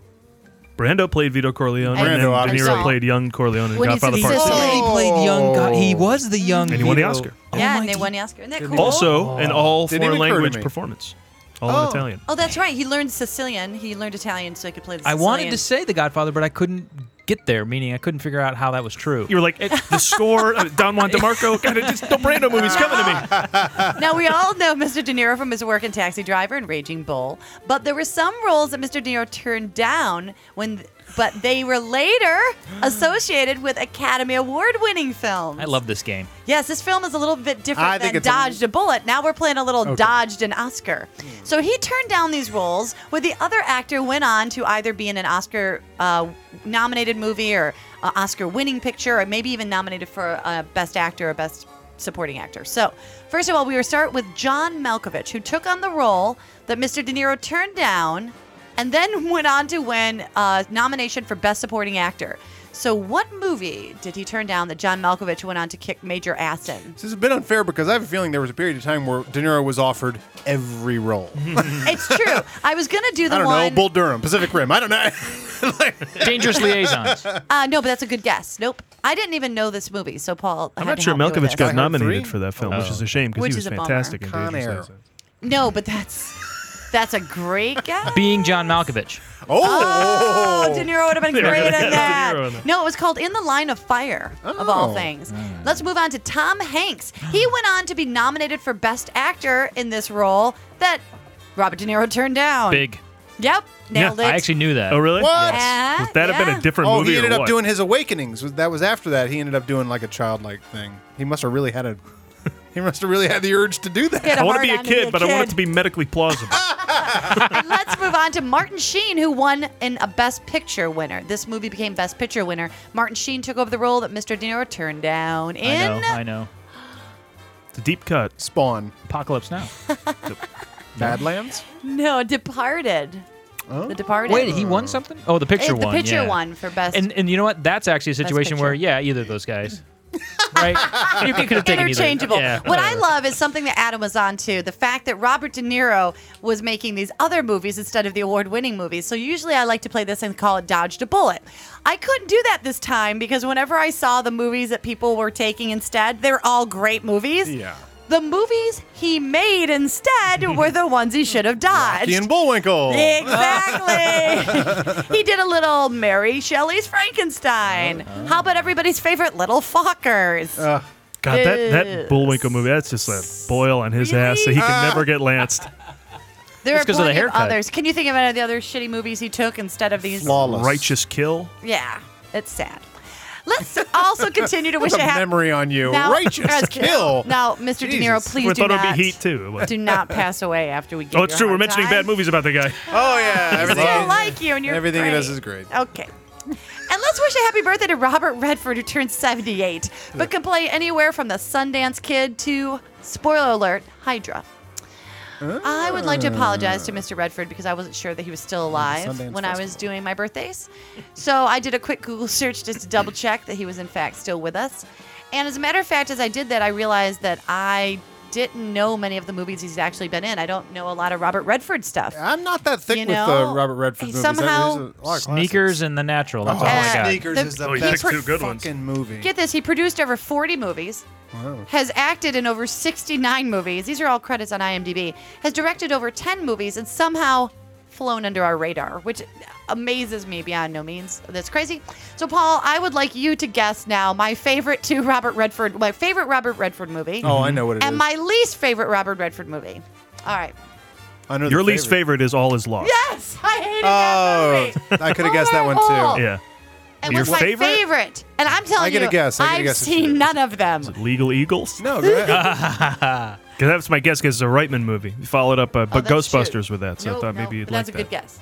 Speaker 2: Brando played Vito Corleone,
Speaker 3: Brando,
Speaker 2: and then De
Speaker 3: obviously.
Speaker 2: Niro played young Corleone in
Speaker 4: When he's
Speaker 2: Godfather
Speaker 4: in
Speaker 2: Part Two.
Speaker 4: Sicily.
Speaker 3: He played young. Go- he was the young.
Speaker 2: Oh. And he won the
Speaker 3: Vito. Oh
Speaker 2: Oscar.
Speaker 4: yeah, and they won the Oscar. Isn't that cool?
Speaker 2: Also, an all
Speaker 3: Didn't even
Speaker 2: foreign
Speaker 3: occur to
Speaker 2: language
Speaker 3: me.
Speaker 2: performance, all in Italian.
Speaker 4: Oh, that's right. He learned Sicilian. He learned Italian so he could play the
Speaker 3: I
Speaker 4: Sicilian.
Speaker 3: wanted to say The Godfather, but I couldn't get there, meaning I couldn't figure out how that was true.
Speaker 2: You were like, the score, uh, Don Juan DeMarco, God, it just, the Brando movie's coming to me.
Speaker 4: now we all know Mr. De Niro from his work in Taxi Driver and Raging Bull, but there were some roles that Mr. De Niro turned down when, but they were later associated with Academy Award-winning films.
Speaker 3: I love this game.
Speaker 4: Yes, this film is a little bit different
Speaker 3: I think
Speaker 4: than
Speaker 3: it's a-
Speaker 4: Dodged a, Bullet. Now we're playing a little
Speaker 3: Okay.
Speaker 4: Dodged an Oscar. So he turned down these roles, where the other actor went on to either be in an Oscar uh, nominated movie or uh, Oscar winning picture, or maybe even nominated for uh, Best Actor or Best Supporting Actor. So, first of all, we will start with John Malkovich, who took on the role that Mr. De Niro turned down and then went on to win a nomination for Best Supporting Actor. So, what movie did he turn down that John Malkovich went on to kick major ass in?
Speaker 5: This is a bit unfair because I have a feeling there was a period of time where De Niro was offered every role.
Speaker 4: it's true. I was gonna do the
Speaker 5: I don't
Speaker 4: one.
Speaker 5: know. Bull Durham, Pacific Rim. I don't know.
Speaker 3: Dangerous Liaisons.
Speaker 4: Uh, no, but that's a good guess. Nope, I didn't even know this movie. So Paul,
Speaker 2: I'm
Speaker 4: had
Speaker 2: not
Speaker 4: to
Speaker 2: sure
Speaker 4: help me with
Speaker 2: Malkovich
Speaker 4: this.
Speaker 2: got nominated for that film, which is a shame because
Speaker 4: Which
Speaker 2: he
Speaker 4: is
Speaker 2: was
Speaker 4: a bummer.
Speaker 2: fantastic. in
Speaker 4: Con
Speaker 2: Dangerous
Speaker 4: Air.
Speaker 2: Liaisons.
Speaker 4: No, but that's that's a great guess.
Speaker 3: Being John Malkovich.
Speaker 4: Oh, De Niro would have been
Speaker 3: They were
Speaker 4: great
Speaker 3: gonna
Speaker 4: at
Speaker 3: have De Niro in
Speaker 4: that.
Speaker 3: it.
Speaker 4: No, it was called In the Line of Fire, of all
Speaker 3: Oh.
Speaker 4: things.
Speaker 2: Hmm.
Speaker 4: Let's move on to Tom Hanks. He went on to be nominated for Best Actor in this role that Robert De Niro turned down.
Speaker 3: Big.
Speaker 4: Yep, nailed it.
Speaker 3: I actually knew that.
Speaker 2: Oh, really?
Speaker 5: What?
Speaker 4: Yeah,
Speaker 2: Would that have been a yeah. different
Speaker 5: oh,
Speaker 2: movie
Speaker 5: he
Speaker 2: or
Speaker 5: ended up
Speaker 2: what?
Speaker 5: doing his Awakenings. Was- That was after that. He ended up doing like a childlike thing. He must have really had a. He must have really had the urge to do that.
Speaker 4: He had a
Speaker 2: I want to be a
Speaker 4: hard-on to be
Speaker 2: kid,
Speaker 4: a
Speaker 2: but I want
Speaker 4: kid.
Speaker 2: it to be medically plausible.
Speaker 4: And let's move on to Martin Sheen, who won in a Best Picture winner. This movie became Best Picture winner. Martin Sheen took over the role that Mr. De Niro turned down in.
Speaker 3: I know. I know.
Speaker 2: The deep cut.
Speaker 5: Spawn.
Speaker 3: Apocalypse Now.
Speaker 5: Badlands.
Speaker 4: No, Departed. The Departed.
Speaker 3: Wait, he won something? Oh, the picture
Speaker 4: Eh, the
Speaker 3: one.
Speaker 4: picture
Speaker 3: yeah.
Speaker 4: one for best.
Speaker 3: And and you know what? That's actually a
Speaker 4: Best
Speaker 3: situation where
Speaker 4: picture.
Speaker 3: yeah, either of those guys. right? You could have taken either.
Speaker 4: interchangeable.
Speaker 3: Yeah,
Speaker 4: what I
Speaker 3: whatever.
Speaker 4: love is something that Adam was on to the fact that Robert De Niro was making these other movies instead of the award winning movies. So usually I like to play this and call it Dodged a Bullet. I couldn't do that this time because whenever I saw the movies that people were taking instead, they're all great movies.
Speaker 5: Yeah.
Speaker 4: The movies he made instead were the ones he should have dodged.
Speaker 5: Ian Bullwinkle.
Speaker 4: Exactly. he did a little Mary Shelley's Frankenstein.
Speaker 5: Oh,
Speaker 4: How about everybody's favorite Little Fockers?
Speaker 5: Uh,
Speaker 2: God, that,
Speaker 4: Yes.
Speaker 2: that Bullwinkle movie, that's just a boil on his ass that he can
Speaker 4: Ah.
Speaker 2: never get lanced.
Speaker 4: there are
Speaker 2: It's 'cause of the
Speaker 4: plenty
Speaker 2: haircut.
Speaker 4: others. Can you think of any of the other shitty movies he took instead of these?
Speaker 2: Righteous kill.
Speaker 4: Yeah, it's sad. Let's also continue to wish
Speaker 5: What
Speaker 4: I
Speaker 5: a
Speaker 4: had
Speaker 5: memory on you. Righteous
Speaker 4: Righteous
Speaker 5: kill.
Speaker 4: Now, Mr. De Niro,
Speaker 2: Jesus.
Speaker 4: please
Speaker 2: We
Speaker 4: do
Speaker 2: thought it would be
Speaker 4: not
Speaker 2: Heat, too, but-
Speaker 4: do not pass away after we get.
Speaker 2: Oh, it's true. We're mentioning bad movies about the guy.
Speaker 5: Oh yeah,
Speaker 4: I still like you, and you're
Speaker 5: everything
Speaker 4: great.
Speaker 5: he does is great.
Speaker 4: Okay. And let's wish a happy birthday to Robert Redford, who turned 78, but can play anywhere from the Sundance Kid to, spoiler alert, Hydra. I would like to apologize to Mr. Redford because I wasn't sure that he was still alive
Speaker 6: Sundance
Speaker 4: when I was doing my birthdays. So I did a quick Google search just to double check that he was, in fact, still with us. And as a matter of fact, as I did that, I realized that I didn't know many of the movies he's actually been in. I don't know a lot of Robert Redford stuff.
Speaker 5: I'm not that thick
Speaker 4: you
Speaker 5: with
Speaker 4: know,
Speaker 5: the Robert Redford
Speaker 4: he
Speaker 5: movies.
Speaker 4: somehow-
Speaker 5: That- there's a lot of
Speaker 3: Sneakers and The Natural. That's all I
Speaker 4: Uh,
Speaker 5: classics.
Speaker 3: got.
Speaker 5: Sneakers is the
Speaker 2: Oh, he
Speaker 5: best
Speaker 2: picked two good ones.
Speaker 5: fucking movie.
Speaker 4: Get this, he produced over 40 movies,
Speaker 5: Wow.
Speaker 4: has acted in over 69 movies. These are all credits on IMDb. Has directed over 10 movies and somehow flown under our radar, which amazes me beyond no means. That's crazy. So, Paul, I would like you to guess now my favorite two Robert Redford, my favorite Robert Redford movie.
Speaker 5: Oh, I know what it
Speaker 4: and
Speaker 5: is.
Speaker 4: my least favorite Robert Redford movie. All right.
Speaker 5: I know the
Speaker 2: Your least
Speaker 5: favorite.
Speaker 2: favorite is All Is Lost.
Speaker 4: Yes, I hated
Speaker 5: Oh,
Speaker 4: that movie.
Speaker 5: I could have guessed that one
Speaker 4: Oh.
Speaker 5: too.
Speaker 2: Yeah.
Speaker 4: It
Speaker 2: Your
Speaker 4: was my favorite?
Speaker 2: favorite?
Speaker 4: and I'm telling
Speaker 5: I get a
Speaker 4: you,
Speaker 5: guess, I get a
Speaker 4: have
Speaker 5: guess.
Speaker 4: seen none of them.
Speaker 2: Legal Eagles?
Speaker 5: No, go
Speaker 2: Because that's my guess, because it's a Reitman movie. You followed up uh, but
Speaker 4: Oh, that's true.
Speaker 2: Ghostbusters with that, so I
Speaker 4: No,
Speaker 2: thought
Speaker 4: no,
Speaker 2: maybe you'd
Speaker 4: but
Speaker 2: like
Speaker 4: that's a
Speaker 2: that.
Speaker 4: good guess.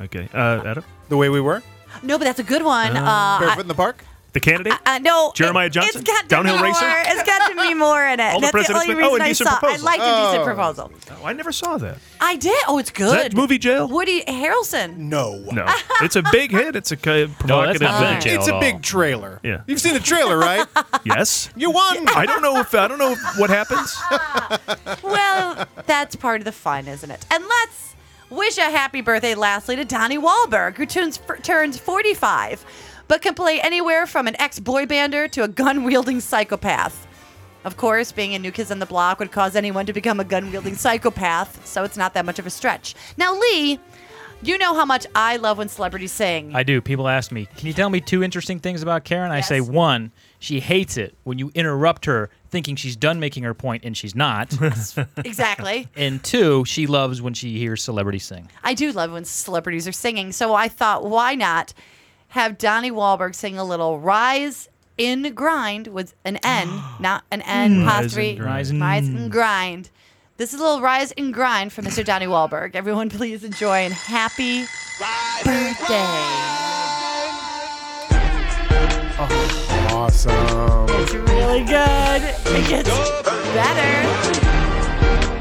Speaker 2: Okay. Uh, Adam?
Speaker 5: The way we were?
Speaker 4: No, but that's a good one. Uh, I-
Speaker 5: Barefoot in the park?
Speaker 2: The candidate?
Speaker 4: Uh, no,
Speaker 2: Oh. Jeremiah
Speaker 4: it-
Speaker 2: Johnson?
Speaker 4: It's got
Speaker 2: Downhill
Speaker 4: Demi
Speaker 2: Racer?
Speaker 4: Moore. It's got Demi Moore in
Speaker 2: All
Speaker 4: it.
Speaker 2: the
Speaker 4: That's the
Speaker 2: President's
Speaker 4: only
Speaker 2: Men- oh,
Speaker 4: reason I
Speaker 2: Indecent
Speaker 4: saw. I
Speaker 2: Proposal.
Speaker 4: liked Indecent
Speaker 2: Oh.
Speaker 4: Proposal.
Speaker 2: Oh, I never saw that.
Speaker 4: I did. Oh, it's
Speaker 2: Is
Speaker 4: good.
Speaker 2: that movie jail?
Speaker 4: Woody Harrelson.
Speaker 5: No.
Speaker 2: No. it's a big hit. It's a uh, provocative
Speaker 5: not
Speaker 2: movie.
Speaker 5: movie jail It's at a all. big trailer.
Speaker 2: Yeah.
Speaker 5: You've seen the trailer, right?
Speaker 2: Yes.
Speaker 5: You won.
Speaker 2: I don't know if I don't know what happens.
Speaker 4: Well, that's part of the fun, isn't it? And let's wish a happy birthday, lastly, to Donnie Wahlberg, who turns turns 45, but can play anywhere from an ex-boy bander to a gun-wielding psychopath. Of course, being a new kids on the block would cause anyone to become a gun wielding psychopath, so it's not that much of a stretch. Now, Lee, you know how much I love when celebrities sing.
Speaker 3: I do. People ask me, "Can you tell me two interesting things about Karen?" I say, "One, she hates it when you interrupt her, thinking she's done making her point, and she's not."
Speaker 4: Exactly.
Speaker 3: and two, she loves when she hears celebrities sing.
Speaker 4: I do love when celebrities are singing, so I thought, why not have Donnie Wahlberg sing a little Rise in Grind with an N, not an N,
Speaker 3: Mm. Rise
Speaker 4: apostrophe.
Speaker 3: and grind.
Speaker 4: Rise
Speaker 3: Mm.
Speaker 4: and Grind. This is a little Rise and Grind for Mr. Donnie Wahlberg. Everyone, please enjoy and happy birthday.
Speaker 3: Oh,
Speaker 5: Awesome.
Speaker 4: It's really good. It gets better.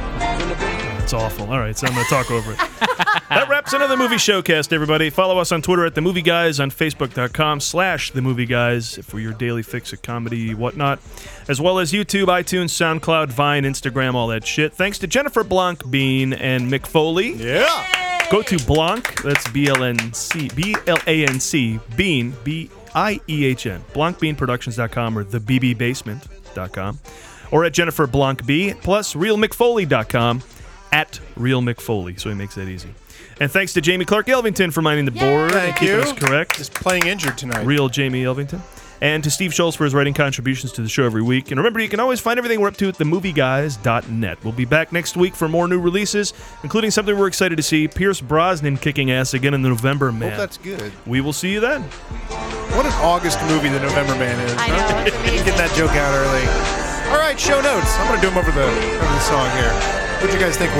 Speaker 2: It's awful. All right, so I'm going to talk over it. that wraps another movie showcast, everybody. Follow us on Twitter at The Movie Guys, on Facebook.com slash The Movie Guys for your daily fix of comedy, whatnot, as well as YouTube, iTunes, SoundCloud, Vine, Instagram, all that shit. Thanks to Jennifer Blanc Bean and Mick Foley.
Speaker 5: Yeah.
Speaker 2: Go to Blanc, that's B L N C, B L A N C, Bean, B I E H N, blancbeanproductions.com or TheBBBasement.com or at Jennifer Blanc B, plus realmcfoley.com at realmcfoley. So he makes that easy. And thanks to Jamie Clark Elvington for minding the board and
Speaker 5: Thank
Speaker 2: keeping
Speaker 5: you.
Speaker 2: us correct.
Speaker 5: Just playing injured tonight.
Speaker 2: Real Jamie Elvington. And to Steve Schultz for his writing contributions to the show every week. And remember, you can always find everything we're up to at themovieguys.net. We'll be back next week for more new releases, including something we're excited to see Pierce Brosnan kicking ass again in the November Man.
Speaker 5: Hope that's good.
Speaker 2: we will see you then.
Speaker 5: What an August movie the November Man is. I know. Get that joke out early. All right, show notes. I'm gonna do them over the over the song here. What do you guys think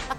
Speaker 5: worked?